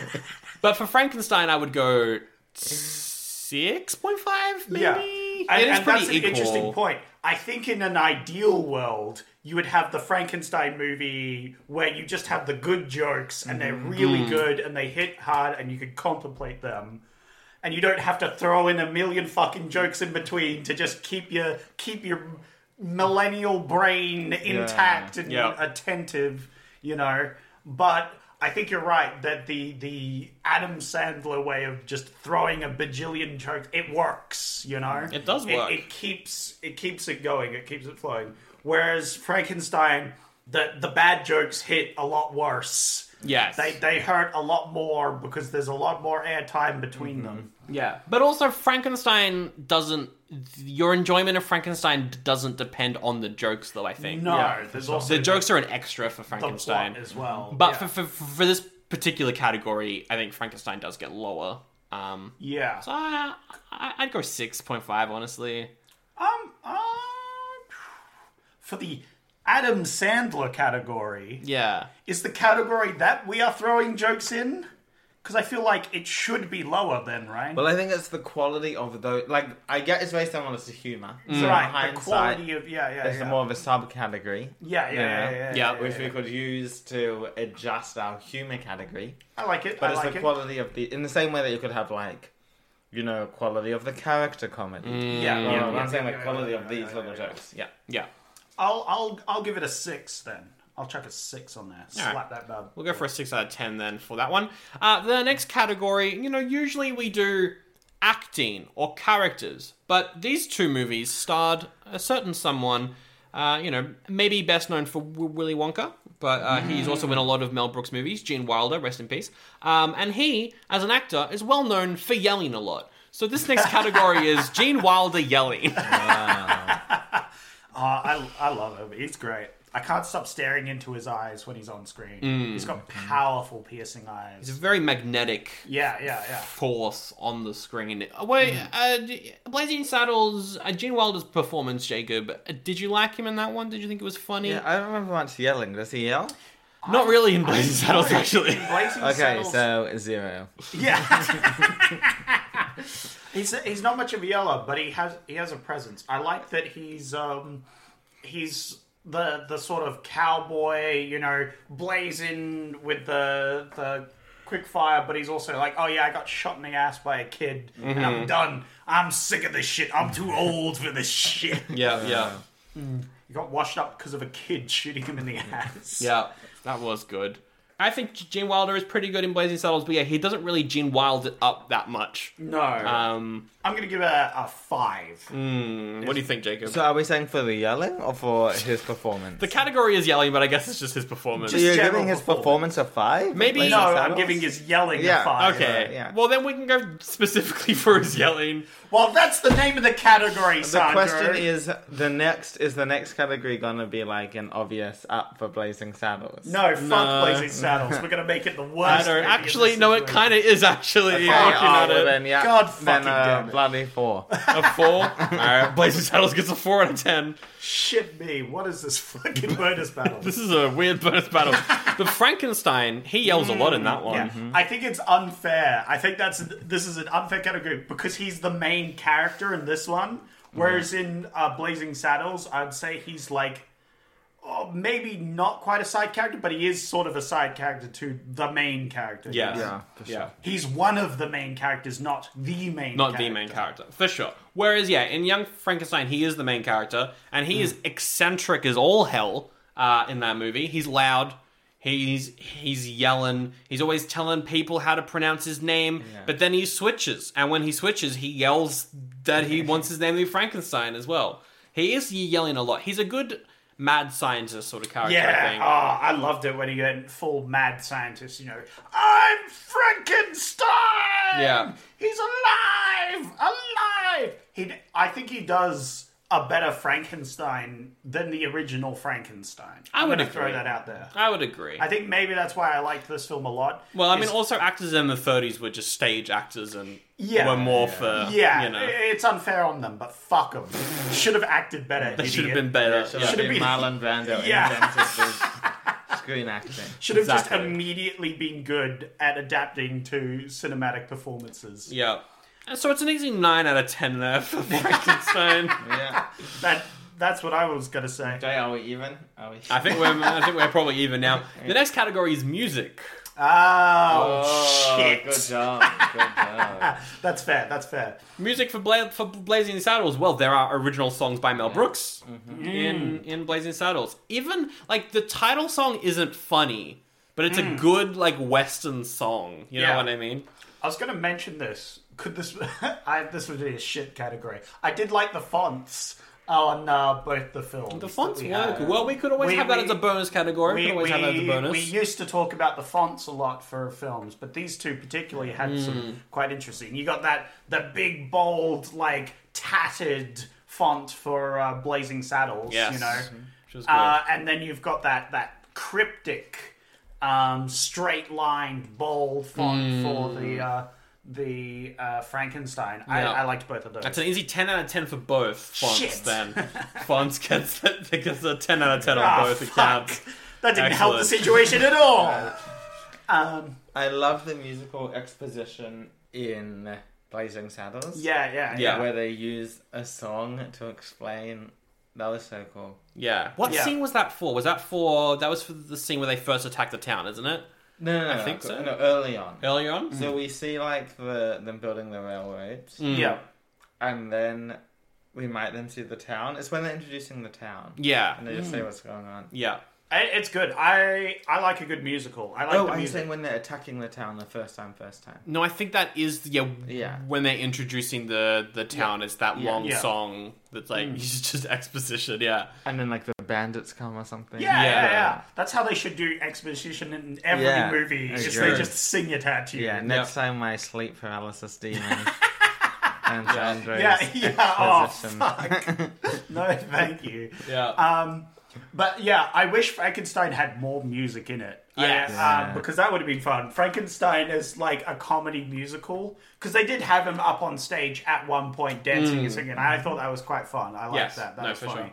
[SPEAKER 5] But for Frankenstein, I would go 6.5, maybe?
[SPEAKER 4] Yeah. And,
[SPEAKER 5] It is
[SPEAKER 4] and that's
[SPEAKER 5] pretty
[SPEAKER 4] an interesting
[SPEAKER 5] equal.
[SPEAKER 4] point. I think in an ideal world, you would have the Frankenstein movie where you just have the good jokes and
[SPEAKER 5] Mm-hmm.
[SPEAKER 4] they're really
[SPEAKER 5] Mm.
[SPEAKER 4] good and they hit hard and you could contemplate them. And you don't have to throw in a million fucking jokes in between to just keep your keep your millennial brain intact and
[SPEAKER 5] Yeah.
[SPEAKER 4] attentive, you know. But I think you're right that the the Adam Sandler way of just throwing a bajillion jokes it works, you know.
[SPEAKER 5] It does work.
[SPEAKER 4] It, keeps it keeps it going. It keeps it flowing. Whereas Frankenstein, the the bad jokes hit a lot worse.
[SPEAKER 5] Yes.
[SPEAKER 4] They they hurt a lot more because there's a lot more airtime between
[SPEAKER 3] Mm-hmm.
[SPEAKER 4] them.
[SPEAKER 5] Yeah. But also, Frankenstein doesn't. Your enjoyment of Frankenstein doesn't depend on the jokes, though, I think.
[SPEAKER 4] No, there's also
[SPEAKER 5] The jokes are an extra for
[SPEAKER 4] the
[SPEAKER 5] Frankenstein.
[SPEAKER 4] plot as well.
[SPEAKER 5] But
[SPEAKER 4] yeah.
[SPEAKER 5] for, for, for, for this particular category, I think Frankenstein does get lower. Um,
[SPEAKER 4] yeah.
[SPEAKER 5] so I, I, I'd go 6.5, honestly.
[SPEAKER 4] Um, uh, for the Adam Sandler category,
[SPEAKER 5] Yeah.
[SPEAKER 4] is the category that we are throwing jokes in? Because I feel like it should be lower then, right?
[SPEAKER 3] Well, I think it's the quality of those. Like, I get it's very similar to humor.
[SPEAKER 5] Mm.
[SPEAKER 3] So
[SPEAKER 4] right, the
[SPEAKER 3] hindsight,
[SPEAKER 4] quality of yeah, yeah,
[SPEAKER 3] it's
[SPEAKER 4] yeah.
[SPEAKER 3] more of a subcategory.
[SPEAKER 4] yeah, yeah, yeah, yeah, yeah,
[SPEAKER 5] Yeah,
[SPEAKER 4] yeah,
[SPEAKER 3] Which
[SPEAKER 4] yeah.
[SPEAKER 3] we could use to adjust our humor category.
[SPEAKER 4] I like it.
[SPEAKER 3] But
[SPEAKER 4] I
[SPEAKER 3] it's
[SPEAKER 4] like
[SPEAKER 3] the
[SPEAKER 4] it.
[SPEAKER 3] quality of the. In the same way that you could have, like, you know, quality of the character comedy.
[SPEAKER 4] Yeah,
[SPEAKER 3] No,
[SPEAKER 4] yeah,
[SPEAKER 3] no, no,
[SPEAKER 4] yeah,
[SPEAKER 3] I'm saying,
[SPEAKER 4] yeah,
[SPEAKER 3] like,
[SPEAKER 4] yeah,
[SPEAKER 3] quality
[SPEAKER 4] yeah,
[SPEAKER 3] of
[SPEAKER 4] yeah,
[SPEAKER 3] these
[SPEAKER 4] yeah,
[SPEAKER 3] little
[SPEAKER 4] yeah.
[SPEAKER 3] jokes. Yeah.
[SPEAKER 5] Yeah.
[SPEAKER 4] I'll, I'll, I'll give it a six then. I'll chuck a six on there.
[SPEAKER 5] All right.
[SPEAKER 4] Slap that bad.
[SPEAKER 5] We'll go for a 6 out of 10 then for that one. Uh, the next category, you know, usually we do acting or characters, but these two movies starred a certain someone, uh, you know, maybe best known for W- Willy Wonka, but uh, he's also in a lot of Mel Brooks movies, Gene Wilder, rest in peace. Um, and he, as an actor, is well known for yelling a lot. So this next category is Gene Wilder yelling.
[SPEAKER 4] Uh, I, I love him. He's great. I can't stop staring into his eyes when he's on screen.
[SPEAKER 5] Mm.
[SPEAKER 4] He's got powerful, piercing eyes.
[SPEAKER 5] It's very magnetic
[SPEAKER 4] Yeah, yeah, yeah.
[SPEAKER 5] force on the screen. Uh, Wait, uh, d- Blazing Saddles, uh, Gene Wilder's performance, Jacob. uh, Did you like him in that one? Did you think it was funny?
[SPEAKER 3] Yeah, I don't remember much yelling. Does he yell?
[SPEAKER 5] Not really in Blazing Saddles, actually.
[SPEAKER 4] Blazing
[SPEAKER 3] Okay,
[SPEAKER 4] Saddles-
[SPEAKER 3] so zero.
[SPEAKER 4] Yeah. he's he's not much of a yeller, but he has he has a presence. I like that he's um he's the the sort of cowboy, you know, blazing with the the quick fire, but he's also like, oh yeah, I got shot in the ass by a kid, and
[SPEAKER 5] Mm-hmm.
[SPEAKER 4] I'm done. I'm sick of this shit. I'm too old for this shit.
[SPEAKER 5] Yeah, yeah,
[SPEAKER 4] He got washed up because of a kid shooting him in the ass.
[SPEAKER 5] yeah. That was good. I think G- Gene Wilder is pretty good in Blazing Saddles, but yeah, he doesn't really Gene Wild it up that much.
[SPEAKER 4] No,
[SPEAKER 5] Um, Mm.
[SPEAKER 4] I'm gonna give it a, a five.
[SPEAKER 5] what do you think, Jacob?
[SPEAKER 3] So are we saying for the yelling or for his performance?
[SPEAKER 5] the category is yelling, but I guess it's just his performance.
[SPEAKER 3] so you're
[SPEAKER 4] general
[SPEAKER 3] giving his performance, a five?
[SPEAKER 5] Maybe-
[SPEAKER 3] Blazing
[SPEAKER 4] No, I'm
[SPEAKER 3] Saddles?
[SPEAKER 4] giving his yelling a
[SPEAKER 3] Yeah,
[SPEAKER 4] five.
[SPEAKER 5] okay.
[SPEAKER 3] yeah.
[SPEAKER 5] Well, then we can go specifically for his yelling.
[SPEAKER 4] Well, that's the name of the category,
[SPEAKER 3] The
[SPEAKER 4] Sandro.
[SPEAKER 3] question is the next is the next category gonna be like an obvious up for Blazing Saddles?
[SPEAKER 4] no, fuck Blazing Saddles. We're gonna make it the
[SPEAKER 5] I
[SPEAKER 4] worst.
[SPEAKER 5] don't actually. No, it kind of is actually.
[SPEAKER 3] Okay,
[SPEAKER 5] looking
[SPEAKER 3] oh,
[SPEAKER 5] at
[SPEAKER 3] well
[SPEAKER 5] it.
[SPEAKER 3] then, yeah.
[SPEAKER 4] God
[SPEAKER 3] then,
[SPEAKER 4] fucking
[SPEAKER 3] uh,
[SPEAKER 4] damn it.
[SPEAKER 3] bloody four.
[SPEAKER 5] A four. All right, Blazing Saddles gets a four out of ten.
[SPEAKER 4] Shit me. What is this fucking bonus battle?
[SPEAKER 5] This is a weird bonus battle. the Frankenstein, he yells a lot in that one.
[SPEAKER 4] yeah. I think it's unfair. I think that's this is an unfair category because he's the main character in this one.
[SPEAKER 5] Mm-hmm.
[SPEAKER 4] Whereas in uh, Blazing Saddles, I'd say he's like oh, maybe not quite a side character, but he is sort of a side character to the main character.
[SPEAKER 5] Yeah.
[SPEAKER 3] Yeah, for sure.
[SPEAKER 5] Yeah.
[SPEAKER 4] he's one of the main characters, not the main.
[SPEAKER 5] Not
[SPEAKER 4] character.
[SPEAKER 5] the main character, for sure. Whereas, yeah, in Young Frankenstein, he is the main character, and he
[SPEAKER 4] Mm.
[SPEAKER 5] is eccentric as all hell uh, in that movie. He's loud. He's he's yelling. He's always telling people how to pronounce his name. But then he switches, and when he switches, he yells that he wants his name to be Frankenstein as well. He is yelling a lot. He's a good mad scientist sort of character. I
[SPEAKER 4] Yeah,
[SPEAKER 5] think.
[SPEAKER 4] oh, I loved it when he went full mad scientist. You know, I'm Frankenstein.
[SPEAKER 5] Yeah.
[SPEAKER 4] he's alive, alive. He, I think he does a better Frankenstein than the original Frankenstein.
[SPEAKER 5] I
[SPEAKER 4] I'm
[SPEAKER 5] would
[SPEAKER 4] gonna throw
[SPEAKER 5] agree.
[SPEAKER 4] that out there.
[SPEAKER 5] I would agree.
[SPEAKER 4] I think maybe that's why I liked this film a lot.
[SPEAKER 5] well, I mean,
[SPEAKER 4] is-
[SPEAKER 5] also actors in the 30s were just stage actors and
[SPEAKER 4] Yeah.
[SPEAKER 5] were more for
[SPEAKER 4] yeah,
[SPEAKER 5] you know.
[SPEAKER 4] i- it's unfair on them, but fuck them. should have acted better.
[SPEAKER 5] They should have
[SPEAKER 4] idiot.
[SPEAKER 5] been better. yeah.
[SPEAKER 3] Should have
[SPEAKER 4] Should've
[SPEAKER 3] been
[SPEAKER 4] been-
[SPEAKER 3] Marlon Brando
[SPEAKER 4] Yeah.
[SPEAKER 3] in terms of the screen acting.
[SPEAKER 4] Should have just
[SPEAKER 5] Exactly.
[SPEAKER 4] immediately been good at adapting to cinematic performances.
[SPEAKER 5] Yeah. So it's an easy 9 out of 10 there for Frankenstein.
[SPEAKER 3] Yeah.
[SPEAKER 4] That that's what I was gonna say.
[SPEAKER 3] Jay, are we even? Are we?
[SPEAKER 5] I think we're I think we're probably even now. The next category is music.
[SPEAKER 4] Oh,
[SPEAKER 3] Oh,
[SPEAKER 4] shit.
[SPEAKER 3] Good job. Good job.
[SPEAKER 4] that's fair. That's fair.
[SPEAKER 5] Music for Bla- for Blazing Saddles. Well, there are original songs by Mel Brooks
[SPEAKER 4] Mm.
[SPEAKER 5] in in Blazing Saddles. Even like the title song isn't funny, but it's a good like western song. You know
[SPEAKER 4] Mm. Yeah.
[SPEAKER 5] what I mean?
[SPEAKER 4] I was gonna mention this. Could this? I, this would be a shit category. I did like the fonts on uh, both the films.
[SPEAKER 5] The
[SPEAKER 4] that
[SPEAKER 5] fonts
[SPEAKER 4] we
[SPEAKER 5] work.
[SPEAKER 4] had.
[SPEAKER 5] Well, we could always
[SPEAKER 4] We-
[SPEAKER 5] have that
[SPEAKER 4] we-
[SPEAKER 5] as a bonus category. We, could always have that as a bonus.
[SPEAKER 4] we used to talk about the fonts a lot for films, but these two particularly had
[SPEAKER 5] Hmm.
[SPEAKER 4] some quite interesting. You got that the big bold like tattered font for uh, Blazing Saddles,
[SPEAKER 5] Yes.
[SPEAKER 4] you know,
[SPEAKER 3] Mm-hmm.
[SPEAKER 5] Which is good.
[SPEAKER 4] uh, and then you've got that that cryptic um, straight lined bold font for the uh, the uh, Frankenstein.
[SPEAKER 5] Mm. Yeah.
[SPEAKER 4] I, I liked both of those.
[SPEAKER 5] That's an easy 10 out of 10 for both fonts
[SPEAKER 4] Shit.
[SPEAKER 5] then. fonts gets, gets a 10 out of 10 on
[SPEAKER 4] Ah,
[SPEAKER 5] both
[SPEAKER 4] fuck.
[SPEAKER 5] accounts.
[SPEAKER 4] That didn't help the
[SPEAKER 5] Excellent.
[SPEAKER 4] situation at all. Um,
[SPEAKER 3] I love the musical exposition in Blazing Saddles.
[SPEAKER 4] yeah, yeah,
[SPEAKER 5] Yeah.
[SPEAKER 3] Where they use a song to explain. That was so cool.
[SPEAKER 5] Yeah. What
[SPEAKER 4] Yeah.
[SPEAKER 5] scene was that for? Was that for, that was for the scene where they first attacked the town, isn't it?
[SPEAKER 3] No, no, no.
[SPEAKER 5] think so.
[SPEAKER 3] No, early on.
[SPEAKER 5] Earlier on?
[SPEAKER 4] Mm.
[SPEAKER 3] So we see like the them building the railroads,
[SPEAKER 5] Mm.
[SPEAKER 4] yeah.
[SPEAKER 3] and then we might then see the town. It's when they're introducing the town,
[SPEAKER 5] Yeah. Mm.
[SPEAKER 3] and they just say what's going on.
[SPEAKER 5] Yeah.
[SPEAKER 4] I- It's good. I I like a good musical. I like
[SPEAKER 3] Oh,
[SPEAKER 4] the
[SPEAKER 3] I'm
[SPEAKER 4] music.
[SPEAKER 3] saying when they're attacking the town the first time, first time.
[SPEAKER 5] No, I think that is, yeah,
[SPEAKER 3] Yeah.
[SPEAKER 5] when they're introducing the, the town, it's that long
[SPEAKER 4] Yeah. Mm.
[SPEAKER 5] song that's like, it's just exposition, yeah.
[SPEAKER 3] And then like the bandits come or something.
[SPEAKER 4] yeah, yeah,
[SPEAKER 5] Yeah.
[SPEAKER 4] yeah, That's how they should do exposition in every
[SPEAKER 3] Yeah.
[SPEAKER 4] movie.
[SPEAKER 3] That's
[SPEAKER 4] Is
[SPEAKER 3] true.
[SPEAKER 4] they just sing it at you.
[SPEAKER 3] Yeah, next time my sleep paralysis demon and Andrew's
[SPEAKER 4] yeah, yeah. Oh,
[SPEAKER 3] exposition.
[SPEAKER 4] fuck. no, thank you.
[SPEAKER 5] Yeah.
[SPEAKER 4] Um, but yeah, I wish Frankenstein had more music in it.
[SPEAKER 5] Yes.
[SPEAKER 4] I-
[SPEAKER 3] Yeah.
[SPEAKER 4] um, because that would have been fun. Frankenstein is like a comedy musical because they did have him up on stage at one point dancing and singing. I thought that was quite fun. I liked
[SPEAKER 5] Mm. Yes.
[SPEAKER 4] that. That
[SPEAKER 5] No,
[SPEAKER 4] was
[SPEAKER 5] for
[SPEAKER 4] funny.
[SPEAKER 5] sure.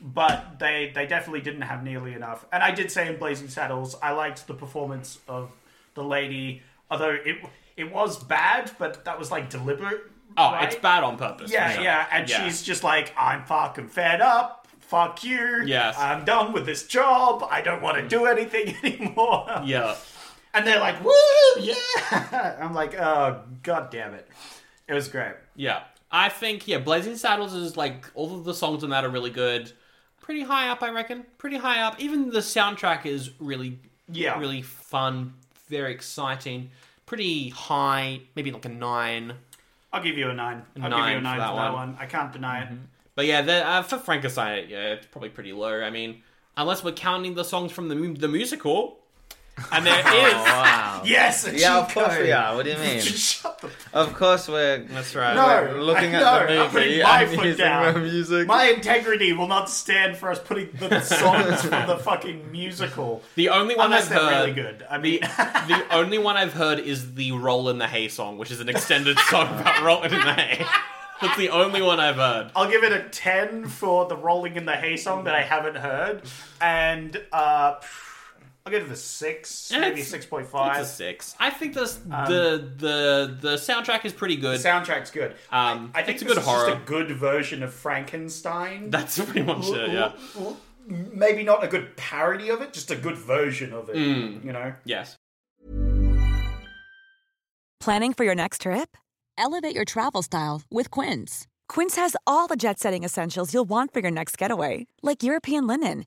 [SPEAKER 4] But they they definitely didn't have nearly enough. And I did say in Blazing Saddles, I liked the performance of the lady, although it it was bad, but that was like deliberate.
[SPEAKER 5] Oh,
[SPEAKER 4] right?
[SPEAKER 5] it's bad on purpose. for
[SPEAKER 4] Yeah,
[SPEAKER 5] sure.
[SPEAKER 4] yeah. And
[SPEAKER 5] Yeah.
[SPEAKER 4] she's just like, I'm fucking fed up. Fuck you.
[SPEAKER 5] Yes. Mm.
[SPEAKER 4] I'm done with this job. I don't want to do anything anymore.
[SPEAKER 5] Yeah.
[SPEAKER 4] And they're like, woo, yeah. I'm like, oh, god damn it. It was great.
[SPEAKER 5] Yeah. I think, yeah, Blazing Saddles is like, all of the songs on that are really good. Pretty high up, I reckon. Pretty high up. Even the soundtrack is really,
[SPEAKER 4] Yeah.
[SPEAKER 5] really fun, very exciting. Pretty high, maybe like a nine.
[SPEAKER 4] I'll give you a nine. I'll give
[SPEAKER 5] Nine
[SPEAKER 4] you
[SPEAKER 5] for
[SPEAKER 4] a nine
[SPEAKER 5] that
[SPEAKER 4] for that
[SPEAKER 5] one.
[SPEAKER 4] one. I can't deny it.
[SPEAKER 5] But yeah, the, uh, for Frankenstein, yeah, it's probably pretty low. I mean, unless we're counting the songs from the, mu- the musical. And there is.
[SPEAKER 3] Wow.
[SPEAKER 4] Yes. a
[SPEAKER 3] Yeah, of
[SPEAKER 4] cheat
[SPEAKER 3] course
[SPEAKER 4] code.
[SPEAKER 3] we are. What do you mean?
[SPEAKER 4] Shut the
[SPEAKER 3] Of course we're
[SPEAKER 5] That's right.
[SPEAKER 4] No.
[SPEAKER 3] we're looking at
[SPEAKER 4] no, I'm
[SPEAKER 3] the movie
[SPEAKER 4] putting my
[SPEAKER 3] and
[SPEAKER 4] foot
[SPEAKER 3] using
[SPEAKER 4] down.
[SPEAKER 3] the music.
[SPEAKER 4] My integrity will not stand for us putting the songs from the fucking musical.
[SPEAKER 5] The only one
[SPEAKER 4] Unless
[SPEAKER 5] I've
[SPEAKER 4] they're
[SPEAKER 5] heard.
[SPEAKER 4] really good. I mean,
[SPEAKER 5] The only one I've heard is the Roll in the Hay song, which is an extended song about rolling in the hay. That's the only one I've heard.
[SPEAKER 4] I'll give it a 10 for the Rolling in the Hay song that I haven't heard. And uh, I'll give it a 6,
[SPEAKER 5] Yeah,
[SPEAKER 4] maybe
[SPEAKER 5] it's-
[SPEAKER 4] 6.5.
[SPEAKER 5] It's a six. I think this, the the the soundtrack is pretty good.
[SPEAKER 4] Um, The soundtrack's good.
[SPEAKER 5] Um,
[SPEAKER 4] I think
[SPEAKER 5] it's a
[SPEAKER 4] this
[SPEAKER 5] good
[SPEAKER 4] is
[SPEAKER 5] horror.
[SPEAKER 4] just a good version of Frankenstein.
[SPEAKER 5] That's pretty much it. Yeah.
[SPEAKER 4] Maybe not a good parody of it, just a good version of it,
[SPEAKER 5] Mm.
[SPEAKER 4] you know?
[SPEAKER 5] Yes.
[SPEAKER 7] Planning for your next trip? Elevate your travel style with Quince. Quince has all the jet setting essentials you'll want for your next getaway, like European linen,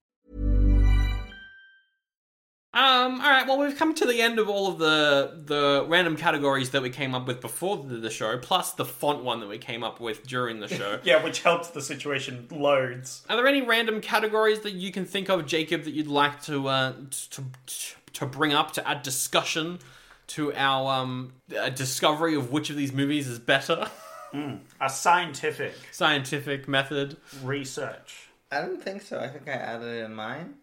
[SPEAKER 5] Um. All right. Well, we've come to the end of all of the the random categories that we came up with before the, the show, plus the font one that we came up with during the show.
[SPEAKER 4] Yeah, which helps the situation loads.
[SPEAKER 5] Are there any random categories that you can think of, Jacob, that you'd like to uh, to to bring up to add discussion to our um, uh, discovery of which of these movies is better?
[SPEAKER 4] A scientific
[SPEAKER 5] Scientific method.
[SPEAKER 4] research.
[SPEAKER 3] I don't think so. I think I added it in mine.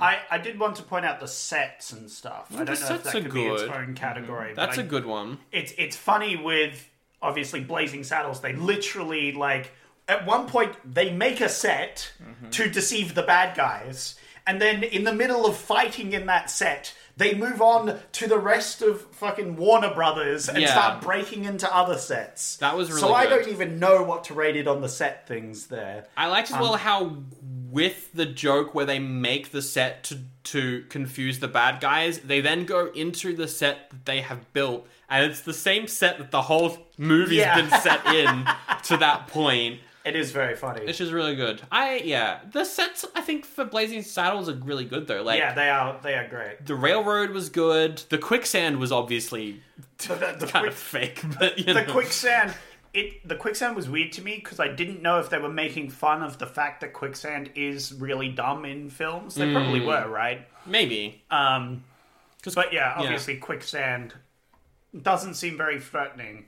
[SPEAKER 4] I, I did want to point out the sets and stuff. I
[SPEAKER 5] Mm. the
[SPEAKER 4] don't know if
[SPEAKER 5] sets
[SPEAKER 4] that
[SPEAKER 5] are
[SPEAKER 4] could be its
[SPEAKER 5] good. Mm-hmm.
[SPEAKER 4] own category.
[SPEAKER 5] That's
[SPEAKER 4] a
[SPEAKER 5] a good one.
[SPEAKER 4] It's it's funny with obviously Blazing Saddles. They literally like at one point they make a set
[SPEAKER 5] Mm-hmm.
[SPEAKER 4] to deceive the bad guys, and then in the middle of fighting in that set. They move on to the rest of fucking Warner Brothers and
[SPEAKER 5] Yeah.
[SPEAKER 4] start breaking into other sets.
[SPEAKER 5] That was
[SPEAKER 4] so.
[SPEAKER 5] really
[SPEAKER 4] I
[SPEAKER 5] good.
[SPEAKER 4] don't even know what to rate it on the set things there.
[SPEAKER 5] I liked as well how with the joke where they make the set to to confuse the bad guys, they then go into the set that they have built, and it's the same set that the whole movie's
[SPEAKER 4] Yeah.
[SPEAKER 5] been set in to that point.
[SPEAKER 4] It is very funny.
[SPEAKER 5] Which is really good. I yeah, the sets I think for Blazing Saddles are really good though. Like
[SPEAKER 4] yeah, they are they are great.
[SPEAKER 5] the railroad was good. The quicksand was obviously
[SPEAKER 4] the, the
[SPEAKER 5] kind
[SPEAKER 4] quick-
[SPEAKER 5] of fake, but you
[SPEAKER 4] the
[SPEAKER 5] know.
[SPEAKER 4] quicksand it the quicksand was weird to me because I didn't know if they were making fun of the fact that quicksand is really dumb in films. They
[SPEAKER 5] Mm.
[SPEAKER 4] probably were, right?
[SPEAKER 5] maybe
[SPEAKER 4] Um, but yeah, obviously quicksand doesn't seem very threatening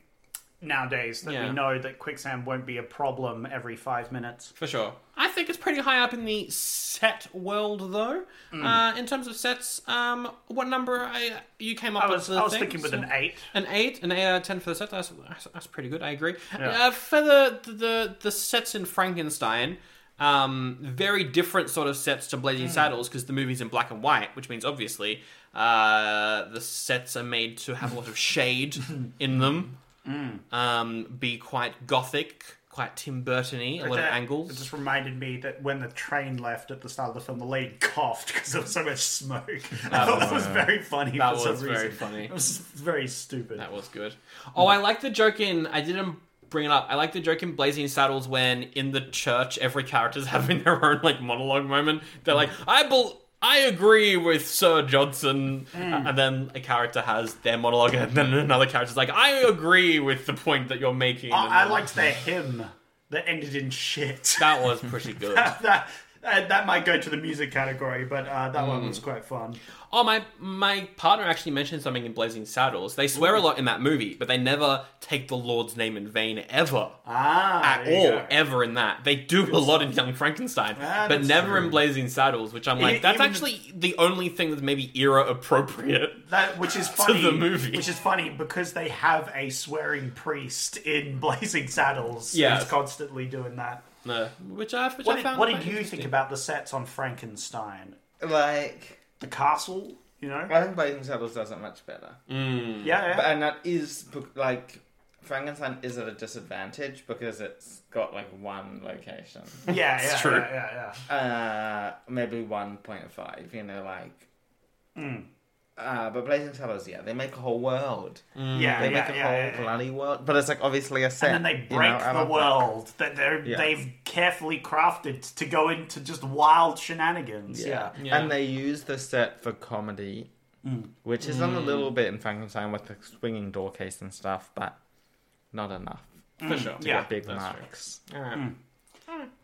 [SPEAKER 4] nowadays that
[SPEAKER 5] Yeah.
[SPEAKER 4] we know that quicksand won't be a problem every five minutes.
[SPEAKER 5] for sure. I think it's pretty high up in the set world though.
[SPEAKER 4] Hmm.
[SPEAKER 5] Uh, in terms of sets, um, what number I, you came up
[SPEAKER 4] I was
[SPEAKER 5] with? the
[SPEAKER 4] I was
[SPEAKER 5] thing?
[SPEAKER 4] thinking with an
[SPEAKER 5] So-
[SPEAKER 4] eight.
[SPEAKER 5] An eight, an eight out of ten for the set. That's that's, that's pretty good. I agree. Uh, for the, the the sets in Frankenstein, um, very different sort of sets to Blazing Saddles because the movie's in black and white, which means obviously uh, the sets are made to have a lot of shade in them, um, be quite gothic, quite Tim Burton-y, a lot of
[SPEAKER 4] That-
[SPEAKER 5] angles.
[SPEAKER 4] It just reminded me that when the train left at the start of the film, the lady coughed because there was so much smoke. I thought that was very funny
[SPEAKER 5] Oh, That
[SPEAKER 4] for some
[SPEAKER 5] was very
[SPEAKER 4] reason.
[SPEAKER 5] funny.
[SPEAKER 4] It was very stupid.
[SPEAKER 5] That was good. Oh, I like the joke in. I didn't bring it up. I like the joke in Blazing Saddles when in the church every character's having their own like monologue moment. They're like, I bel. I agree with Sir Johnson,
[SPEAKER 4] Mm.
[SPEAKER 5] and then a character has their monologue, and then another character's like, "I agree with the point that you're making."
[SPEAKER 4] Oh,
[SPEAKER 5] and
[SPEAKER 4] I
[SPEAKER 5] then-
[SPEAKER 4] liked their hymn that ended in shit. That,
[SPEAKER 5] that was pretty good.
[SPEAKER 4] that, uh, that might go to the music category, but uh, that one was quite fun.
[SPEAKER 5] Oh, my my partner actually mentioned something in Blazing Saddles. They swear a lot in that movie, but they never take the Lord's name in vain ever.
[SPEAKER 4] Ah,
[SPEAKER 5] at
[SPEAKER 4] there you
[SPEAKER 5] all
[SPEAKER 4] go. Ah,
[SPEAKER 5] ever in that. They do a lot in Young Frankenstein, but
[SPEAKER 4] that's
[SPEAKER 5] never in Blazing Saddles, which I'm
[SPEAKER 4] E-
[SPEAKER 5] like, that's
[SPEAKER 4] even-
[SPEAKER 5] actually the only thing that's maybe era appropriate.
[SPEAKER 4] That, which is funny,
[SPEAKER 5] the movie.
[SPEAKER 4] which is funny because they have a swearing priest in Blazing Saddles.
[SPEAKER 5] Yes.
[SPEAKER 4] who's constantly doing that.
[SPEAKER 5] No, uh, which I which
[SPEAKER 4] What
[SPEAKER 5] I
[SPEAKER 4] did,
[SPEAKER 5] found.
[SPEAKER 4] what did
[SPEAKER 5] quite
[SPEAKER 4] you
[SPEAKER 5] interesting.
[SPEAKER 4] think about the sets on Frankenstein?
[SPEAKER 3] Like,
[SPEAKER 4] The castle, you know?
[SPEAKER 3] I think Blazing Saddles does it much better.
[SPEAKER 4] Yeah, yeah.
[SPEAKER 3] But- and that is bec- like Frankenstein is at a disadvantage because it's got like one location,
[SPEAKER 4] yeah, yeah,
[SPEAKER 5] true.
[SPEAKER 4] yeah, yeah, yeah.
[SPEAKER 3] uh, maybe one point five. You know, like.
[SPEAKER 4] Hmm.
[SPEAKER 3] Uh, but Blazing Saddles, yeah, they make a whole world.
[SPEAKER 4] yeah, yeah,
[SPEAKER 3] They make a
[SPEAKER 4] yeah,
[SPEAKER 3] whole
[SPEAKER 4] yeah, yeah.
[SPEAKER 3] bloody world, but it's like obviously a set.
[SPEAKER 4] And then they
[SPEAKER 3] you know,
[SPEAKER 4] break
[SPEAKER 3] and
[SPEAKER 4] the
[SPEAKER 3] I'm like,
[SPEAKER 4] world that they're,
[SPEAKER 3] Yeah.
[SPEAKER 4] they've carefully crafted to go into just wild shenanigans. Yeah. Hmm.
[SPEAKER 3] And they use the set for comedy, which is done a little bit in Frankenstein with the swinging door case and stuff, but not enough.
[SPEAKER 5] For sure.
[SPEAKER 3] to
[SPEAKER 4] Yeah.
[SPEAKER 3] get big marks.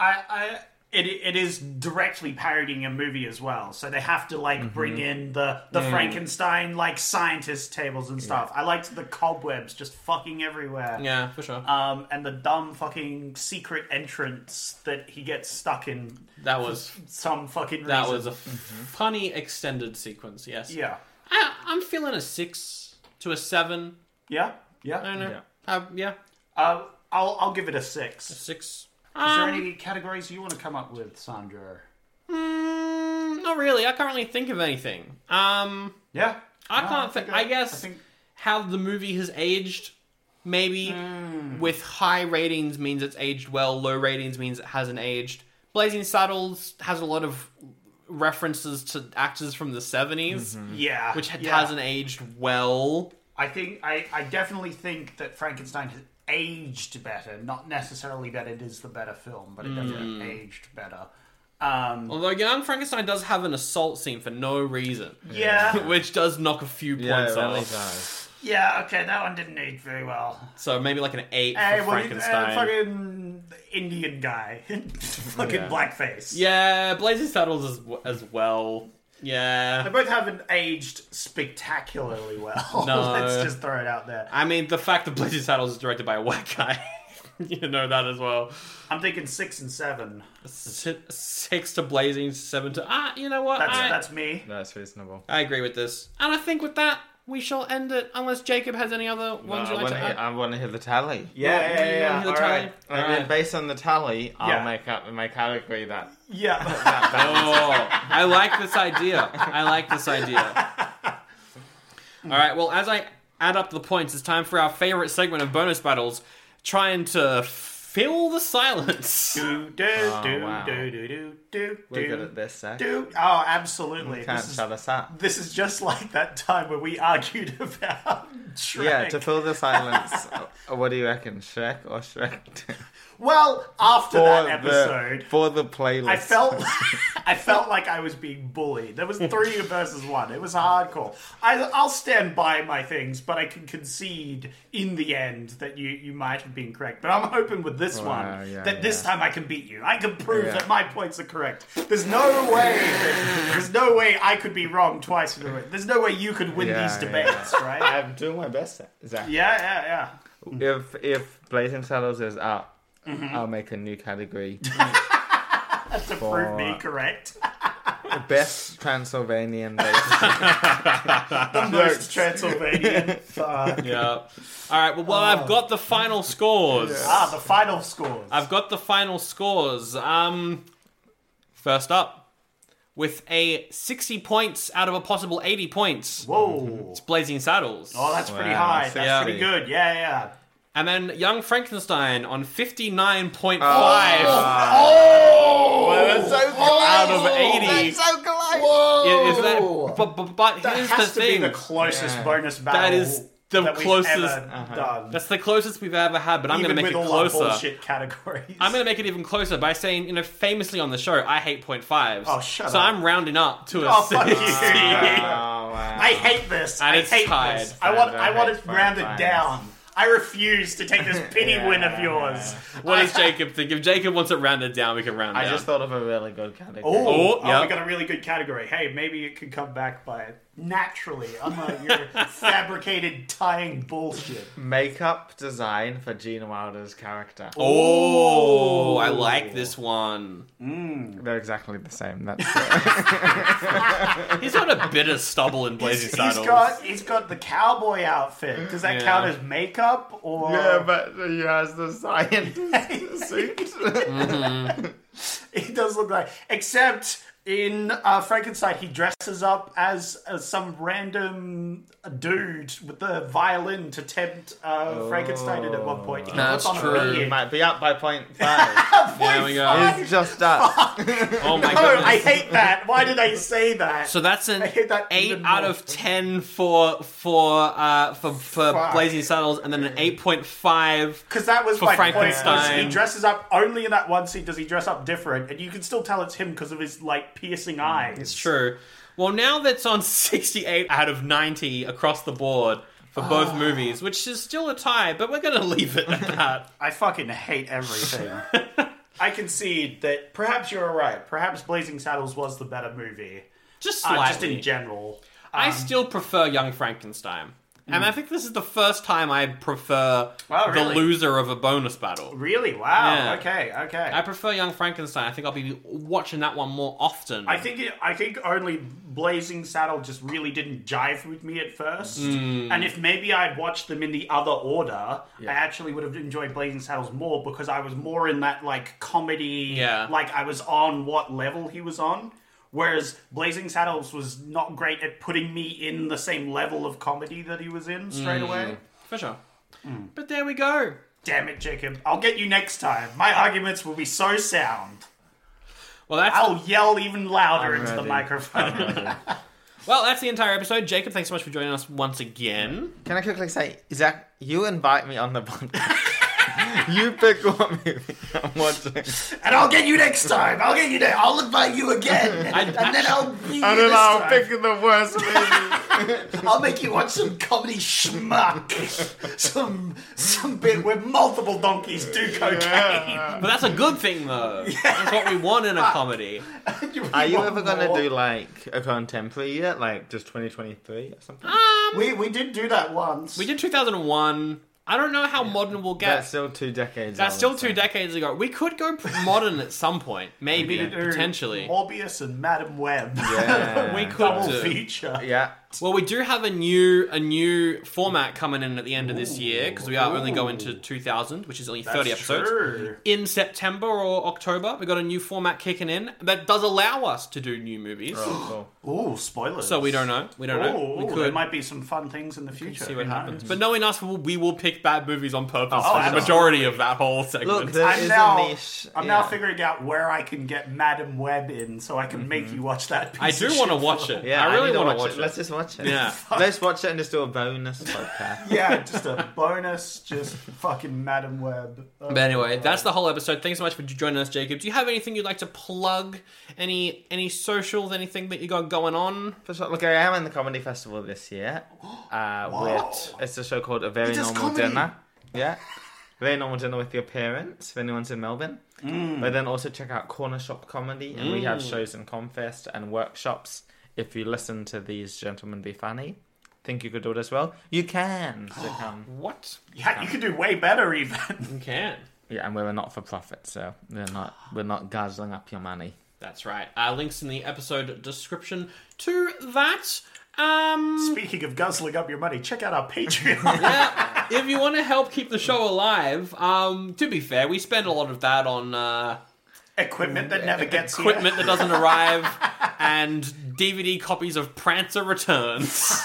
[SPEAKER 4] I, I it, it is directly parodying a movie as well. So they have to like bring in the, the Frankenstein like scientist tables and stuff. I liked the cobwebs just fucking everywhere.
[SPEAKER 5] Yeah, for sure.
[SPEAKER 4] Um, and the dumb fucking secret entrance that he gets stuck in
[SPEAKER 5] that was
[SPEAKER 4] some fucking reason. Mm-hmm.
[SPEAKER 5] that was a funny extended sequence. Yes.
[SPEAKER 4] yeah
[SPEAKER 5] I, I'm feeling a six to a seven.
[SPEAKER 4] yeah yeah.
[SPEAKER 5] I don't know. Uh, yeah,
[SPEAKER 4] Uh, I'll I'll give it a six. Is
[SPEAKER 5] six.
[SPEAKER 4] there
[SPEAKER 5] Um,
[SPEAKER 4] any categories you want to come up with, Sandra?
[SPEAKER 5] Mm, not really. I can't really think of anything. Um.
[SPEAKER 4] Yeah,
[SPEAKER 5] I can't think. I, guess
[SPEAKER 4] think-
[SPEAKER 5] how the movie has aged, maybe
[SPEAKER 4] Hmm.
[SPEAKER 5] with high ratings means it's aged well. Low ratings means it hasn't aged. Blazing Saddles has a lot of references to actors from the 70s
[SPEAKER 4] Mm-hmm. yeah,
[SPEAKER 5] which ha-
[SPEAKER 4] yeah.
[SPEAKER 5] hasn't aged well.
[SPEAKER 4] I think I, I definitely think that Frankenstein has aged better. Not necessarily that it is the better film,
[SPEAKER 5] Hmm.
[SPEAKER 4] but it definitely aged better. Um,
[SPEAKER 5] Although Young Frankenstein does have an assault scene for no reason,
[SPEAKER 4] yeah,
[SPEAKER 5] which does knock a few
[SPEAKER 3] Yeah,
[SPEAKER 5] points
[SPEAKER 3] it really
[SPEAKER 5] off.
[SPEAKER 3] does.
[SPEAKER 4] yeah. Okay, that one didn't age very well.
[SPEAKER 5] So maybe like an eight for
[SPEAKER 4] Hey, well, you- uh,
[SPEAKER 5] Frankenstein.
[SPEAKER 4] fucking Indian guy, fucking blackface.
[SPEAKER 5] Yeah, Blazing Saddles as, w- as well. Yeah,
[SPEAKER 4] They both haven't aged spectacularly well.
[SPEAKER 5] No.
[SPEAKER 4] Let's just throw it out there.
[SPEAKER 5] I mean, the fact that Blazing Saddles is directed by a white guy. you know that as well.
[SPEAKER 4] I'm thinking six and seven.
[SPEAKER 5] Si- Six to Blazing, seven to ah. You know what?
[SPEAKER 4] That's
[SPEAKER 5] I,
[SPEAKER 4] that's me.
[SPEAKER 3] That's reasonable.
[SPEAKER 5] I agree with this, and I think with that we shall end it. Unless Jacob has any other ones
[SPEAKER 3] I
[SPEAKER 5] you like
[SPEAKER 3] want,
[SPEAKER 5] to
[SPEAKER 3] to,
[SPEAKER 5] add.
[SPEAKER 3] I want to hear the tally.
[SPEAKER 4] Yeah, yeah, yeah.
[SPEAKER 5] wanna
[SPEAKER 4] yeah.
[SPEAKER 5] hear the
[SPEAKER 4] All
[SPEAKER 5] tally?
[SPEAKER 4] right.
[SPEAKER 3] And
[SPEAKER 5] Alright.
[SPEAKER 3] then based on the tally,
[SPEAKER 4] Yeah.
[SPEAKER 3] I'll make up my category that.
[SPEAKER 4] Yeah.
[SPEAKER 5] Oh, I like this idea. I like this idea. All right. Well, as I add up the points, it's time for our favorite segment of bonus battles, trying to fill the silence.
[SPEAKER 4] do do do
[SPEAKER 3] Oh, wow.
[SPEAKER 4] do do do do
[SPEAKER 3] We're good
[SPEAKER 4] do,
[SPEAKER 3] at this, Zach.
[SPEAKER 4] do. Oh, absolutely.
[SPEAKER 3] Can't
[SPEAKER 4] This is,
[SPEAKER 3] shut us up.
[SPEAKER 4] this is just like that time where we argued about Shrek.
[SPEAKER 3] Yeah, to fill the silence, uh, what do you reckon, Shrek or Shrek? two?
[SPEAKER 4] well, after that episode,
[SPEAKER 3] the for the playlist,
[SPEAKER 4] I felt I felt like I was being bullied. There was three versus one. It was hardcore. I, I'll stand by my things, but I can concede in the end that you, you might have been correct. But I'm hoping with this
[SPEAKER 3] Wow,
[SPEAKER 4] one
[SPEAKER 3] yeah,
[SPEAKER 4] that this
[SPEAKER 3] yeah.
[SPEAKER 4] time I can beat you. I can prove
[SPEAKER 3] Yeah.
[SPEAKER 4] that my points are correct. There's no way. that- there's no way I could be wrong twice in a row. There's no way you could win
[SPEAKER 3] Yeah,
[SPEAKER 4] these
[SPEAKER 3] yeah,
[SPEAKER 4] debates, right?
[SPEAKER 3] I'm doing my best, Zach.
[SPEAKER 4] Yeah, yeah, yeah.
[SPEAKER 3] If if Blazing Saddles is up,
[SPEAKER 4] Mm-hmm.
[SPEAKER 3] I'll make a new category:
[SPEAKER 4] To prove me correct.
[SPEAKER 3] best Transylvanian. Based.
[SPEAKER 4] The most Transylvanian. Fuck.
[SPEAKER 5] Yeah. All right. Well, well I've got the final scores.
[SPEAKER 4] Ah, the final scores.
[SPEAKER 5] I've got the final scores. Um, first up, with a 60 points out of a possible 80 points,
[SPEAKER 4] Whoa.
[SPEAKER 5] Blazing Saddles.
[SPEAKER 4] Oh, that's pretty
[SPEAKER 3] Wow,
[SPEAKER 4] high. That's
[SPEAKER 5] yeah.
[SPEAKER 4] pretty good. Yeah, yeah.
[SPEAKER 5] And then Young Frankenstein on 59.5
[SPEAKER 4] Oh.
[SPEAKER 5] out of 80.
[SPEAKER 3] Oh,
[SPEAKER 5] Yeah, is that, but, but, but
[SPEAKER 4] That
[SPEAKER 5] here's
[SPEAKER 4] has
[SPEAKER 5] the
[SPEAKER 4] to
[SPEAKER 5] thing.
[SPEAKER 4] be the closest bonus battle.
[SPEAKER 5] is the
[SPEAKER 4] that we've
[SPEAKER 5] closest- uh-huh.
[SPEAKER 4] ever done.
[SPEAKER 5] That's the closest we've ever had, but I'm going
[SPEAKER 4] Even
[SPEAKER 5] to make
[SPEAKER 4] with
[SPEAKER 5] it
[SPEAKER 4] all our
[SPEAKER 5] closer.
[SPEAKER 4] bullshit categories.
[SPEAKER 5] I'm going to make it even closer by saying, you know, famously on the show, I hate point fives.
[SPEAKER 4] Oh, shut
[SPEAKER 5] so
[SPEAKER 4] up.
[SPEAKER 5] I'm rounding up to a
[SPEAKER 4] Oh, fuck you.
[SPEAKER 5] 60.
[SPEAKER 3] Oh, wow.
[SPEAKER 4] I hate this.
[SPEAKER 5] And
[SPEAKER 4] I
[SPEAKER 5] it's
[SPEAKER 4] hate
[SPEAKER 5] tied.
[SPEAKER 4] this. I want.
[SPEAKER 3] Fine,
[SPEAKER 4] I
[SPEAKER 3] fine,
[SPEAKER 4] want it
[SPEAKER 3] fine,
[SPEAKER 4] rounded
[SPEAKER 3] fine.
[SPEAKER 4] down. I refuse to take this pity win of yours.
[SPEAKER 5] What does Jacob think? If Jacob wants it rounded down, we can round
[SPEAKER 3] I
[SPEAKER 5] down.
[SPEAKER 3] just thought of a really good category.
[SPEAKER 4] Oh,
[SPEAKER 5] Oh,
[SPEAKER 4] oh,
[SPEAKER 5] yeah.
[SPEAKER 4] we got a really good category. Hey, maybe it could come back by naturally, unlike your fabricated tying bullshit.
[SPEAKER 3] Makeup design for Gene Wilder's character.
[SPEAKER 5] oh, I like this one.
[SPEAKER 3] They're exactly the same. That's
[SPEAKER 5] He's got a bit of stubble in Blazing Saddles.
[SPEAKER 4] He's got he's got the cowboy outfit. Does that
[SPEAKER 5] Yeah.
[SPEAKER 4] count as makeup or
[SPEAKER 3] yeah, but he has the scientist suit.
[SPEAKER 4] he does look like except in uh, Frankenstein he dresses up as, as some random dude with the violin to tempt uh, Frankenstein in at one point. He
[SPEAKER 5] That's
[SPEAKER 4] puts on
[SPEAKER 5] true.
[SPEAKER 4] A
[SPEAKER 3] he
[SPEAKER 4] beard.
[SPEAKER 3] might be up by point five.
[SPEAKER 5] there we go.
[SPEAKER 3] He's just up.
[SPEAKER 5] Oh my
[SPEAKER 4] No,
[SPEAKER 5] goodness.
[SPEAKER 4] I hate that. Why did I say that?
[SPEAKER 5] So that's an
[SPEAKER 4] I hate that
[SPEAKER 5] eight
[SPEAKER 4] even
[SPEAKER 5] out
[SPEAKER 4] more.
[SPEAKER 5] of ten for for uh, for, for
[SPEAKER 4] Fuck.
[SPEAKER 5] Blazing Saddles, and then an eight point five.
[SPEAKER 4] Because that was
[SPEAKER 5] For
[SPEAKER 4] my point. was
[SPEAKER 5] Frankenstein.
[SPEAKER 4] He dresses up only in that one scene. Does he dress up different? And you can still tell it's him because of his like piercing eyes.
[SPEAKER 5] Mm, It's true. Well, now that's on sixty eight out of ninety across the board for both
[SPEAKER 4] Ah.
[SPEAKER 5] movies, which is still a tie, but we're gonna leave it at that.
[SPEAKER 4] I fucking hate everything. I concede that perhaps you're right. Perhaps Blazing Saddles was the better movie.
[SPEAKER 5] Just
[SPEAKER 4] Uh,
[SPEAKER 5] slightly.
[SPEAKER 4] just in general.
[SPEAKER 5] I still prefer Young Frankenstein. And I think this is the first time I prefer
[SPEAKER 4] Hmm. Wow,
[SPEAKER 5] the
[SPEAKER 4] really?
[SPEAKER 5] loser of a bonus battle.
[SPEAKER 4] Really? Wow.
[SPEAKER 5] Yeah.
[SPEAKER 4] Okay. Okay.
[SPEAKER 5] I prefer Young Frankenstein. I think I'll be watching that one more often.
[SPEAKER 4] I think it, I think only Blazing Saddle just really didn't jive with me at first. And if maybe I'd watched them in the other order, I actually would have enjoyed Blazing Saddles more because I was more in that like comedy,
[SPEAKER 5] Yeah.
[SPEAKER 4] like I was on what level he was on. Whereas Blazing Saddles was not great at putting me in the same level of comedy that he was in straight away.
[SPEAKER 5] For sure.
[SPEAKER 4] Hmm.
[SPEAKER 5] But there we go.
[SPEAKER 4] Damn it, Jacob! I'll get you next time. My arguments will be so sound.
[SPEAKER 5] Well, that's
[SPEAKER 4] I'll yell even louder into the
[SPEAKER 3] ready.
[SPEAKER 4] microphone.
[SPEAKER 5] well, that's the entire episode. Jacob, thanks so much for joining us once again.
[SPEAKER 3] Can I quickly say, Zach, you invite me on the podcast. you pick what movie I'm watching.
[SPEAKER 4] And I'll get you next time. I'll get you next. I'll invite you again,
[SPEAKER 5] I-
[SPEAKER 4] and then I'll be.
[SPEAKER 3] And then I'll pick the worst movie.
[SPEAKER 4] I'll make you watch some comedy schmuck, some some bit where multiple donkeys do cocaine.
[SPEAKER 5] But that's a good thing, though. That's what we want in
[SPEAKER 4] Ah.
[SPEAKER 5] a comedy.
[SPEAKER 3] Are you ever going to do like a contemporary year? Ah. Like just 2023 or something?
[SPEAKER 4] We we did do that once.
[SPEAKER 5] We did 2001. I don't know how modern we'll get.
[SPEAKER 3] That's still two decades.
[SPEAKER 5] That's
[SPEAKER 3] old,
[SPEAKER 5] still two
[SPEAKER 3] so-
[SPEAKER 5] decades ago. We could go pr- modern at some point, maybe
[SPEAKER 4] We could do
[SPEAKER 5] potentially.
[SPEAKER 4] Morbius and Madam Web.
[SPEAKER 3] Yeah.
[SPEAKER 5] We could
[SPEAKER 4] Double
[SPEAKER 5] do.
[SPEAKER 4] feature.
[SPEAKER 3] Yeah.
[SPEAKER 5] Well, we do have a new a new format coming in at the end of this year because we are only going to 2000, which is only 30
[SPEAKER 4] That's
[SPEAKER 5] episodes.
[SPEAKER 4] true.
[SPEAKER 5] In September or October, we got a new format kicking in that does allow us to do new movies.
[SPEAKER 4] Ooh, spoilers.
[SPEAKER 5] So we don't know. We don't know.
[SPEAKER 4] Ooh,
[SPEAKER 5] We
[SPEAKER 4] there
[SPEAKER 5] could
[SPEAKER 4] might be some fun things in the future.
[SPEAKER 5] see what
[SPEAKER 4] who knows?
[SPEAKER 5] happens. But knowing us, we'll- we will pick bad movies on purpose
[SPEAKER 4] Oh,
[SPEAKER 5] for the majority of that whole segment.
[SPEAKER 3] Look, there
[SPEAKER 4] I'm
[SPEAKER 3] is
[SPEAKER 4] now,
[SPEAKER 3] a niche.
[SPEAKER 4] I'm
[SPEAKER 3] yeah.
[SPEAKER 4] now figuring out where I can get Madam Web in, so I can
[SPEAKER 3] Mm-hmm.
[SPEAKER 4] make you watch that. Piece
[SPEAKER 5] I do
[SPEAKER 4] want to
[SPEAKER 5] watch it.
[SPEAKER 3] Yeah,
[SPEAKER 5] I really
[SPEAKER 3] need to
[SPEAKER 5] want to watch it.
[SPEAKER 3] Let's just watch it.
[SPEAKER 5] Yeah.
[SPEAKER 3] Let's watch it and just do a bonus podcast.
[SPEAKER 4] Yeah, just a bonus, just fucking Madam Web. Uh,
[SPEAKER 5] But anyway, that's the whole episode. Thanks so much for joining us, Jacob. Do you have anything you'd like to plug? Any any socials? Anything that you got going on?
[SPEAKER 3] First of all, look, I am in the comedy festival this year. Uh, with, it's a show called A Very
[SPEAKER 4] does
[SPEAKER 3] Normal
[SPEAKER 4] comedy.
[SPEAKER 3] Dinner. Yeah. Very Normal Dinner with Your Parents, if anyone's in Melbourne.
[SPEAKER 5] Mm.
[SPEAKER 3] But then also check out Corner Shop Comedy, and we have shows in Confest and workshops. If you listen to these gentlemen be funny, think you could do it as well? You can. So come.
[SPEAKER 5] What?
[SPEAKER 4] yeah, you could do way better even.
[SPEAKER 5] You can.
[SPEAKER 3] Yeah, and we're a not for profit, so we're not we're not guzzling up your money.
[SPEAKER 5] That's right. Uh, links in the episode description to that. Um,
[SPEAKER 4] Speaking of guzzling up your money, check out our Patreon.
[SPEAKER 5] if you want to help keep the show alive, um, to be fair, we spend a lot of that on uh,
[SPEAKER 4] Equipment that never gets here.
[SPEAKER 5] equipment that doesn't arrive and DVD copies of Prancer Returns.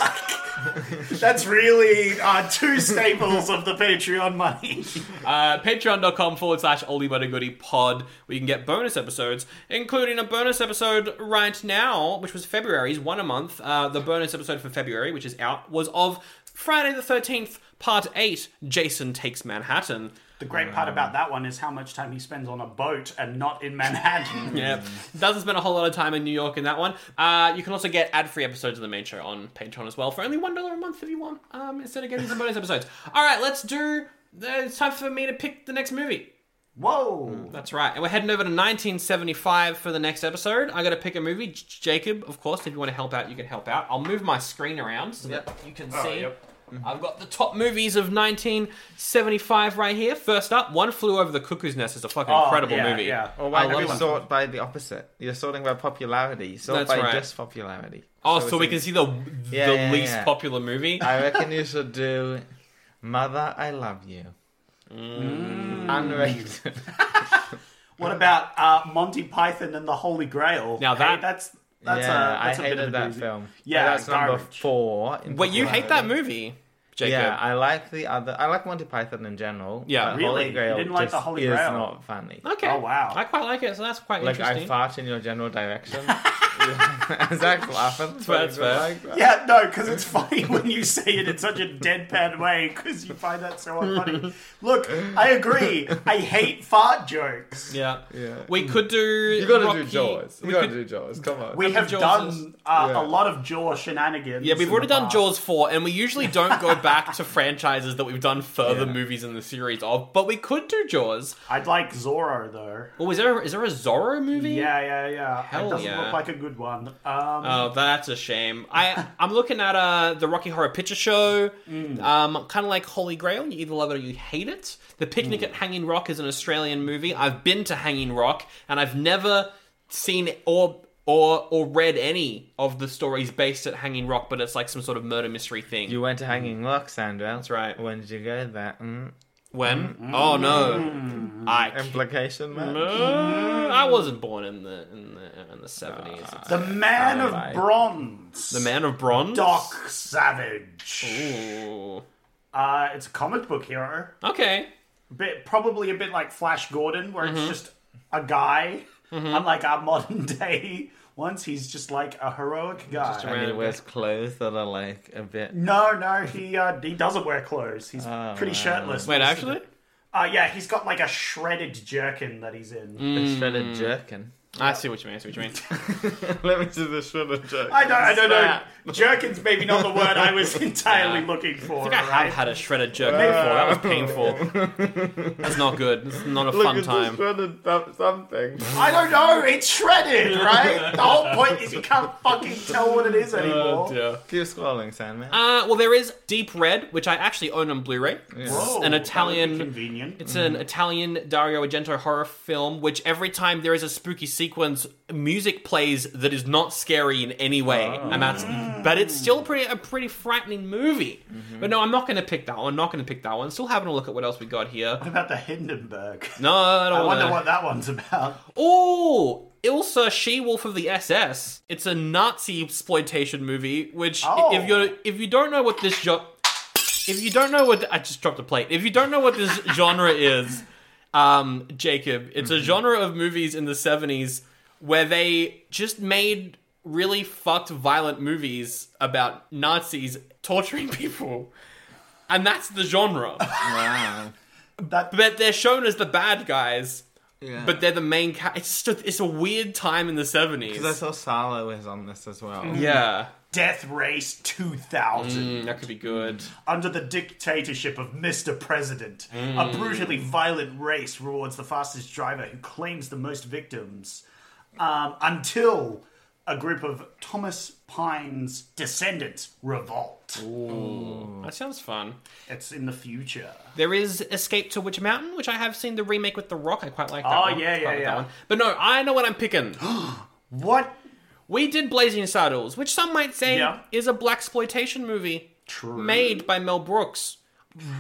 [SPEAKER 4] That's really uh, two staples of the Patreon money.
[SPEAKER 5] Uh, patreon.com forward slash oldie but a goodie pod where you can get bonus episodes including a bonus episode right now which was february's one a month uh, the bonus episode for february which is out was of friday the 13th part 8 jason takes manhattan
[SPEAKER 4] The great part about that one is how much time he spends on a boat and not in Manhattan.
[SPEAKER 5] yeah doesn't spend a whole lot of time in new york in that one uh, you can also get ad-free episodes of the main show on patreon as well for only $1 a month if you want um, instead of getting some bonus episodes all right let's do uh, it's time for me to pick the next movie
[SPEAKER 4] Whoa!
[SPEAKER 5] That's right. And we're heading over to 1975 for the next episode. I got to pick a movie. J- Jacob, of course, if you want to help out, you can help out. I'll move my screen around so that you can see. Mm-hmm. I've got the top movies of 1975 right here. First up, One Flew Over the Cuckoo's Nest is a fucking
[SPEAKER 3] Oh,
[SPEAKER 5] incredible
[SPEAKER 4] Oh, yeah,
[SPEAKER 5] movie.
[SPEAKER 4] yeah.
[SPEAKER 3] Or
[SPEAKER 5] I
[SPEAKER 3] why do
[SPEAKER 5] love
[SPEAKER 3] we
[SPEAKER 5] that.
[SPEAKER 3] sort by the opposite? You're sorting by popularity. You sort
[SPEAKER 5] That's
[SPEAKER 3] by
[SPEAKER 5] right.
[SPEAKER 3] just popularity.
[SPEAKER 5] Oh,
[SPEAKER 3] So
[SPEAKER 5] so,
[SPEAKER 3] it's
[SPEAKER 5] we
[SPEAKER 3] in-
[SPEAKER 5] can see the
[SPEAKER 3] Yeah,
[SPEAKER 5] the
[SPEAKER 3] yeah,
[SPEAKER 5] least
[SPEAKER 3] yeah.
[SPEAKER 5] popular movie.
[SPEAKER 3] I reckon you should do Mother, I Love You.
[SPEAKER 4] Mm.
[SPEAKER 3] Unrated.
[SPEAKER 4] What about uh, Monty Python and the Holy Grail?
[SPEAKER 5] Now that-
[SPEAKER 4] that's that's
[SPEAKER 3] yeah,
[SPEAKER 4] a that's a
[SPEAKER 3] I
[SPEAKER 4] bit of a
[SPEAKER 3] hated that
[SPEAKER 4] doozy.
[SPEAKER 3] film.
[SPEAKER 4] Yeah,
[SPEAKER 3] But that's number
[SPEAKER 4] garbage.
[SPEAKER 3] four. in
[SPEAKER 5] Wait, you hate that
[SPEAKER 3] popularity.
[SPEAKER 5] movie, Jacob?
[SPEAKER 3] Yeah, I like the other. I like Monty Python in general.
[SPEAKER 5] Yeah.
[SPEAKER 3] but
[SPEAKER 4] Really?
[SPEAKER 3] Holy Grail
[SPEAKER 4] You didn't like
[SPEAKER 3] just
[SPEAKER 4] the Holy
[SPEAKER 3] Is
[SPEAKER 4] Grail?
[SPEAKER 3] not funny.
[SPEAKER 5] Okay.
[SPEAKER 4] Oh, wow.
[SPEAKER 5] I quite like it, so that's quite
[SPEAKER 3] Like I
[SPEAKER 5] interesting.
[SPEAKER 3] fart in your general direction. Zach laughing.
[SPEAKER 5] That's fair.
[SPEAKER 4] Yeah, no, because it's funny when you say it in such a deadpan way because you find that so unfunny. Look, I agree. I hate fart jokes.
[SPEAKER 5] yeah.
[SPEAKER 3] Yeah.
[SPEAKER 5] We could do.
[SPEAKER 3] You gotta
[SPEAKER 5] Rocky.
[SPEAKER 3] do Jaws. You
[SPEAKER 5] We
[SPEAKER 3] gotta
[SPEAKER 5] could-
[SPEAKER 3] do Jaws. Come on.
[SPEAKER 4] We have
[SPEAKER 5] Jaws
[SPEAKER 4] done uh,
[SPEAKER 3] yeah.
[SPEAKER 4] a lot of jaw shenanigans.
[SPEAKER 5] Yeah, we've
[SPEAKER 4] in
[SPEAKER 5] already
[SPEAKER 4] the
[SPEAKER 5] done
[SPEAKER 4] past.
[SPEAKER 5] Jaws 4, and we usually don't go back to franchises that we've done further movies in the series of, but we could do Jaws.
[SPEAKER 4] I'd like Zorro though.
[SPEAKER 5] Oh, is there, is there a Zorro movie?
[SPEAKER 4] Yeah, yeah, yeah.
[SPEAKER 5] Hell
[SPEAKER 4] it doesn't
[SPEAKER 5] yeah.
[SPEAKER 4] look like a good one. Um,
[SPEAKER 5] Oh, that's a shame. I, I'm looking at uh, the Rocky Horror Picture Show,
[SPEAKER 4] Mm.
[SPEAKER 5] um, kind of like Holy Grail. You either love it or you hate it. The Picnic
[SPEAKER 4] Mm.
[SPEAKER 5] at Hanging Rock is an Australian movie. I've been to Hanging Rock, and I've never seen or or or read any of the stories based at Hanging Rock, but it's like some sort of murder mystery thing.
[SPEAKER 3] You went to Hanging Rock, Sandra. That's
[SPEAKER 5] right.
[SPEAKER 3] When did you go there? Mm.
[SPEAKER 5] when?
[SPEAKER 4] Mm-hmm.
[SPEAKER 5] Oh no! I
[SPEAKER 3] Implication, man.
[SPEAKER 5] Uh, I wasn't born in the in the in the seventies.
[SPEAKER 4] the Man of
[SPEAKER 3] right.
[SPEAKER 4] Bronze.
[SPEAKER 5] the Man of Bronze.
[SPEAKER 4] Doc Savage.
[SPEAKER 5] Ooh.
[SPEAKER 4] Uh, it's a comic book hero.
[SPEAKER 5] Okay.
[SPEAKER 4] bit probably a bit like Flash Gordon, where
[SPEAKER 5] Mm-hmm.
[SPEAKER 4] it's just a guy, unlike our modern day ones. He's just like a heroic guy.
[SPEAKER 3] And he wears clothes that are like a bit.
[SPEAKER 4] no, no, he uh, he doesn't wear clothes. He's pretty shirtless.
[SPEAKER 5] Oh, Wait,
[SPEAKER 4] most of
[SPEAKER 5] actually, Mm.
[SPEAKER 4] it. uh, yeah, he's got like a shredded jerkin that he's in.
[SPEAKER 3] It's shredded jerkin.
[SPEAKER 5] I see what you mean. I see what you mean.
[SPEAKER 3] Let me do this shorter joke.
[SPEAKER 4] I don't, I don't know. Jerkin's maybe not the word I was entirely looking for.
[SPEAKER 5] I think I
[SPEAKER 4] alright?
[SPEAKER 5] have had a shredded jerk before. That was painful. That's not good. It's not a
[SPEAKER 3] Look,
[SPEAKER 5] fun
[SPEAKER 3] it's
[SPEAKER 5] time.
[SPEAKER 3] just shorter about something.
[SPEAKER 4] I don't know. It's shredded, right? The whole point is you can't fucking tell what it
[SPEAKER 5] Oh,
[SPEAKER 4] is anymore.
[SPEAKER 3] Keep scrolling, Sandman.
[SPEAKER 5] Uh, well, there is Deep Red, which I actually own on Blu-ray. It's
[SPEAKER 4] Whoa, Oh, that would
[SPEAKER 5] an
[SPEAKER 4] be
[SPEAKER 5] Italian.
[SPEAKER 4] convenient.
[SPEAKER 5] It's an Italian Dario Argento horror film, which every time there is a spooky sequence, music plays that is not scary in any way,
[SPEAKER 4] Oh.
[SPEAKER 5] and that's.
[SPEAKER 4] Mm.
[SPEAKER 5] But it's still pretty a pretty frightening movie.
[SPEAKER 4] Mm-hmm.
[SPEAKER 5] But no, I'm not going to pick that one. I'm not going to pick that one. Still having a look at what else we got here.
[SPEAKER 4] What about the Hindenburg?
[SPEAKER 5] No, I don't
[SPEAKER 4] I wonder
[SPEAKER 5] wanna-
[SPEAKER 4] what that one's about.
[SPEAKER 5] Oh, Ilsa She-Wolf of the SS. It's a Nazi exploitation movie. Which, i-
[SPEAKER 4] Oh.
[SPEAKER 5] if you if you don't know what this jo- if you don't know what I just dropped a plate. If you don't know what this genre is, um, Jacob, it's a genre of movies in the seventies where they just made really fucked violent movies about Nazis torturing people. And that's the genre.
[SPEAKER 3] Wow.
[SPEAKER 5] But they're shown as the bad guys, but they're the main ca- it's just it's a weird time in the 70s
[SPEAKER 3] I saw Salo is on this as well.
[SPEAKER 5] yeah
[SPEAKER 4] Death Race 2000.
[SPEAKER 5] Mm, that could be good
[SPEAKER 4] Under the dictatorship of Mr. President,
[SPEAKER 5] Mm.
[SPEAKER 4] a brutally violent race rewards the fastest driver who claims the most victims. Um, until a group of Thomas Pine's descendants revolt. Mm.
[SPEAKER 5] that sounds fun
[SPEAKER 4] It's in the future.
[SPEAKER 5] there is escape to witch mountain which i have seen the remake with the rock i quite like that
[SPEAKER 4] Oh,
[SPEAKER 5] one.
[SPEAKER 4] yeah,
[SPEAKER 5] Quite
[SPEAKER 4] yeah,
[SPEAKER 5] like that
[SPEAKER 4] yeah.
[SPEAKER 5] one. but no i know what i'm picking
[SPEAKER 4] What?
[SPEAKER 5] we did blazing saddles which some might say
[SPEAKER 4] Yeah.
[SPEAKER 5] is a black exploitation movie True. made by mel brooks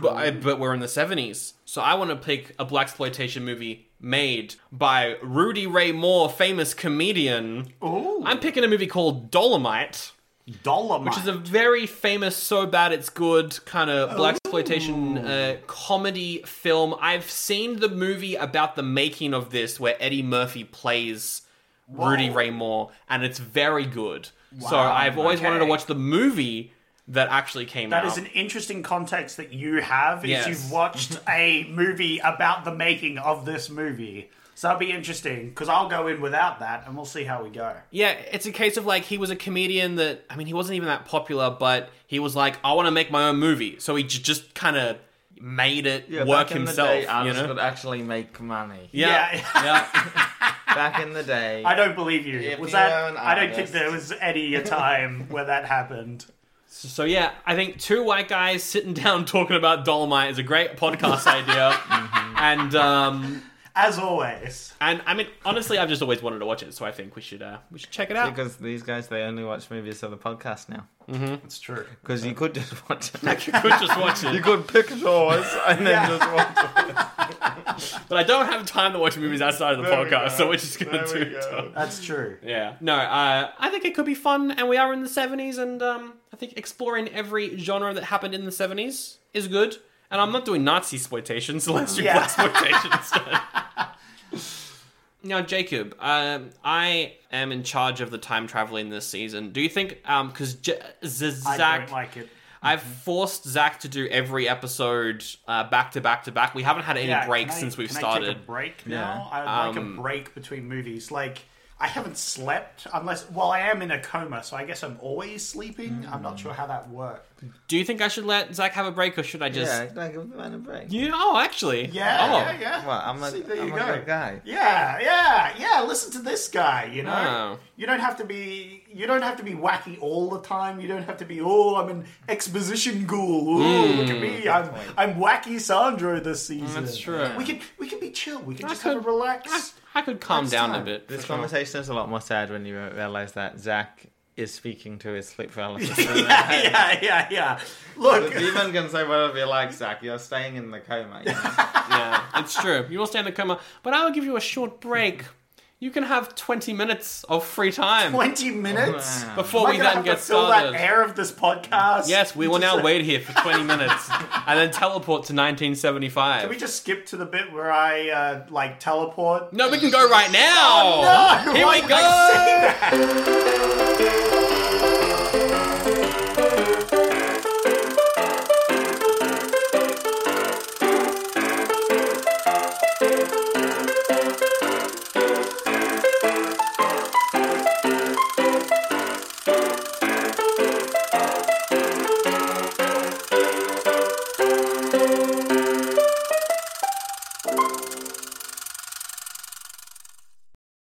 [SPEAKER 5] but, I- but we're in the 70s so i want to pick a black exploitation movie made by rudy ray moore famous comedian
[SPEAKER 4] Ooh,
[SPEAKER 5] i'm picking a movie called dolomite
[SPEAKER 4] Dolomite.
[SPEAKER 5] which is a very famous so bad it's good kind of black exploitation uh, comedy film i've seen the movie about the making of this where eddie murphy plays rudy ray moore and it's very good so i've always wanted to
[SPEAKER 4] okay.
[SPEAKER 5] watch the movie that actually came
[SPEAKER 4] That
[SPEAKER 5] out
[SPEAKER 4] is an interesting context that you have is
[SPEAKER 5] Yes.
[SPEAKER 4] you've watched a movie about the making of this movie. So that'll be interesting because I'll go in without that and we'll see how we go.
[SPEAKER 5] Yeah, it's a case of like he was a comedian that I mean he wasn't even that popular, but he was like I want to make my own movie, so he j- just kind of made it
[SPEAKER 3] Yeah,
[SPEAKER 5] work
[SPEAKER 3] back in
[SPEAKER 5] himself.
[SPEAKER 3] The day, I
[SPEAKER 5] you
[SPEAKER 3] just
[SPEAKER 5] know?
[SPEAKER 3] could actually make money.
[SPEAKER 5] yeah, yeah.
[SPEAKER 3] Back in the day,
[SPEAKER 4] I don't believe you.
[SPEAKER 3] If
[SPEAKER 4] was
[SPEAKER 3] you were
[SPEAKER 4] that?
[SPEAKER 3] an
[SPEAKER 4] I don't think
[SPEAKER 3] artist.
[SPEAKER 4] there was any a time where that happened.
[SPEAKER 5] So yeah, I think two white guys sitting down talking about Dolomite is a great podcast idea.
[SPEAKER 3] Mm-hmm.
[SPEAKER 5] And um
[SPEAKER 4] As always,
[SPEAKER 5] and I mean honestly, I've just always wanted to watch it, so I think we should uh we should check it out.
[SPEAKER 3] because these guys they only watch movies for the podcast now.
[SPEAKER 4] it's true.
[SPEAKER 3] Because you could just watch
[SPEAKER 5] You could just watch
[SPEAKER 3] you
[SPEAKER 5] it,
[SPEAKER 3] could pick yours and then just watch it.
[SPEAKER 5] but I don't have time to watch movies outside of the
[SPEAKER 3] There we
[SPEAKER 5] podcast,
[SPEAKER 3] go.
[SPEAKER 5] so we're just gonna
[SPEAKER 3] There we
[SPEAKER 5] do
[SPEAKER 3] go.
[SPEAKER 5] it.
[SPEAKER 4] That's true.
[SPEAKER 5] Yeah. No, uh, I think it could be fun, and we are in the 70s, and um, I think exploring every genre that happened in the 70s is good. And I'm not doing Nazi exploitation, so let's do
[SPEAKER 4] Yeah.
[SPEAKER 5] black exploitation instead. Now, Jacob, um, I am in charge of the time traveling this season. Do you think, because J- Z-
[SPEAKER 4] I
[SPEAKER 5] Zach,
[SPEAKER 4] don't like it.
[SPEAKER 5] I've forced Zach to do every episode uh, back to back to back. We haven't had any
[SPEAKER 4] Yeah,
[SPEAKER 5] breaks
[SPEAKER 4] can I-
[SPEAKER 5] since we've
[SPEAKER 4] can I
[SPEAKER 5] started. Um,
[SPEAKER 4] take a break now. I like a break between movies. Like I haven't slept unless. Well, I am in a coma, so I guess I'm always sleeping.
[SPEAKER 5] Mm.
[SPEAKER 4] I'm not sure how that works.
[SPEAKER 5] do you think I should let Zach have a break, or should I just?
[SPEAKER 3] Yeah, like give the man a break.
[SPEAKER 5] You oh, actually,
[SPEAKER 4] Yeah,
[SPEAKER 5] oh.
[SPEAKER 4] yeah, yeah.
[SPEAKER 3] Well, I'm a,
[SPEAKER 4] See, there
[SPEAKER 3] am
[SPEAKER 4] you
[SPEAKER 3] a
[SPEAKER 4] go.
[SPEAKER 3] good guy.
[SPEAKER 4] Yeah, yeah, yeah. Listen to this guy. You know,
[SPEAKER 5] Oh.
[SPEAKER 4] you don't have to be. You don't have to be wacky all the time. You don't have to be. Oh, I'm an exposition ghoul. Ooh, look at me. I'm I'm wacky Sandro this season.
[SPEAKER 5] Hmm. Mm, That's true.
[SPEAKER 4] We can we can be chill. We can
[SPEAKER 5] I
[SPEAKER 4] just
[SPEAKER 5] could-
[SPEAKER 4] have a relax.
[SPEAKER 5] I could calm down a
[SPEAKER 4] time.
[SPEAKER 5] bit.
[SPEAKER 3] This
[SPEAKER 5] for sure.
[SPEAKER 3] conversation is a lot more sad when you realize that Zach is speaking to his sleep paralysis.
[SPEAKER 4] yeah,
[SPEAKER 5] Ah.
[SPEAKER 4] yeah, yeah, yeah. Look,
[SPEAKER 3] The demon can say whatever you like, Zach. You're staying in the coma. you know?
[SPEAKER 5] yeah, it's true. You will stay in the coma, but I will give you a short break. You can have 20 minutes of free time
[SPEAKER 4] 20 minutes?
[SPEAKER 3] Wow.
[SPEAKER 5] before
[SPEAKER 4] Am I
[SPEAKER 5] Oh, we
[SPEAKER 4] gonna
[SPEAKER 5] then
[SPEAKER 4] have
[SPEAKER 5] get
[SPEAKER 4] to fill
[SPEAKER 5] started.
[SPEAKER 4] that air of this podcast?
[SPEAKER 5] Yes, we will now wait here for 20 minutes and then teleport to 1975.
[SPEAKER 4] Can we just skip to the bit where I, uh, like, teleport?
[SPEAKER 5] No, we can go right now.
[SPEAKER 4] Oh, No!
[SPEAKER 5] Here
[SPEAKER 4] why
[SPEAKER 5] we
[SPEAKER 4] did I say
[SPEAKER 5] go.
[SPEAKER 4] that?